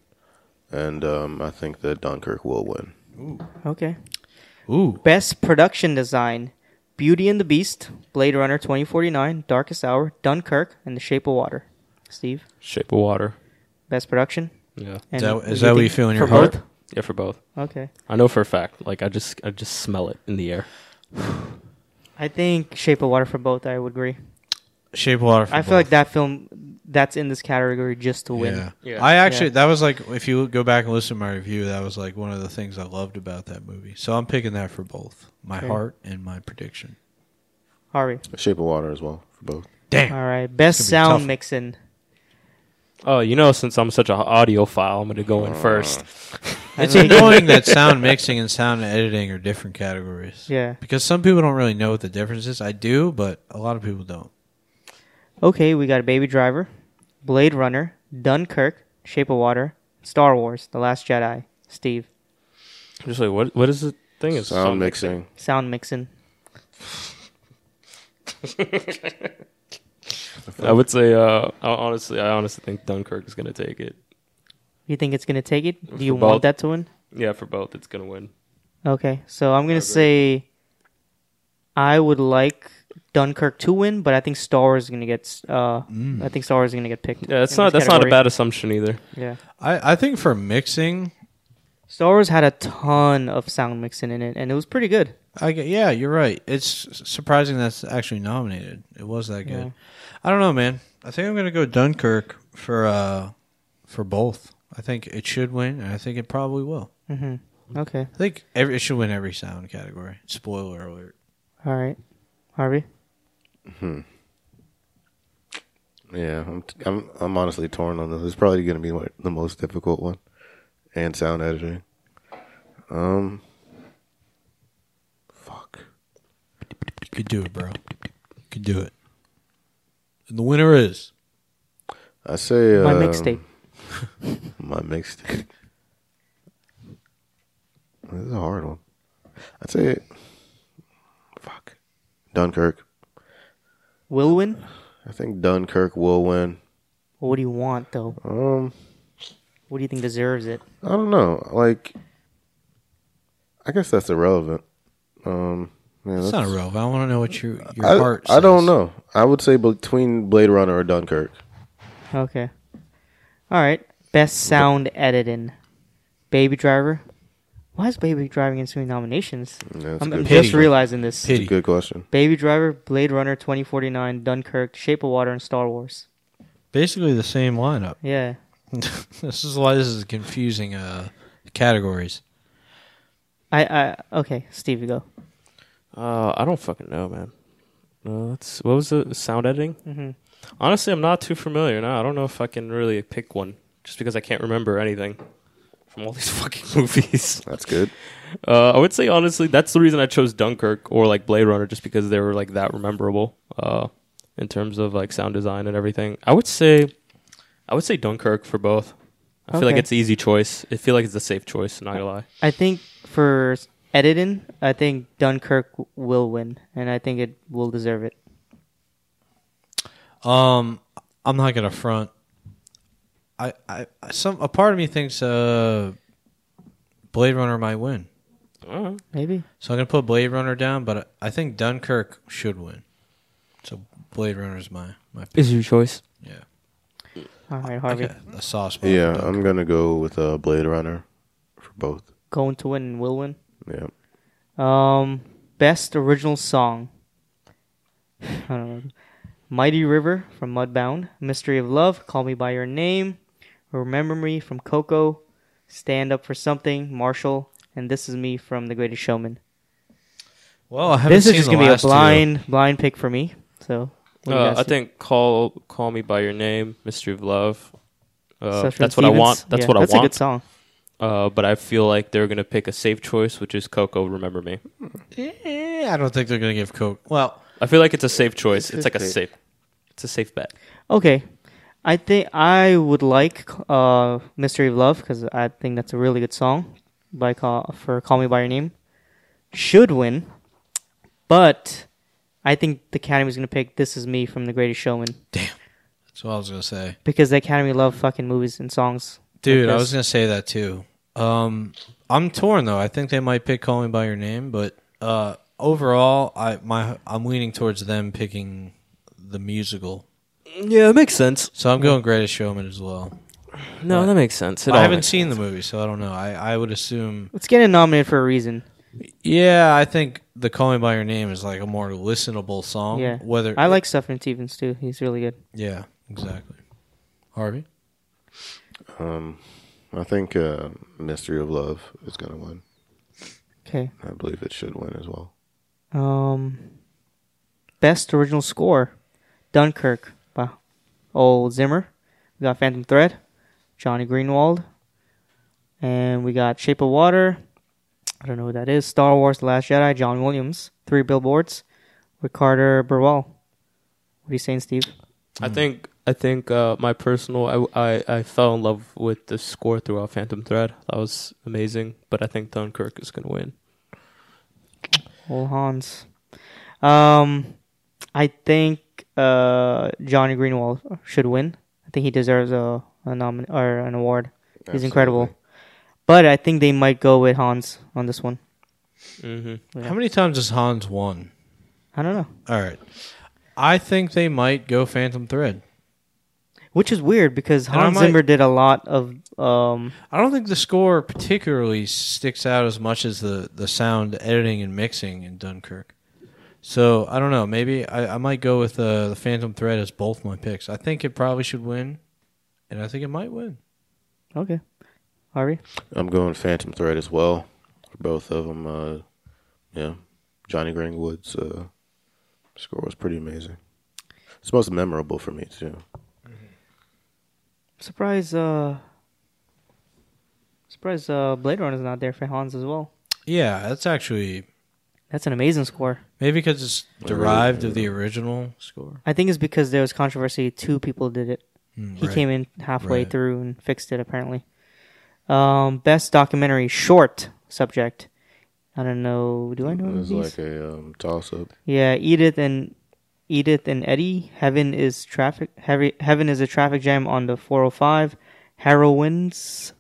S3: and um, I think that Dunkirk will win.
S1: Okay.
S2: Ooh,
S1: Best production design: Beauty and the Beast, Blade Runner 2049, Darkest Hour, Dunkirk, and The Shape of Water. Steve,
S4: Shape of Water.
S1: best production.
S4: Yeah,
S1: And
S2: Is that- is that what you
S1: think
S2: feel in your
S1: for
S2: heart?
S1: both?
S4: yeah, for both.
S1: Okay.
S4: I know for a fact. Like I just, I just smell it in the air.
S1: I think Shape of Water for both. I would agree.
S2: Shape of Water. For
S1: I feel like that film that's in this category just to win.
S2: Yeah.
S4: Yeah.
S2: I actually
S1: Yeah.
S2: that was like if you go back and listen to my review, that was like one of the things I loved about that movie. So I'm picking that for both my
S1: Okay.
S2: heart and my prediction.
S1: Harvey.
S3: Shape of Water as well for both.
S2: Damn.
S1: All right. Best
S2: It's gonna be a tough
S1: sound
S2: one.
S1: mixing.
S4: Oh, you know, since I'm such an audiophile, I'm gonna go in first.
S2: It's
S1: mean- [laughs]
S2: annoying that sound mixing and sound editing are different categories.
S1: Yeah.
S2: Because some people don't really know what the difference is. I do, but a lot of people don't.
S1: Okay, we got Baby Driver, Blade Runner, Dunkirk, Shape of Water, Star Wars, The Last Jedi, Steve,
S4: Just like what? What is the thing? It's
S3: Sound mixing.
S1: sound mixing.
S4: I would say. Uh, I honestly, I honestly think Dunkirk is gonna take it.
S1: You think it's gonna take it? Do you
S4: For
S1: want
S4: both.
S1: that to win?
S4: Yeah, for both, it's gonna win.
S1: Okay, so I'm gonna say I would like Dunkirk to win, but I think Star Wars is gonna get. Uh,
S2: Mm.
S1: I think Star Wars is gonna get picked.
S4: Yeah, that's
S1: in
S4: not
S1: this
S4: that's not a
S1: category.
S4: bad assumption either.
S1: Yeah,
S2: I, I think for mixing,
S1: Star Wars had a ton of sound mixing in it, and it was pretty good.
S2: I get, yeah, you're right. It's s- surprising that's actually nominated. It was that good.
S1: Yeah.
S2: I don't know, man. I think I'm gonna go Dunkirk for uh for both. I think it should win, and I think it probably will.
S1: Okay,
S2: I think every, it should win every sound category. Spoiler alert.
S1: all right, Harvey.
S3: Yeah, I'm, t- I'm I'm honestly torn on this. It's probably going to be like the most difficult one, and sound editing. Um, fuck.
S2: You could do it, bro. You could do it. And the winner is
S3: I say
S1: My
S3: um,
S1: mixtape.
S3: My mixtape. this is a hard one. I'd say, fuck, Dunkirk.
S1: Will win.
S3: I think Dunkirk will win.
S1: What do you want though?
S3: Um,
S1: What do you think deserves it?
S3: I don't know. Like, I guess that's irrelevant. Um, yeah,
S2: it's
S3: that's,
S2: not irrelevant. I want to know what your your
S3: I,
S2: heart.
S3: I don't
S2: says.
S3: know. I would say between Blade Runner or Dunkirk.
S1: Okay, all right. Best sound editing. Baby Driver. Why is Baby Driving in so many nominations?
S3: Yeah, that's
S1: I'm,
S3: a
S1: I'm
S3: good,
S1: just
S2: Pity.
S1: realizing this.
S3: that's a good question.
S1: Baby Driver, Blade Runner 2049, Dunkirk, Shape of Water, and Star Wars.
S2: Basically the same lineup. [laughs]
S1: Yeah.
S2: this is why this is confusing. Uh, categories.
S1: I, I okay, Steve, you go.
S4: Uh, I don't fucking know, man. Uh, that's what was the sound editing? Mm-hmm. Honestly, I'm not too familiar. No, I don't know if I can really pick one, just because I can't remember anything from all [laughs] these fucking [laughs] movies.
S3: That's good.
S4: Uh, I would say honestly, that's the reason I chose Dunkirk or like Blade Runner, just because they were like that memorable uh, in terms of like sound design and everything. I would say, I would say Dunkirk for both. I feel like
S1: Okay.
S4: it's the easy choice. I feel like it's the safe choice. Not gonna lie.
S1: I think for s- editing, I think Dunkirk w- will win, and I think it will deserve it.
S2: Um, I'm not gonna front. I, I, I- some a part of me thinks uh, Blade Runner might win,
S1: Maybe.
S2: so I'm gonna put Blade Runner down. But I think Dunkirk should win. So Blade Runner's my my pick.
S4: Is your choice?
S2: Yeah,
S1: All right, Harvey,
S2: okay. a soft spot.
S3: Yeah, I'm gonna go with uh, Blade Runner for both.
S1: going to win and will win.
S3: Yeah,
S1: Um, best original song. [sighs] I don't know. Mighty River from Mudbound, Mystery of Love, Call Me by Your Name, Remember Me from Coco, Stand Up for Something, Marshall, and This Is Me from The Greatest Showman.
S2: Well, I haven't
S1: This is
S2: seen
S1: just
S2: the
S1: gonna be a
S2: last two.
S1: blind blind pick for me. So what do you
S4: Uh,
S1: guys
S4: I think call call me by your name, Mystery of Love. Uh,
S1: Stuff from
S4: that's what I want.
S1: Stevens?
S4: That's
S1: Yeah,
S4: what I
S1: that's
S4: want.
S1: a good song.
S4: Uh, but I feel like they're gonna pick a safe choice, which is Coco. Remember me.
S2: Eh, I don't think they're gonna give Coke. Well,
S4: I feel like it's a safe choice. It's, like a
S3: pick.
S4: safe. It's a safe bet.
S1: Okay, I think I would like uh, "Mystery of Love" because I think that's a really good song by call for "Call Me by Your Name." Should win, but I think the Academy's gonna pick "This Is Me" from The Greatest Showman
S2: that's what I was gonna say,
S1: because the Academy love fucking movies and songs. like
S2: dude. I
S1: this.
S2: was gonna say that too. Um, I'm torn though. I think they might pick "Call Me by Your Name," but uh, overall, I my I'm leaning towards them picking the musical
S4: Yeah, it makes sense.
S2: So I'm going Greatest Showman as well.
S4: No, that makes sense.
S2: I haven't seen the movie, so I don't know. I, I would assume.
S1: It's getting nominated for a reason.
S2: Yeah, I think the Call Me by Your Name is like a more listenable song.
S1: yeah,
S2: Um, Whether
S1: I like Stephen Stevens too. He's really good.
S2: Yeah, exactly. Harvey.
S3: I think uh, Mystery of Love is gonna win.
S1: Okay.
S3: I believe it should win as well.
S1: Um, best original score: Dunkirk by Old Zimmer. We got Phantom Thread, Johnny Greenwald, and we got Shape of Water. I don't know who that is. Star Wars: The Last Jedi, John Williams. Three Billboards, with Carter Burwell. What are you saying, Steve?
S4: I think I think uh, my personal I, I I fell in love with the score throughout Phantom Thread. That was amazing, but I think Dunkirk is going to win.
S1: Old Hans. Um, I think uh, Johnny Greenwald should win. I think he deserves a, a nomin- or an award. He's incredible. But I think they might go with Hans on this one.
S2: How many times has Hans won?
S1: I don't know.
S2: All right. I think they might go Phantom Thread.
S1: Which is weird because
S2: I
S1: Hans
S2: might-
S1: Zimmer did a lot of um
S2: I don't think the score particularly sticks out as much as the, the sound editing and mixing in Dunkirk. So I don't know. Maybe I, I might go with uh, the Phantom Thread as both my picks. I think it probably should win, and I think it might win.
S1: okay. Harvey?
S3: I'm going Phantom Thread as well for both of them. Uh, yeah, Johnny Greenwood's uh, score was pretty amazing. It's most memorable for me too.
S1: Surprise uh Surprise uh Blade Runner's not there for Hans as well.
S2: Yeah, that's actually
S1: That's an amazing score.
S2: maybe because it's derived of the original score.
S1: I think it's because there was controversy. Two people did it.
S4: Hmm,
S1: he
S2: right.
S1: came in halfway
S2: Right.
S1: through and fixed it, apparently. Um, best documentary short subject. I don't know. Do I know
S3: It was
S1: these?
S3: like a um, toss up.
S1: yeah, Edith and Edith and Eddie. Heaven is traffic. Heavy, Heaven is a traffic jam on the 405. Heroines,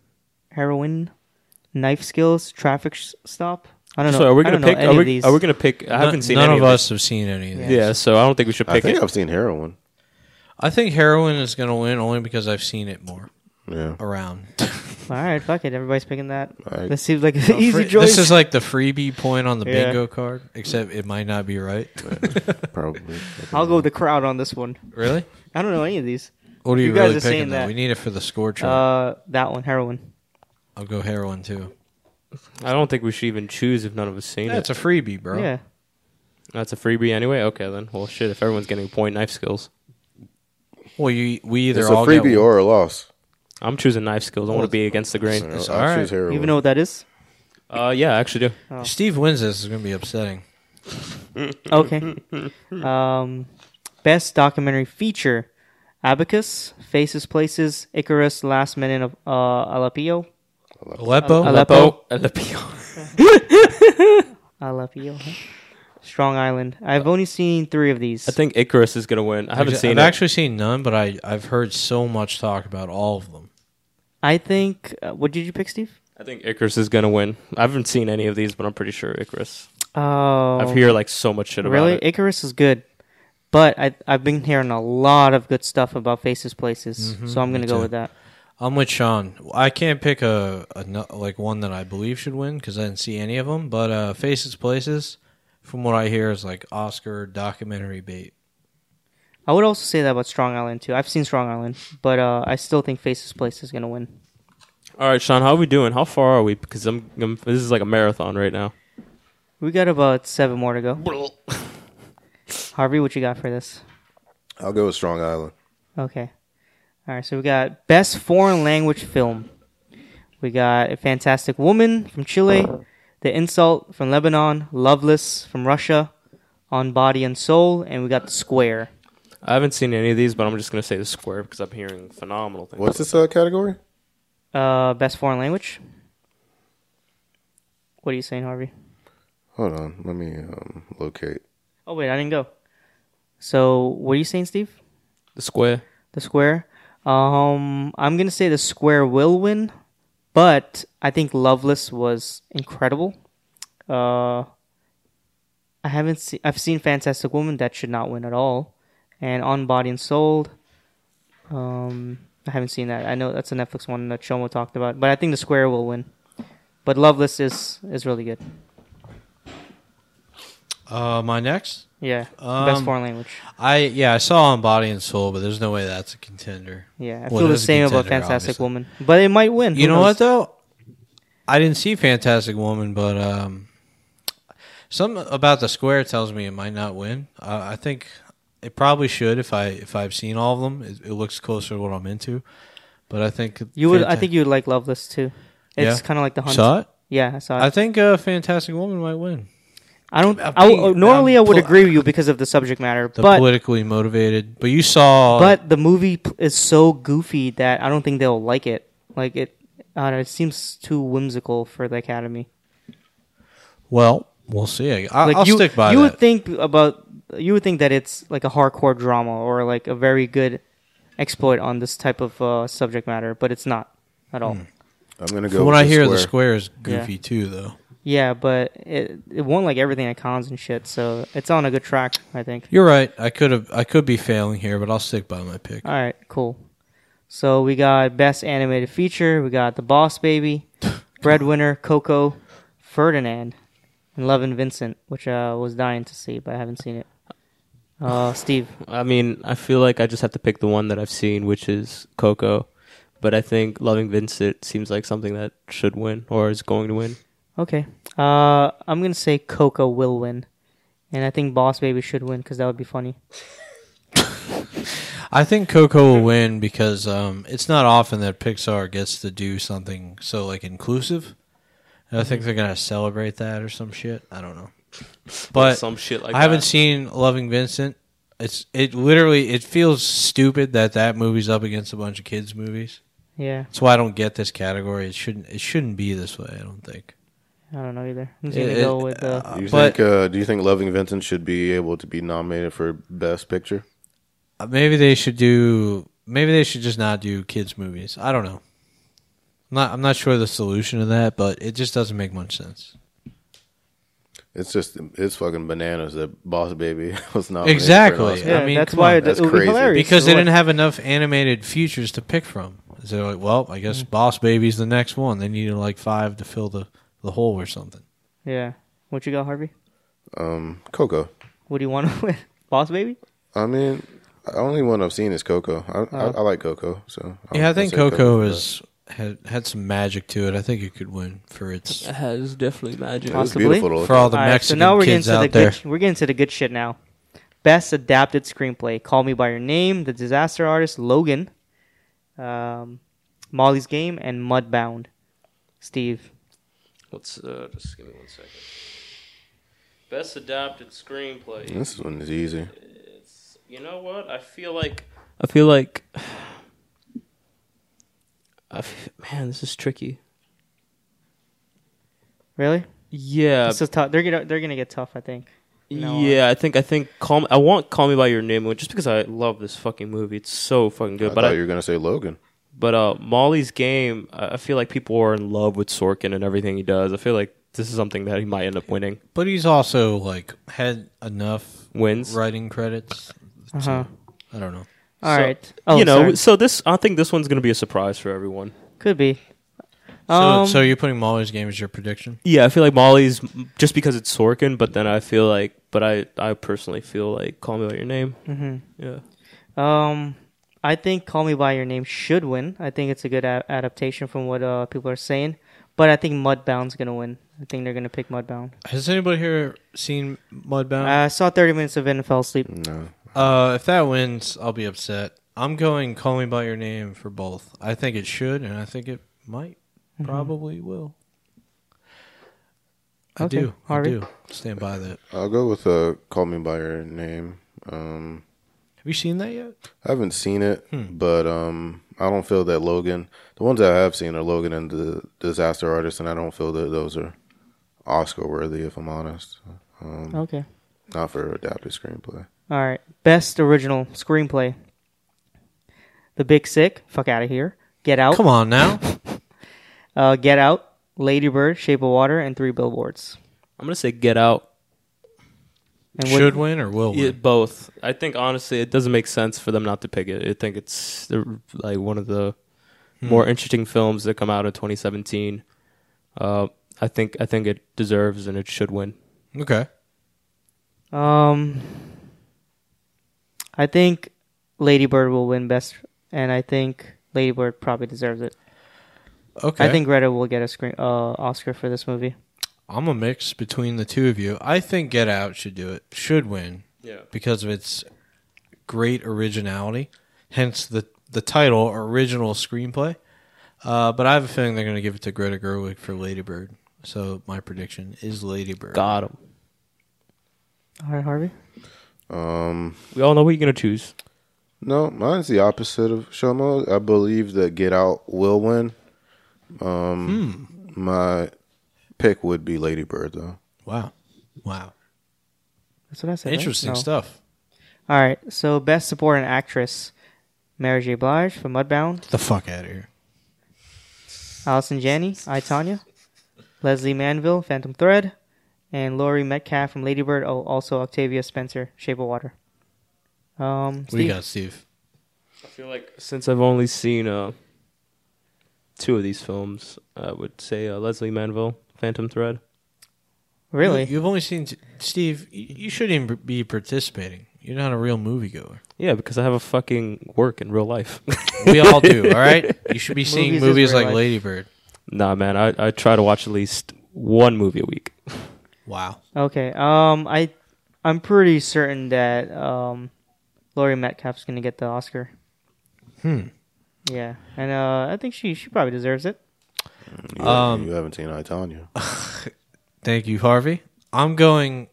S1: heroin, knife skills, traffic sh- stop. I don't know.
S4: So are we
S1: I don't
S4: going to
S1: know
S4: pick?
S1: any
S4: Are
S1: of
S4: we,
S1: these.
S4: are we going to pick? I haven't seen
S2: none
S4: any
S2: of
S4: of it.
S2: us have seen any of these.
S4: Yeah, so I don't think we should
S3: I
S4: pick
S3: think
S4: it.
S3: I've seen Heroin.
S2: I think heroin is going to win only because I've seen it more
S3: Yeah,
S4: [laughs]
S2: around.
S1: All right, fuck it. Everybody's picking that.
S3: Alright.
S1: This seems like an [laughs] easy
S2: Free-
S1: choice.
S2: This is like the freebie point on the
S1: Yeah.
S2: bingo card, except it might not be right.
S3: probably.
S1: I'll go with the crowd on this one.
S2: really?
S1: I don't know any of these.
S2: What are you,
S1: You guys
S2: really
S1: are saying
S2: picking? Though?
S1: that.
S2: We need it for the score chart.
S1: Uh, that one, heroin.
S2: I'll go heroin too.
S4: I don't think we should even choose if none of us seen
S2: That's
S4: it.
S2: a freebie,
S4: Oh,
S2: bro.
S1: Yeah.
S4: That's a freebie anyway. Okay, then. Well, shit. If everyone's getting a point, knife skills.
S2: Well, you we either
S3: It's a
S2: all get
S3: freebie
S2: one-
S3: or a loss.
S4: I'm choosing knife skills. I want to be against the grain.
S3: I'll,
S2: It's
S3: I'll
S2: all
S3: choose
S2: right.
S3: Heroin.
S1: Even know what that is?
S4: Uh, yeah, I actually do.
S1: Oh.
S2: Steve wins this is going to be upsetting.
S4: [laughs]
S1: Okay. um, best documentary feature: Abacus, Faces, Places, Icarus, Last Minute of uh, Alapio.
S2: Aleppo.
S1: Aleppo.
S4: Aleppo.
S1: Alapio. Huh? Strong Island. I've only seen three of these.
S4: I think Icarus is gonna win. I haven't
S2: I've
S4: seen it.
S2: actually seen none, but I I've heard so much talk about all of them.
S1: I think. Uh, what did you pick, Steve?
S4: I think Icarus is gonna win. I haven't seen any of these, but I'm pretty sure Icarus.
S1: Oh,
S4: I've heard like so much shit about
S1: really?
S4: it.
S1: Icarus is good, but I, I've been hearing a lot of good stuff about Faces, Places,
S4: Mm-hmm.
S1: so I'm gonna go with that.
S2: I'm with Sean. I can't pick a, a no- like one that I believe should win because I didn't see any of them. But uh, Faces Places, from what I hear, is like Oscar documentary bait.
S1: I would also say that about Strong Island too. I've seen Strong Island, but uh, I still think Faces Place is gonna win.
S4: All right, Sean, how are we doing? How far are we? Because I'm, I'm this is like a marathon right now.
S1: We got about seven more to go. Harvey, what you got for this?
S3: I'll go with Strong Island.
S1: Okay. All right, so we got best foreign language film. We got A Fantastic Woman from Chile, The Insult from Lebanon, Loveless from Russia, On Body and Soul, and we got The Square.
S4: I haven't seen any of these, but I'm just gonna say the square because I'm hearing phenomenal things.
S3: What's this uh, category?
S1: Uh, best foreign language. What are you saying, Harvey?
S3: Hold on, let me um, locate.
S1: Oh wait, I didn't go. So what are you saying, Steve?
S4: The square.
S1: The square. Um, I'm gonna say the square will win, but I think Loveless was incredible. Uh, I haven't seen. I've seen Fantastic Woman that should not win at all, and On Body and Soul. Um, I haven't seen that. I know that's a Netflix one that Chomo talked about, but I think the square will win. But Loveless is is really good.
S2: Uh, my next,
S1: Yeah, best
S2: Um,
S1: foreign language.
S2: I yeah, I saw on Body and Soul, but there's no way that's a contender.
S1: Yeah, I
S2: Well,
S1: feel
S2: it
S1: the
S2: is a
S1: same about
S2: contender,
S1: Fantastic
S2: obviously.
S1: Woman, but it might win.
S2: You know what though? I didn't see Fantastic Woman, but um, something about the square tells me it might not win. Uh, I think it probably should if I if I've seen all of them. It, it looks closer to what I'm into, but I think
S1: You would. I
S2: Fanta-
S1: think you would like Loveless too. It's
S2: Yeah.
S1: kind of like the hunt.
S2: saw it.
S1: Yeah, I saw it.
S2: I think uh, Fantastic Woman might win.
S1: I don't. I,
S2: being-
S1: w- normally, I
S2: I'm
S1: would
S2: pol-
S1: agree with you because of the subject matter,
S2: The
S1: but
S2: politically motivated, but you saw.
S1: but the movie p- is so goofy that I don't think they'll like it. Like it, I don't know, it seems too whimsical for the Academy.
S2: well, we'll see. I,
S1: Like
S2: I'll
S1: you,
S2: stick by
S1: you
S2: that.
S1: would think about you would think that it's like a hardcore drama or like a very good exploit on this type of uh, subject matter, but it's not at all.
S3: I'm gonna go.
S2: From what
S3: with
S2: I
S3: the
S2: hear,
S3: square.
S2: the square is
S1: Yeah.
S2: goofy too, though.
S1: Yeah, but it it won like everything at cons and shit, so it's on a good track, I think.
S2: You're right. I could have. I could be failing here, but I'll stick by my pick.
S1: All right, cool. So we got best animated feature. We got The Boss
S2: [laughs]
S1: Baby, Breadwinner, Coco, Ferdinand, and Love and Vincent, which I was dying to see, but I haven't seen it. Uh, Steve,
S4: I mean, I feel like I just have to pick the one that I've seen, which is Coco. But I think Loving Vincent seems like something that should win or is going to win.
S1: okay. Uh, I'm gonna say Coco will win, and I think Boss Baby should win because that would be funny.
S2: I think Coco will win because um, it's not often that Pixar gets to do something so like inclusive. And I think they're gonna celebrate that or some shit. I don't know, but
S4: Some shit like
S2: I haven't
S4: that.
S2: seen Loving Vincent. It's it literally it feels stupid that that movie's up against a bunch of kids movies.
S1: Yeah,
S2: That's why I don't get this category. It shouldn't it shouldn't be this way. I don't think.
S1: I don't know either. I'm just gonna
S2: It-
S1: go
S2: it-
S1: with. Uh,
S3: Do you
S2: But-
S3: think? Uh, do you think Loving Vincent should be able to be nominated for Best Picture?
S2: Uh, Maybe they should do. Maybe they should just not do kids movies. I don't know. I'm not I'm not sure of the solution to that, but it just doesn't make much sense.
S3: It's just it's fucking bananas that Boss Baby [laughs] was nominated. For an
S2: Exactly.
S3: Oscar.
S1: yeah,
S2: I mean,
S1: that's
S2: come
S1: why
S2: on.
S1: it,
S3: That's
S1: it would be
S3: crazy.
S1: hilarious
S2: because they
S1: Like,
S2: didn't have enough animated features to pick from. So they're like, well, I guess Boss Baby's the next one. They needed like five to fill the the hole or something.
S1: Yeah, what you got, Harvey?
S3: Um, Coco.
S1: What do you want to [laughs] win? Boss Baby?
S3: I mean, the only one I've seen is Coco. I, I, I like Coco, so I'll-
S2: Oh. yeah, I
S3: I'll
S2: think
S3: say
S2: Coco
S3: but-
S2: is had had some magic to it. I think it could win for its
S4: It has definitely magic.
S3: It was
S1: possibly.
S3: beautiful to look
S2: for all
S3: at.
S2: the
S1: All right,
S2: Mexican
S1: so now we're
S2: kids
S1: getting to the
S2: out there.
S1: good. We're getting to the good shit now. Best adapted screenplay: Call Me by Your Name, The Disaster Artist, Logan, um, Molly's Game, and Mudbound. Steve,
S4: Let's uh, just give me one second. Best adapted screenplay.
S3: This one is easy.
S4: You know what? I feel like I feel like [sighs] I f- man, this is tricky.
S1: really?
S4: Yeah,
S1: This is tough. They're gonna they're gonna get tough. I think. No, uh,
S4: yeah. I think I think call. Me, I want Call Me by Your Name just because I love this fucking movie. It's so fucking
S3: I
S4: good. but
S3: thought
S4: I,
S3: you were gonna say Logan.
S4: But uh, Molly's game, I I feel like people are in love with Sorkin and everything he does. I feel like this is something that he might end up winning.
S2: But he's also like had enough
S4: Wins.
S2: writing credits. to-
S1: Uh-huh.
S2: I don't know.
S1: All
S4: So,
S1: right. Oh,
S4: you know,
S1: sorry.
S4: so this I think this one's going to be a surprise for everyone.
S1: could be.
S2: So,
S1: Um,
S2: so you're putting Molly's game as your prediction?
S4: Yeah, I feel like Molly's just because it's Sorkin, but then I feel like, but I I personally feel like Call Me by Your Name. Mm-hmm. Yeah,
S1: Um, I think Call Me by Your Name should win. I think it's a good a- adaptation from what uh, people are saying, but I think Mudbound's gonna win. I think they're gonna pick Mudbound.
S2: Has anybody here seen Mudbound?
S1: Uh, I saw 30 minutes of it and fell asleep.
S2: Uh, if that wins, I'll be upset. I'm going Call Me by Your Name for both. I think it should, and I think it might,
S1: Mm-hmm.
S2: probably will. I
S1: Okay,
S2: do.
S1: Harvey?
S2: I do. Stand by that.
S3: I'll go with uh, Call Me by Your Name. Um,
S2: Have you seen that yet?
S3: I haven't seen it, but um, I don't feel that Logan. The ones that I have seen are Logan and the Disaster Artist, and I don't feel that those are Oscar worthy. If I'm honest, um,
S1: Okay.
S3: not for adapted screenplay.
S1: All right. Best original screenplay. The Big Sick. Fuck out of here. Get Out.
S2: Come
S1: [laughs]
S2: on now.
S1: Uh, Get Out. Lady Bird. Shape of Water. And Three Billboards.
S4: I'm going to say Get Out.
S1: And what-
S2: should win or will
S4: Yeah,
S2: win?
S4: both. I think honestly, it doesn't make sense for them not to pick it. I think it's uh, like one of the more interesting films that come out of 2017. Uh, I think I think it deserves and it should win.
S2: Okay.
S1: Um, I think Lady Bird will win best, and I think Lady Bird probably deserves it.
S2: Okay.
S1: I think Greta will get a screen uh, Oscar for this movie.
S2: I'm a mix between the two of you. I think Get Out should do it. Should win.
S4: Yeah.
S2: Because of its great originality, hence the the title original screenplay. Uh, but I have a feeling they're going to give it to Greta Gerwig for Lady Bird. So my prediction is Lady Bird.
S4: Got him.
S1: All right, Harvey.
S3: Um,
S4: we all know what you're gonna choose.
S3: No, mine's the opposite of Shomo. I believe that Get Out will win. Um, my pick would be Lady Bird though.
S2: Wow. Wow.
S1: That's what I said. right?
S2: Interesting
S1: No.
S2: stuff.
S1: All right, so best supporting actress: Mary J. Blige for Mudbound,
S2: Get the fuck out of here.
S1: Allison Janney, I Tanya, Leslie Manville, Phantom Thread, and Laurie Metcalf from Lady Bird. Oh, also Octavia Spencer, Shape of Water. Um,
S2: What do
S1: Steve?
S2: you got, Steve?
S4: I feel like since I've only seen uh, two of these films, I would say uh, Leslie Manville, Phantom Thread.
S1: really?
S2: You, have only seen t- Steve. y- You shouldn't even be participating. You're not a real moviegoer.
S4: Yeah, because I have a fucking work in real life. [laughs]
S2: We
S1: [laughs]
S2: all do. all right. You should be seeing
S1: Movies
S2: movies,
S1: is real
S2: like
S1: life.
S2: Lady Bird.
S4: nah, man, I, I try to watch at least one movie a week.
S2: Wow.
S1: Okay. Um, I I'm pretty certain that um, Laurie Metcalf's gonna get the Oscar. Hmm. Yeah, and uh, I think she she probably deserves it.
S3: You, you haven't seen I Tanya.
S2: Thank you, Harvey. I'm going.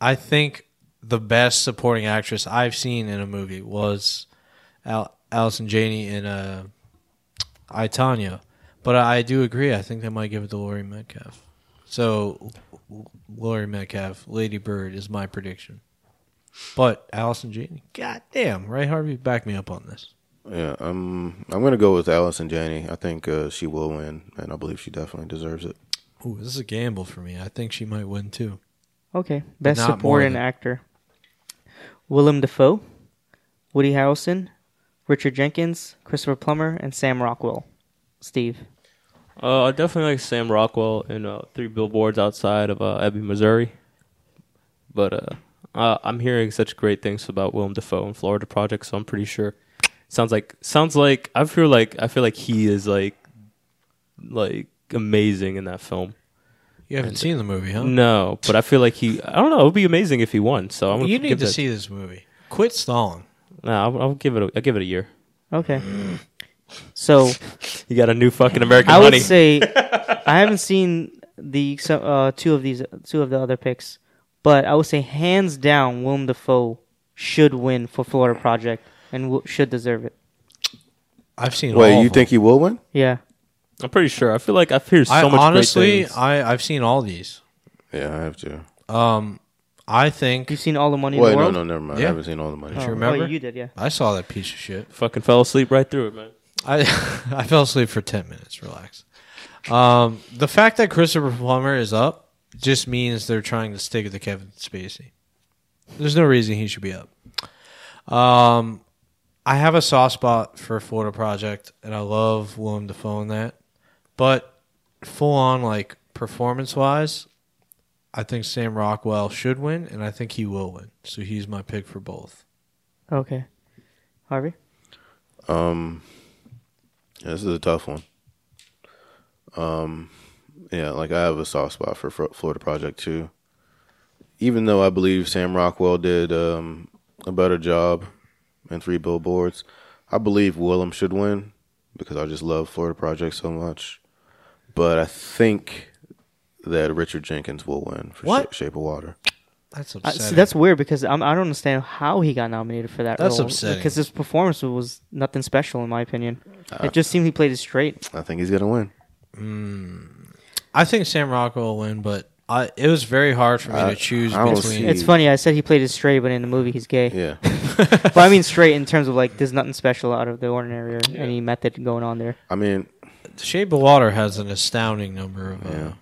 S2: I think the best supporting actress I've seen in a movie was Al- Allison Janney in uh, I Tanya, but I do agree. I think they might give it to Laurie Metcalf. So Laurie Metcalf, Lady Bird is my prediction. But Allison Janney, goddamn, right, Harvey, back me up on this.
S3: Yeah, I'm. I'm gonna go with Allison Janney. I think uh, she will win, and I believe she definitely deserves it.
S2: Ooh, this is a gamble for me. I think she might win too.
S1: Okay. Best
S2: not more
S1: supporting
S2: than-
S1: actor: Willem Dafoe, Woody Harrelson, Richard Jenkins, Christopher Plummer, and Sam Rockwell. Steve.
S4: Uh, I definitely like Sam Rockwell in uh, Three Billboards Outside of uh, Ebbing, Missouri. But uh, uh, I'm hearing such great things about Willem Dafoe and Florida Project, so I'm pretty sure. Sounds like sounds like I feel like I feel like he is like like amazing in that film.
S2: You haven't seen the movie, huh?
S4: No, but I feel like he. I don't know. It would be amazing if he won. So I'm gonna
S2: You
S4: give
S2: need to
S4: it-
S2: see this movie. Quit stalling.
S4: Nah, I'll, I'll give it. A, I'll give it a year.
S1: Okay.
S2: Mm.
S1: So
S4: You got a new fucking American
S1: I
S4: honey.
S1: would say
S2: [laughs]
S1: I haven't seen the so- uh, two of these two of the other picks, but I would say hands down, Willem Dafoe should win for Florida Project and w- should deserve it.
S2: I've seen. all
S3: Wait,
S2: of
S3: you
S2: them.
S3: think he will win?
S1: Yeah,
S4: I'm pretty sure. I feel like I hear so
S2: I
S4: much.
S2: honestly,
S4: great things.
S2: I I've seen all these.
S3: Yeah, I have to.
S2: I think
S1: you've seen all the money in
S3: Wait,
S1: the
S3: no,
S1: world.
S3: no, never mind.
S2: Yeah.
S3: I haven't seen all the money.
S1: Oh,
S2: remember?
S1: oh, you did, yeah.
S2: I saw that piece of shit.
S4: fucking fell asleep right through it, man.
S2: I [laughs] I fell asleep for ten minutes. Relax. Um, the fact that Christopher Plummer is up just means they're trying to stick it to Kevin Spacey. There's no reason he should be up. Um, I have a soft spot for Florida Project, and I love Willem Dafoe in that. But full on like performance wise, I think Sam Rockwell should win, and I think he will win. So he's my pick for both.
S1: Okay, Harvey.
S3: Um, yeah, this is a tough one. Um, yeah, like I have a soft spot for Fro- Florida Project too. Even though I believe Sam Rockwell did um, a better job in Three Billboards, I believe Willem should win because I just love Florida Project so much. But I think that Richard Jenkins will win for
S2: What?
S3: Sha- Shape of Water.
S2: That's
S1: I,
S2: upsetting.
S1: Uh, see, that's weird because I'm, I don't understand how he got nominated for that.
S2: That's
S1: role,
S2: upsetting.
S1: because his performance was nothing special in my opinion.
S4: Uh,
S1: it just seemed he played it straight.
S3: I think he's gonna win.
S2: I think Sam Rockwell will win, but I, it was very hard for me to choose
S3: Uh, I don't
S2: between.
S3: see-
S1: It's funny. I said he played it straight, but in the movie he's gay.
S3: Yeah,
S1: but I mean straight in terms of like there's nothing special out of the ordinary or any method going on there.
S3: I mean,
S2: Shape of Water has an astounding number of. Uh,
S3: Yeah.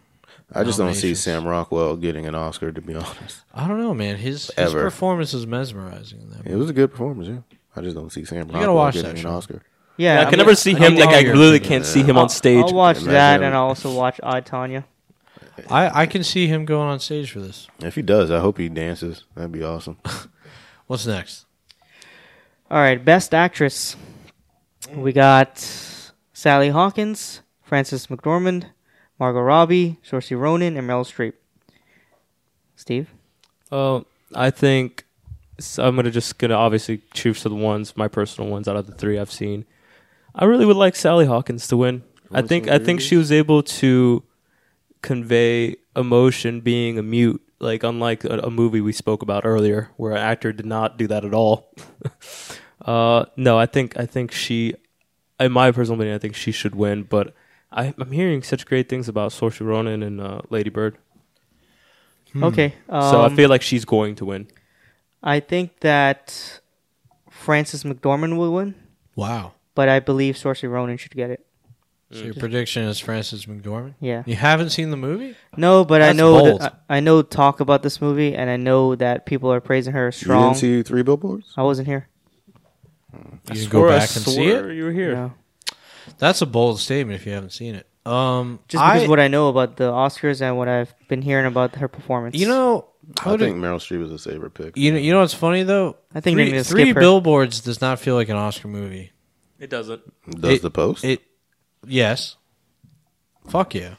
S3: I just don't see
S2: Nominations.
S3: Sam Rockwell getting an Oscar. To be [laughs] honest.
S2: I don't know, man. His his
S3: Ever.
S2: performance is mesmerizing in that.
S3: It was a good performance, yeah. I just don't see Sam
S2: gotta
S3: Rockwell
S2: watch
S3: getting
S2: that
S3: an
S2: show.
S3: Oscar.
S1: Yeah,
S4: I
S1: I'm
S4: can
S1: gonna-
S4: never see him.
S2: need
S4: Like
S2: all
S4: I
S2: your
S4: literally can't
S2: opinions.
S4: see him
S1: I'll-
S4: on stage.
S1: I'll watch
S3: Imagine
S1: that,
S3: him.
S1: and I'll also watch I Tanya.
S2: I I can see him going on stage for this.
S3: If he does, I hope he dances. That'd be
S2: [laughs]
S3: awesome.
S2: What's next?
S1: All right, best actress. We got Sally Hawkins, Frances McDormand, Margot Robbie, Saoirse Ronan, and Meryl Streep. Steve.
S4: Uh, I think so I'm gonna just gonna obviously choose for the ones my personal ones out of the three I've seen. I really would like Sally Hawkins to win. I think I think she was able to convey emotion being a mute like unlike a, a movie we spoke about earlier where an actor did not do that at all. [laughs] uh, no, I think I think she, in my personal opinion, I think she should win. But I, I'm hearing such great things about Saoirse Ronan and uh, Lady Bird.
S1: Okay,
S4: so I
S1: um,
S4: feel like she's going to win.
S1: I think that Francis McDormand will win,
S2: Wow.
S1: but I believe Saoirse Ronan should get it.
S2: So your prediction is Francis McDormand?
S1: Yeah.
S2: You haven't seen the movie?
S1: No, but I
S2: That's
S1: know
S2: bold.
S1: that, I I know talk about this movie, and I know that people are praising her
S3: You didn't
S1: strong.
S3: see Three Billboards?
S1: I wasn't here.
S2: You can
S4: Or
S2: go
S4: I
S2: back and see
S4: swear
S2: it.
S4: You were here.
S1: No.
S2: That's a bold statement if you haven't seen it. Um,
S1: Just because
S2: I-
S1: what I know about the Oscars and what I've been hearing about her performance.
S2: you know,
S3: I think Meryl Streep was a favorite pick.
S2: you know, you know what's funny though.
S1: I think they
S2: three,
S1: need to skip
S2: three
S1: her.
S2: billboards does not feel like an Oscar movie.
S4: It doesn't.
S3: Does
S2: It-
S3: the post?
S2: It, yes. Fuck you.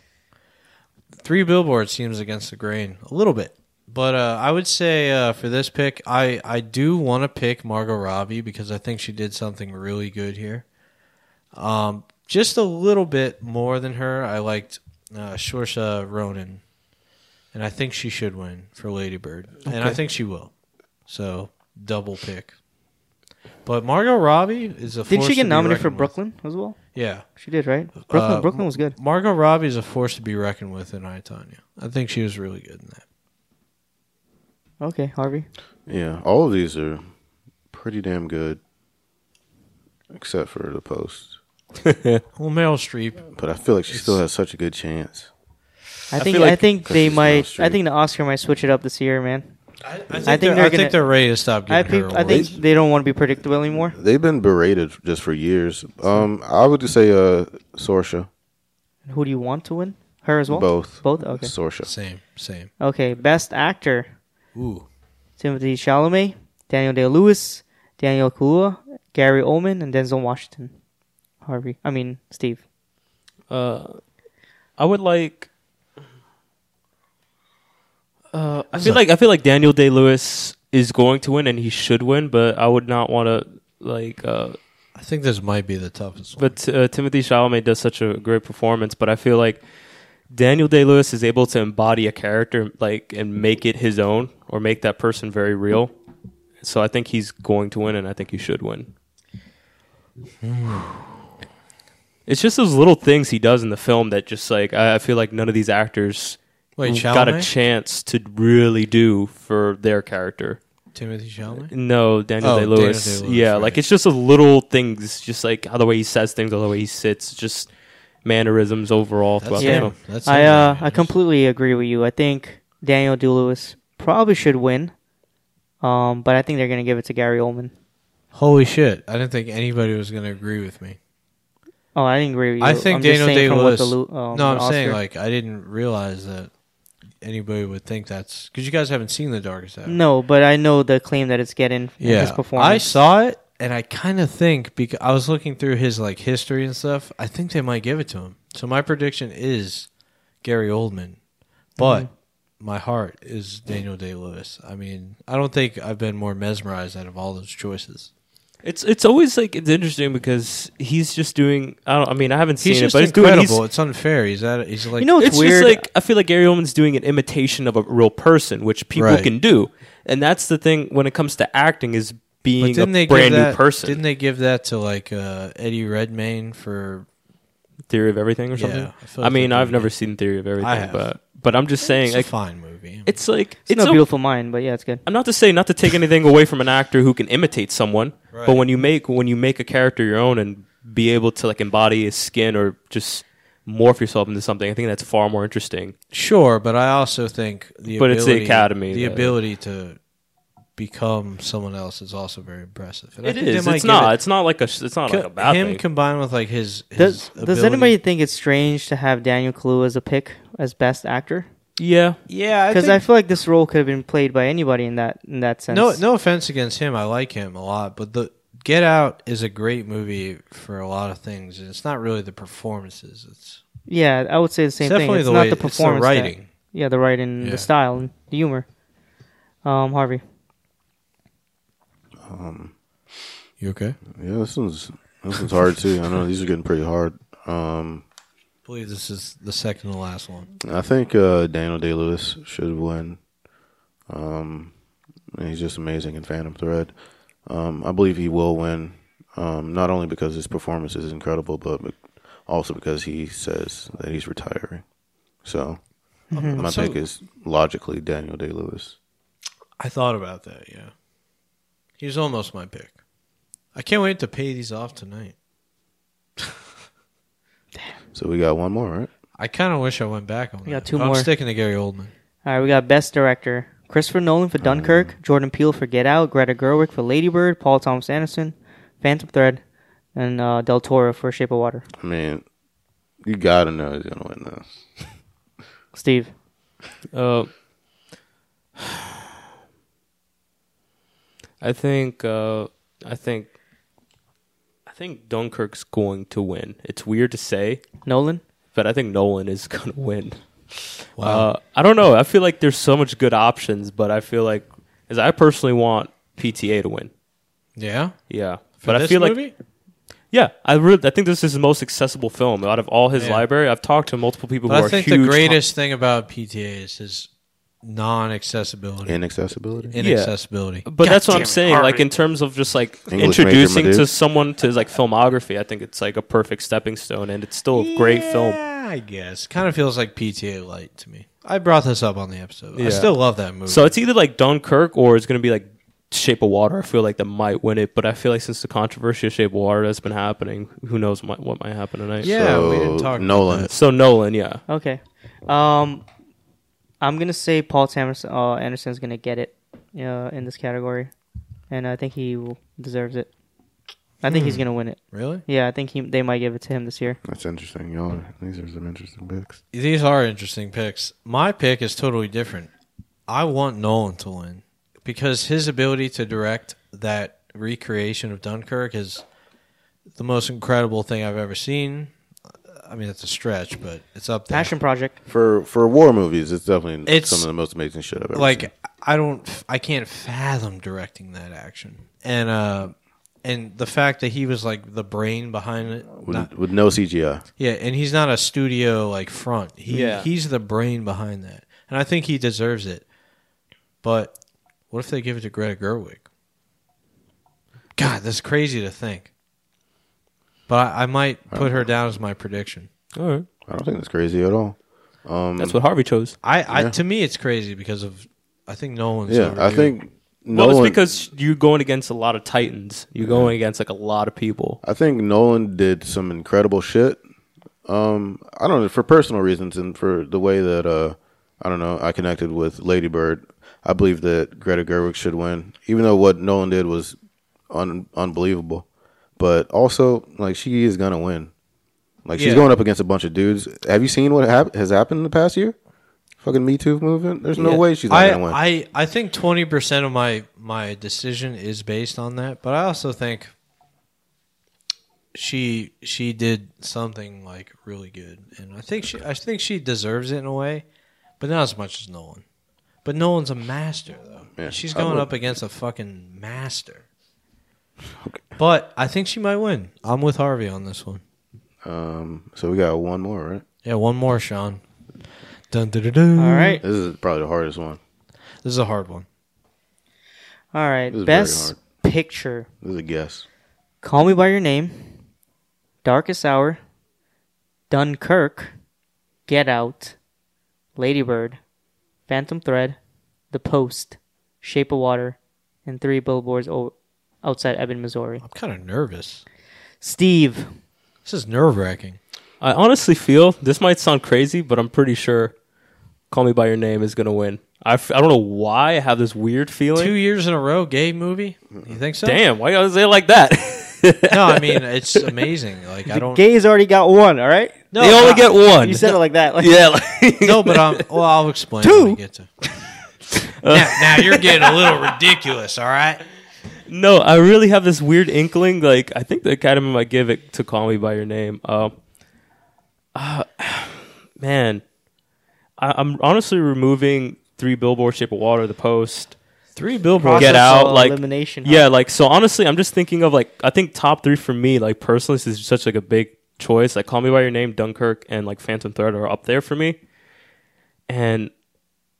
S2: Three billboards seems against the grain a little bit, but uh, I would say uh, for this pick, I I do want to pick Margot Robbie because I think she did something really good here. Um, just a little bit more than her. I liked uh, Saoirse Ronan, and I think she should win for Lady Bird, and I think she will. So double pick. But Margot Robbie is a.
S1: did
S2: force
S1: she
S2: to
S1: get
S2: be
S1: nominated for
S2: reckoned with.
S1: Brooklyn as well?
S2: Yeah.
S1: She did, right? Brooklyn.
S2: Uh,
S1: Brooklyn was good.
S2: Margot Robbie is a force to be reckoned with in I Tanya. I think she was really good in that.
S1: Okay, Harvey.
S3: yeah, all of these are pretty damn good, except for the post.
S2: Well, Meryl Streep.
S3: But I feel like she still has such a good chance.
S1: I think I,
S4: feel like-
S1: think
S3: Because
S1: they
S3: she's Meryl
S1: might. I
S3: Streep.
S1: think the Oscar might switch it up this year, man.
S2: I, think,
S1: I think
S2: they're,
S1: they're
S2: I
S1: gonna-
S2: think they're ready to stop
S1: I,
S2: giving
S1: peop-
S2: her
S1: I think
S2: awards.
S1: they don't want to be predictable anymore.
S3: They've been berated just for years. Um, I would just say uh, Sorsha.
S1: Who do you want to win? Her as well.
S3: Both.
S1: Both. Okay.
S3: Sorsha.
S2: Same, same.
S1: Okay. Best actor:
S2: Ooh,
S1: Timothy Chalamet, Daniel Day Lewis, Daniel Kaluuya, Gary Oldman, and Denzel Washington. Harvey. I mean Steve.
S4: Uh, I would like. Uh, I feel
S2: a-
S4: like I feel like Daniel Day Lewis is going to win and he should win, but I would not want to like. Uh,
S2: I think this might be the toughest one.
S4: but uh, Timothy Chalamet does such a great performance, but I feel like Daniel Day Lewis is able to embody a character like and make it his own or make that person very real. So I think he's going to win, and I think he should win. [sighs] It's just those little things he does in the film that just like I, I feel like none of these actors
S2: Wait,
S4: got a
S2: Chalamet?
S4: chance to really do for their character.
S2: Timothy Chalamet.
S4: No, Daniel
S2: Oh,
S4: Day
S2: Daniel
S4: Lewis.
S2: Day-Lewis,
S4: yeah,
S2: right.
S4: like it's just a little things, just like how the way he says things, the way he sits, just mannerisms overall throughout
S1: yeah.
S4: the film.
S2: That's
S1: I
S2: him,
S1: uh,
S2: man.
S1: I completely agree with you. I think Daniel Day Lewis probably should win. Um, but I think they're gonna give it to Gary Oldman.
S2: Holy shit! I didn't think anybody was going to agree with me.
S1: Oh, I didn't agree with you.
S2: I think
S1: I'm just
S2: Daniel
S1: saying
S2: Day
S1: from what
S2: Lewis.
S1: the Lu- um,
S2: no, I'm
S1: the
S2: saying
S1: Oscar-
S2: like I didn't realize that anybody would think that's because you guys haven't seen The Darkest Hour.
S1: No, but I know the claim that it's getting from
S2: yeah.
S1: his performance.
S2: I saw it, and I kind of think because I was looking through his like history and stuff. I think they might give it to him. So my prediction is Gary Oldman, but my heart is Daniel Day Lewis. I mean, I don't think I've been more mesmerized out of all those choices.
S4: It's it's always like it's interesting because he's just doing. I don't. I mean, I haven't seen
S2: He's
S4: it,
S2: just
S4: but it's doing.
S2: incredible.
S4: He's,
S2: it's unfair. He's at. He's like
S1: You know, it's,
S4: it's
S1: weird.
S4: just like I feel like Gary Oldman's doing an imitation of a real person, which people
S2: Right.
S4: can do, and that's the thing when it comes to acting is
S2: But
S4: being a
S2: didn't they
S4: brand
S2: give that,
S4: new person.
S2: Didn't they give that to like uh, Eddie Redmayne for?
S4: Theory of Everything or
S2: Yeah,
S4: something.
S2: I
S4: I,
S2: feel like
S4: mean,
S2: they
S4: I've
S2: did.
S4: never seen Theory of Everything,
S2: have.
S4: but but I'm just saying,
S2: It's a
S4: like,
S2: fine movie.
S4: it's like
S1: it's, no
S4: a-
S1: beautiful mind, but yeah, it's good.
S4: I'm not to say not to take anything away from an actor who can imitate someone, but
S2: Right.
S4: when you make when you make a character your own and be able to like embody his skin or just morph yourself into something, I think that's far more interesting.
S2: Sure, but I also think the
S4: But
S2: ability,
S4: it's the Academy
S2: the
S4: that-
S2: ability to become someone else is also very impressive. And I
S4: It
S2: think they
S4: is.
S2: might
S4: It's
S2: give
S4: not.
S2: it-
S4: It's not like a. sh- It's not like a bad
S2: him
S4: thing.
S2: combined with like his. his
S1: Does does
S2: ability-
S1: anybody think it's strange to have Daniel Kaluuya as a pick as best actor?
S4: yeah.
S2: Yeah,
S1: Because I, feel like this role could have been played by anybody in that in that sense.
S2: no no offense against him. I like him a lot, but the Get Out is a great movie for a lot of things, and it's not really the performances. It's,
S1: yeah, I would say the same
S2: it's
S1: thing.
S2: definitely
S1: it's
S2: the
S1: not
S2: way
S1: the
S2: it's the
S1: performance, that-
S2: writing.
S1: yeah, the writing,
S2: Yeah.
S1: the style, and the humor. Um, Harvey,
S2: You okay?
S3: Yeah, this one's this one's hard too. I know these are getting pretty hard. Um,
S2: I believe this is the second to last one.
S3: I think uh, Daniel Day Lewis should win. Um, and he's just amazing in Phantom Thread. Um, I believe he will win, um, not only because his performance is incredible, but be- also because he says that he's retiring. So my
S2: Mm-hmm. So-
S3: pick is logically Daniel Day Lewis.
S2: I thought about that. Yeah, he was almost my pick. I can't wait to pay these off tonight.
S3: So we got one more, right?
S2: I kind of wish I went back on.
S1: We
S2: that,
S1: got two
S2: but
S1: more.
S2: I'm sticking to Gary Oldman.
S1: All right, we got Best Director. Christopher Nolan for
S2: Uh.
S1: Dunkirk, Jordan Peele for Get Out, Greta Gerwig for Lady Bird, Paul Thomas Anderson, Phantom Thread, and uh, Del Toro for Shape of Water.
S3: I mean, you gotta know he's gonna win this.
S1: Steve,
S4: Uh, [sighs] I think. Uh, I think. I think Dunkirk's going to win. It's weird to say,
S1: Nolan?
S4: but I think Nolan is going to win. Wow. Uh, I don't know. I feel like there's so much good options, but I feel like, as I personally want PTA to win.
S2: Yeah,
S4: Yeah,
S2: For
S4: but I
S2: this
S4: feel
S2: movie?
S4: like. Yeah, I really I think this is his most accessible film out of all his
S2: Yeah.
S4: library. I've talked to multiple people
S2: but
S4: who
S2: I
S4: are
S2: think
S4: huge
S2: the
S4: Tom-
S2: greatest thing about PTA is his non-accessibility,
S3: Inaccessibility.
S2: inaccessibility.
S4: But that's what I'm saying. Like in terms of just like
S3: English major, my
S4: introducing to
S3: dude.
S4: someone to like filmography, I think it's like a perfect stepping stone, and it's still a great film.
S2: Yeah, I guess. Kind of feels like PTA light to me. I brought this up on the episode. I
S4: Yeah.
S2: still love that movie.
S4: So it's either like Dunkirk or it's gonna be like Shape of Water. I feel like that might win it, but I feel like since the controversy of Shape of Water that's been happening, who knows what, what might happen tonight?
S2: yeah, we didn't
S3: So,
S2: talk. about
S3: Oh, Nolan.
S4: So Nolan, yeah,
S1: Okay. Um, I'm gonna say Paul Thomas uh, Anderson's gonna get it uh, in this category, and I think he w- deserves it. I think
S3: Hmm.
S1: he's gonna win it.
S2: that. Really?
S1: Yeah, I think he, they might give it to him this year.
S3: That's interesting, y'all. These are some interesting picks.
S2: These are interesting picks. My pick is totally different. I want Nolan to win because his ability to direct that recreation of Dunkirk is the most incredible thing I've ever seen. I mean, it's a stretch, but it's up there.
S1: Passion Project.
S3: For for war movies, it's definitely
S2: It's-
S3: some of the most amazing shit I've ever seen.
S2: like I don't I can't fathom directing that action. And uh and the fact that he was like the brain behind it.
S3: With,
S2: not-
S3: with no CGI.
S2: yeah, and he's not a studio like front. He
S4: Yeah.
S2: he's the brain behind that. And I think he deserves it. But what if they give it to Greta Gerwig? God, that's crazy to think. But I, I might put her down as my prediction.
S4: all right.
S3: I don't think that's crazy at all.
S4: That's what Harvey chose.
S2: I, I to me it's crazy because of I think Nolan's
S3: Yeah, I
S2: overdue.
S3: think
S4: Well,
S3: Nolan.
S4: it's because you're going against a lot of titans. You're going against like a lot of people.
S3: I think Nolan did some incredible shit. Um, I don't know for personal reasons and for the way that uh, I don't know I connected with Lady Bird. I believe that Greta Gerwig should win, even though what Nolan did was un- unbelievable. But also, like she is gonna win. Like she's
S2: Yeah.
S3: going up against a bunch of dudes. Have you seen what hap- has happened in the past year? Fucking Me Too movement. There's no way she's not
S2: I,
S3: gonna win.
S2: I, I think twenty percent of my my decision is based on that, but I also think she she did something like really good, and I think she I think she deserves it in a way, but not as much as Nolan. But Nolan's a master though.
S3: Yeah,
S2: She's
S3: I
S2: going
S3: would-
S2: up against a fucking master. But I think she might win. I'm with Harvey on this one.
S3: um, so we got one more, right?
S2: Yeah, one more, Sean. Dun, dun, dun, dun.
S1: All right.
S3: This is probably the hardest one.
S2: This is a hard one.
S1: All
S3: This
S1: right.
S3: is very
S1: Best
S3: hard.
S1: Picture.
S3: This is a guess.
S1: Call Me by Your Name. Darkest Hour. Dunkirk. Get Out. Ladybird. Phantom Thread. The Post. Shape of Water. And three billboards o- outside Ebbing, Missouri.
S2: I'm kind of nervous.
S1: Steve.
S2: This is nerve wracking.
S4: I honestly feel this might sound crazy, but I'm pretty sure "Call Me by Your Name" is gonna win. I, f- I don't know why I have this weird feeling.
S2: Two years in a row, gay movie. You think so?
S4: Damn, why you gotta say it like that?
S2: No, I mean it's amazing. Like I don't.
S1: Gays already got one, all right?
S4: [laughs]
S2: No,
S4: they only
S2: I-
S4: get one.
S1: You said it like [laughs] that. Like,
S4: [laughs] yeah, like, [laughs]
S2: No, but um. Well, I'll explain. Two. When we get to. now, now you're getting a little ridiculous. All right.
S4: no. I really have this weird inkling. Like, I think the Academy might give it to "Call Me by Your Name." Uh, uh, [sighs] man, I, I'm honestly removing three billboard shape of water, the post.
S2: Three billboards.
S4: get
S1: Process
S4: out
S1: of
S4: like
S1: elimination, huh?
S4: yeah like so honestly i'm just thinking of like i think top three for me like personally this is such like a big choice like call me by your name dunkirk and like phantom thread are up there for me and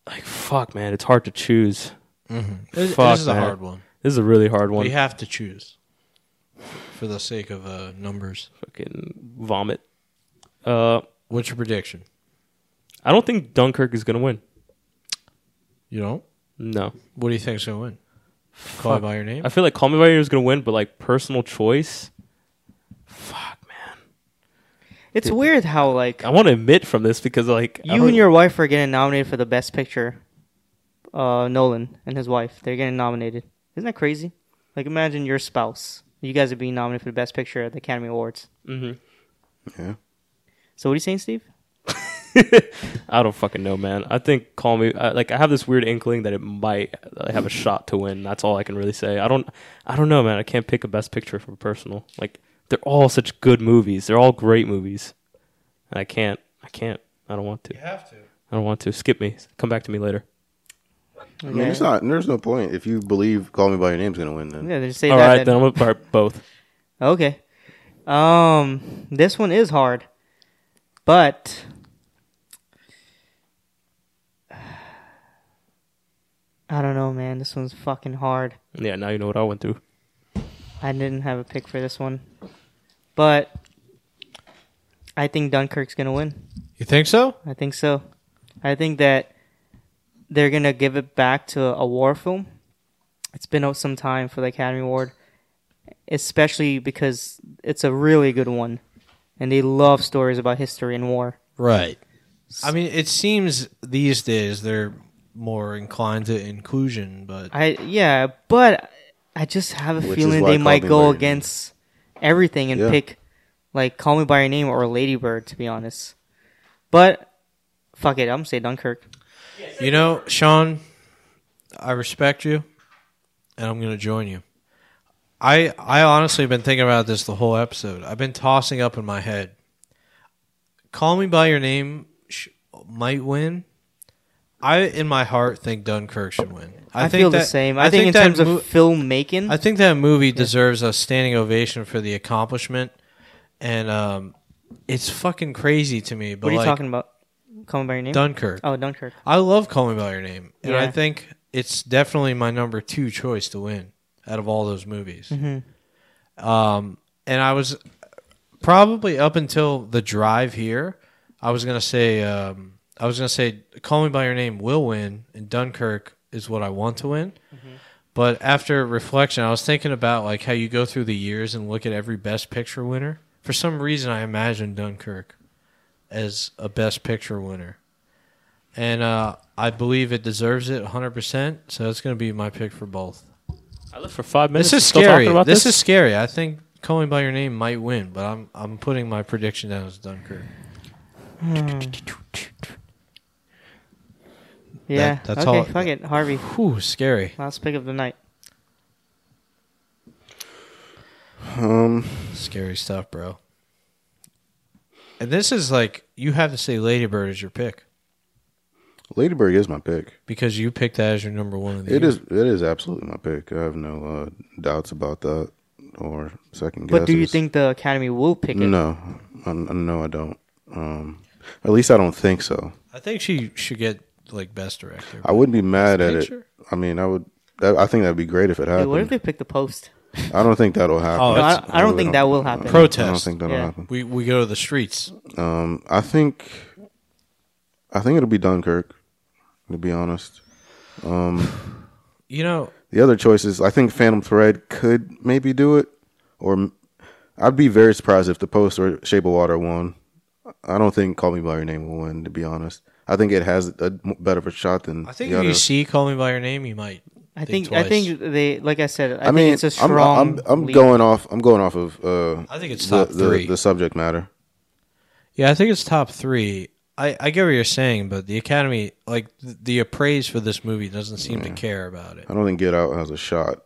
S9: like fuck, man, it's hard to choose.
S2: Mhm. This-
S9: Fuck,
S2: this is a
S9: man.
S2: hard one.
S9: This is a really hard one.
S2: We have to choose for the sake of uh, numbers.
S9: Fucking vomit. Uh,
S2: what's your prediction?
S9: I don't think Dunkirk is gonna win.
S2: You don't?
S9: No.
S2: What do you think's gonna win? Call Me
S9: Fuck.
S2: by your name.
S9: I feel like Call Me by Your Name is gonna win, but like personal choice.
S1: It's weird how like
S9: I want to admit from this because like I
S1: you
S9: don't-
S1: and your wife are getting nominated for the best picture. Uh, Nolan and his wife, they're getting nominated. Isn't that crazy? Like imagine your spouse. You guys are being nominated for the best picture at the Academy Awards.
S9: Mhm.
S3: Yeah.
S1: So what are you saying, Steve?
S9: I don't fucking know, man. I think Call Me I, like I have this weird inkling that it might uh, have a shot to win. That's all I can really say. I don't I don't know, man. I can't pick a best picture for personal. Like they're all such good movies. They're all great movies. And I can't I can't. I don't want to. You
S2: have to.
S9: I don't want to. Skip me. Come back to me later.
S3: I mean, it's not. There's no point if you believe "Call Me by Your Name's" gonna win. Then
S1: Yeah, they just say
S9: all
S1: that.
S9: right,
S1: then.
S9: then I'm gonna part both.
S1: Okay. Um, this one is hard, but [sighs] I don't know, man. This one's fucking hard.
S9: Yeah, now you know what I went through.
S1: I didn't have a pick for this one, but I think Dunkirk's gonna win.
S2: You think so?
S1: I think so. I think that they're gonna give it back to a war film. It's been out some time for the Academy Award, especially because it's a really good one, and they love stories about history and war.
S2: Right. I mean, it seems these days they're more inclined to inclusion, but
S1: I yeah, but I just have a
S2: Which is
S1: feeling
S2: why
S1: they
S2: Call
S1: might
S2: Me By Your
S1: go
S2: Name.
S1: against everything and
S2: Yeah.
S1: pick like Call Me by Your Name or Ladybird, to be honest. But fuck it, I'm gonna say Dunkirk.
S2: you know, Sean, I respect you, and I'm going to join you. I I honestly have been thinking about this the whole episode. I've been tossing up in my head. Call Me by Your Name sh- might win. I in my heart think Dunkirk should win.
S1: I, feel the same. I, think, in
S2: that
S1: terms
S2: mo-
S1: of filmmaking,
S2: I think that movie deserves a standing ovation for the accomplishment, and um, it's fucking crazy to me. But
S1: what are you
S2: like,
S1: talking about? Call Me by Your Name.
S2: Dunkirk.
S1: Oh, Dunkirk.
S2: I love Call Me by Your Name, and I
S1: Yeah.
S2: think it's definitely my number two choice to win out of all those movies.
S1: Mhm.
S2: Um, and I was probably up until the drive here. I was gonna say, um, I was gonna say, Call Me by Your Name will win, and Dunkirk is what I want to win. But after reflection, I was thinking about like how you go through the years and look at every Best Picture winner. For some reason, I imagined Dunkirk as a Best Picture winner, and uh, I believe it deserves it 100. percent So it's going to be my pick for both.
S9: I lived for five minutes.
S2: This is
S9: still talking
S2: scary.
S9: about
S2: This, is scary. I think Calling by Your Name might win, but I'm I'm putting my prediction down as Dunkirk.
S1: Yeah.
S2: That- that's
S1: okay.
S2: all-
S1: Fuck it, Harvey.
S2: Whew, scary.
S1: Last pick of the night.
S3: Um,
S2: Scary stuff, bro. And this is like you have to say Ladybird is your pick
S3: Ladybird is my pick.
S2: because you picked that as your number one. Of the
S3: It
S2: year.
S3: is. It is absolutely my pick. I have no uh, doubts about that or second guesses.
S1: But do you think the Academy will pick it?
S3: No, I, I- no, I don't. Um, at least I don't think so.
S2: I think she should get like best director.
S3: I wouldn't be mad at
S2: Picture?
S3: it. I mean, I would. That, I think that'd be great if it
S1: Dude,
S3: happened.
S1: what if they pick the post?
S3: I don't think that'll happen.
S2: Oh, No, that's-
S1: I- I don't
S3: really
S1: think that will happen.
S2: Protest.
S3: I don't think that'll
S1: Yeah.
S3: happen.
S2: We we go to the streets.
S3: Um, I think, I think it'll be Dunkirk. To be honest, um,
S2: You know,
S3: the other choices, I think Phantom Thread could maybe do it, or m- I'd be very surprised if The Post or Shape of Water won. I don't think Call Me by Your Name will win. To be honest, I think it has a m- better of a shot than
S2: I think
S3: the
S2: if you
S3: other.
S2: see Call Me by Your Name, you might.
S1: I think
S2: twice.
S1: I think they like I said. I,
S3: I, mean,
S1: think it's a
S3: I'm-
S1: strong.
S3: I'm, I'm,
S1: lead.
S3: going off. I'm going off of. Uh,
S2: I think it's
S3: the-
S2: top
S3: the-
S2: three.
S3: The subject matter.
S2: Yeah, I think it's top three. I, I get what you're saying, but the Academy, like th- the appraise for this movie, doesn't seem to care about it.
S3: I don't think Get Out has a shot.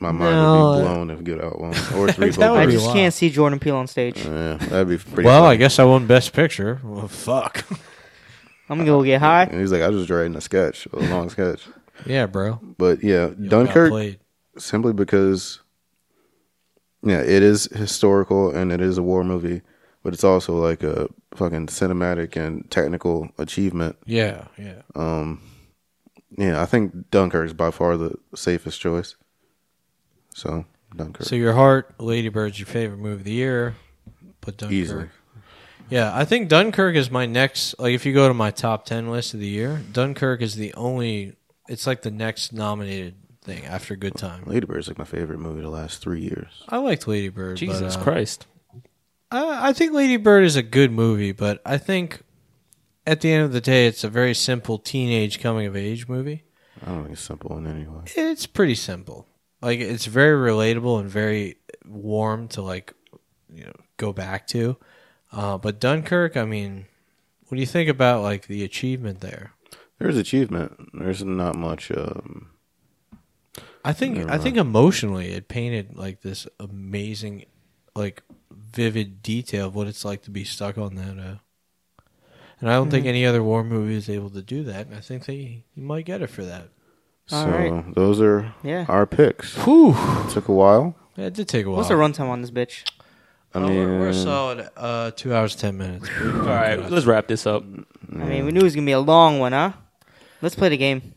S3: My mind
S2: No,
S3: would
S2: uh,
S3: be blown if Get Out won
S2: [laughs]
S3: or three.
S2: That would
S1: I
S2: be
S1: just
S2: wild.
S1: can't see Jordan Peele on stage.
S3: Yeah, that'd be pretty.
S2: well, I
S3: funny.
S2: guess I won Best Picture. Well, fuck. [laughs]
S1: I'm gonna go get high.
S3: And he's like, I was just writing a sketch, a long sketch.
S2: yeah, bro.
S3: But yeah,
S2: got
S3: Dunkirk,
S2: played.
S3: simply because, yeah, it is historical and it is a war movie, but it's also like a fucking cinematic and technical achievement.
S2: Yeah, yeah.
S3: Um, yeah, I think Dunkirk's by far the safest choice. So Dunkirk.
S2: So your heart, Lady Bird's your favorite movie of the year, but Dunkirk.
S3: Easily.
S2: Yeah, I think Dunkirk is my next. Like, if you go to my top ten list of the year, Dunkirk is the only. It's like the next nominated thing after Good Time.
S3: Lady Bird's like my favorite movie the last three years.
S2: I liked Lady Bird.
S9: Jesus
S2: but, uh,
S9: Christ.
S2: I, I think Lady Bird is a good movie, but I think at the end of the day, it's a very simple teenage coming of age movie.
S3: I don't think it's simple in any way.
S2: It's pretty simple. Like it's very relatable and very warm to like you know go back to. Uh, but Dunkirk, I mean, what do you think about like the achievement there?
S3: There's achievement. There's not much. Um,
S2: I think I think emotionally it painted like this amazing, like vivid detail of what it's like to be stuck on that. Uh, and I don't think any other war movie is able to do that. And I think they you might get it for that.
S3: so
S1: All right.
S3: those are
S1: Yeah.
S3: our picks.
S2: Whew.
S3: It took a while.
S2: Yeah, it did take a while.
S1: What's the runtime on this bitch?
S3: I
S2: Oh,
S3: mean,
S2: we're, we're a solid uh, two hours ten minutes.
S9: All right, let's wrap this up.
S1: I mean, we knew it was gonna be a long one, huh? Let's play the game.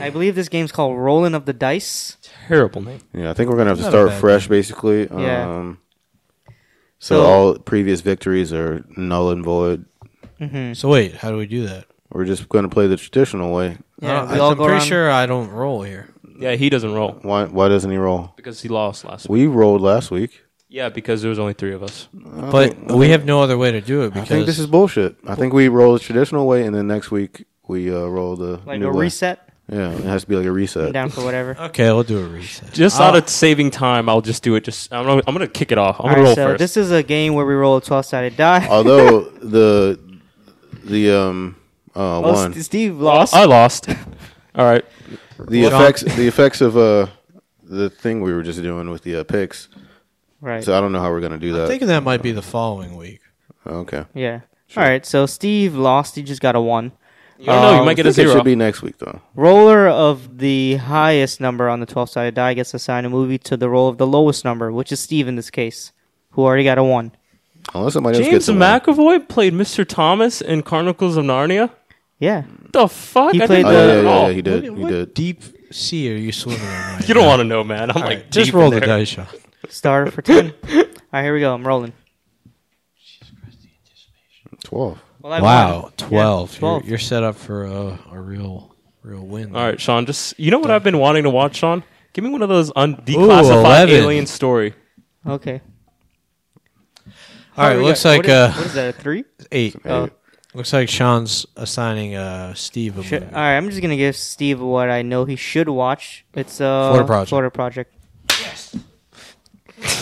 S1: I believe this game's called Rolling of the Dice.
S9: Terrible name.
S3: yeah, I think we're gonna have to
S2: Not a
S3: start
S2: bad
S3: fresh, basically.
S1: Yeah.
S3: Um, so,
S1: So-
S3: all previous victories are null and void.
S2: [clears throat] So wait, how do we do that?
S3: We're just gonna play the traditional way.
S1: Yeah,
S2: I
S1: we all
S2: am
S1: go
S2: pretty
S1: around-
S2: sure I don't roll here.
S9: Yeah, he doesn't roll
S3: Why? Why doesn't he roll?
S9: because he lost last week.
S3: We rolled last week.
S9: Yeah, because there was only three of us.
S2: But we have no other way to do it
S3: I
S2: because
S3: think this is bullshit. I think we roll the traditional way, and then next week we uh, roll the
S1: Like
S3: new
S1: a
S3: way.
S1: reset.
S3: Yeah, it has to be like a reset.
S1: I'm down for whatever.
S2: okay. We'll do a reset.
S9: Just out of saving time, I'll just do it. Just I'm gonna, I'm gonna kick it off. I'm
S1: All
S9: gonna
S1: right,
S9: roll
S1: so
S9: first.
S1: this is a game where we roll a 12-sided die.
S3: Uh, Although the the um uh,
S1: [laughs] Oh,
S3: one Uh,
S1: S- Steve lost.
S9: I lost. All right.
S3: the
S2: Sean-
S3: effects the effects of uh the thing we were just doing with the uh, picks.
S1: right.
S3: So I don't know how we're gonna do
S2: I'm
S3: that.
S2: thinking that might be the following week.
S3: okay.
S1: yeah. All right, so Steve lost. He just got a one.
S9: You don't know. You
S1: Um,
S9: might get a
S3: I think It
S9: zero.
S3: should be next week though.
S1: Roller of the highest number on the 12 sided die gets assigned a movie to the roll of the lowest number, which is Steve in this case, who already got a 1.
S3: Unless somebody else
S9: James
S3: gets the one.
S9: McAvoy played Mr. Thomas in Chronicles of Narnia.
S1: Yeah.
S9: The fuck?
S1: He
S9: I
S1: played
S9: didn't
S3: Oh,
S1: the-
S9: know that
S3: yeah, yeah,
S9: at
S3: yeah,
S9: all.
S3: he did.
S2: What-
S3: he
S2: what
S3: did.
S2: Deep sea are you swimming in?
S4: [laughs]
S2: Right
S9: You don't
S2: now?
S9: want to know, man. I'm
S2: All
S9: like,
S2: right, just
S9: deep in
S2: roll the
S9: there.
S2: dice, Sean.
S1: Starter for 10. All right, here we go. I'm rolling.
S3: Twelve.
S1: Well, I have one.
S2: Wow, 12.
S1: Yeah,
S2: You're-
S1: 12.
S2: You're, set up for a, a real real win.
S9: All right, Sean. Just you know what I've been wanting to watch, Sean. Give me one of those un- declassified
S2: 11.
S9: alien story.
S1: Okay.
S2: All right,
S1: What do we
S2: looks
S1: got?
S2: like
S1: What is-
S2: uh,
S1: What is that, a 3?
S2: eight.
S1: Oh.
S2: Looks like Sean's assigning uh, Steve a
S1: Sure. All
S2: movie.
S1: right, I'm just going to give Steve what I know he should watch. It's uh,
S2: Florida Project.
S1: Florida Project.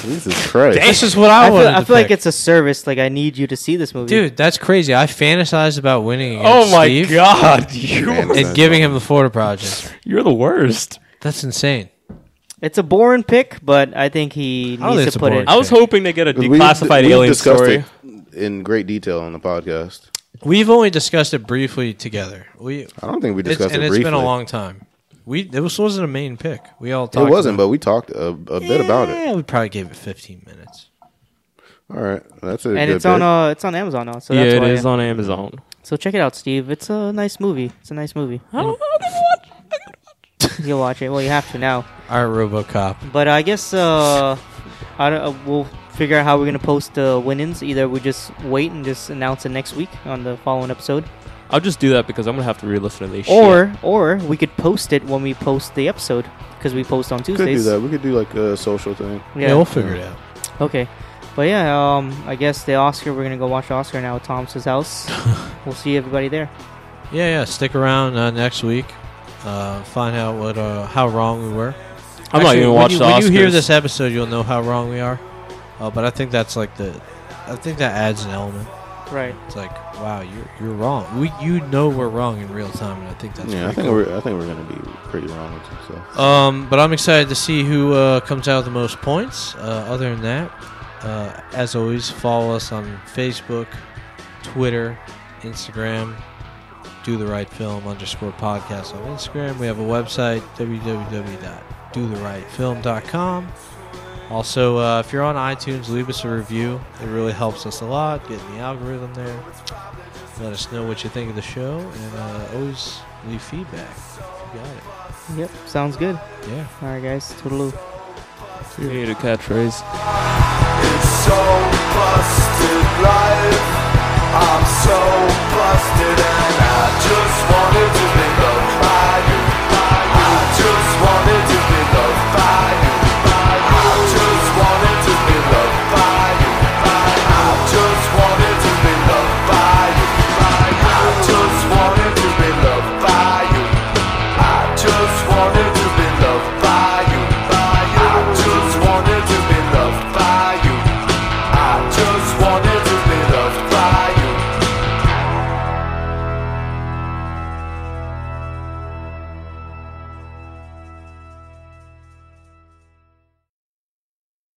S3: Jesus Christ.
S2: This is what I,
S1: I feel,
S2: wanted
S1: I
S2: to
S1: feel like
S2: pick.
S1: it's a service. Like, I need you to see this movie.
S2: dude. That's crazy. I fantasized about winning. Against
S9: Oh my
S2: Steve
S9: god, [laughs] you
S2: And giving him the Florida Project.
S9: you're the worst.
S2: That's insane.
S1: It's a boring pick, but I think he
S2: don't think
S1: needs
S2: it's
S1: to
S2: a
S1: put
S2: boring
S1: it.
S9: I was hoping to get a
S3: We've-
S9: declassified
S3: we've
S9: alien
S3: discussed
S9: story.
S3: it in great detail on the podcast.
S2: We've only discussed it briefly together. We
S3: I don't think we
S2: it's,
S3: discussed
S2: and
S3: it
S2: it's
S3: briefly.
S2: been a long time. We this wasn't a main pick. We all
S3: it
S2: talked.
S3: wasn't,
S2: about
S3: but we talked a, a bit about it.
S2: Yeah, we probably gave it 15 minutes.
S3: All right, that's a good
S1: And it's
S3: bit.
S1: on uh, it's on Amazon now, so
S9: yeah,
S1: that's
S9: it
S1: why. uh,
S9: is on Amazon.
S1: So check it out, Steve. It's a nice movie. It's a nice movie. [laughs] You'll watch it. Well, you have to now.
S2: All right, RoboCop.
S1: But I guess uh, I don't, uh, we'll figure out how we're gonna post the win-ins. Either we just wait and just announce it next week on the following episode,
S9: I'll just do that because I'm gonna have to re-listen to these. shit.
S1: or or we could post it when we post the episode because we post on
S3: We could do
S1: Tuesdays.
S3: that. We could do like a social thing.
S2: Yeah, we'll figure it out.
S1: Okay. But yeah, um, I guess the Oscar. We're gonna go watch the Oscar now at Thomas's house.
S3: [laughs]
S1: we'll see everybody there.
S2: Yeah, yeah. Stick around uh, next week. Uh, find out what uh, how wrong we were.
S9: I'm not even
S2: Actually,
S9: gonna
S2: when
S9: watch
S2: you,
S9: the
S2: When you hear
S9: Oscars.
S2: this episode, you'll know how wrong we are. Uh, but I think that's like the, I think that adds an element.
S1: Right.
S2: It's like, wow, you're you're wrong. We you know we're wrong in real time, and I think that's
S3: yeah, I think
S2: pretty cool.
S3: we're I think we're gonna be pretty wrong with it. So
S2: Um, but I'm excited to see who uh, comes out with the most points. Uh, other than that, uh, as always, follow us on Facebook, Twitter, Instagram. Do the right film underscore podcast on Instagram. We have a website www.dotherightfilm.com. Also, uh, if you're on iTunes, leave us a review. It really helps us a lot, getting the algorithm there. Let us know what you think of the show, and uh, always leave feedback. You got it.
S1: Yep, sounds good.
S2: Yeah.
S1: All right, guys. Toodaloo.
S9: You need a catchphrase.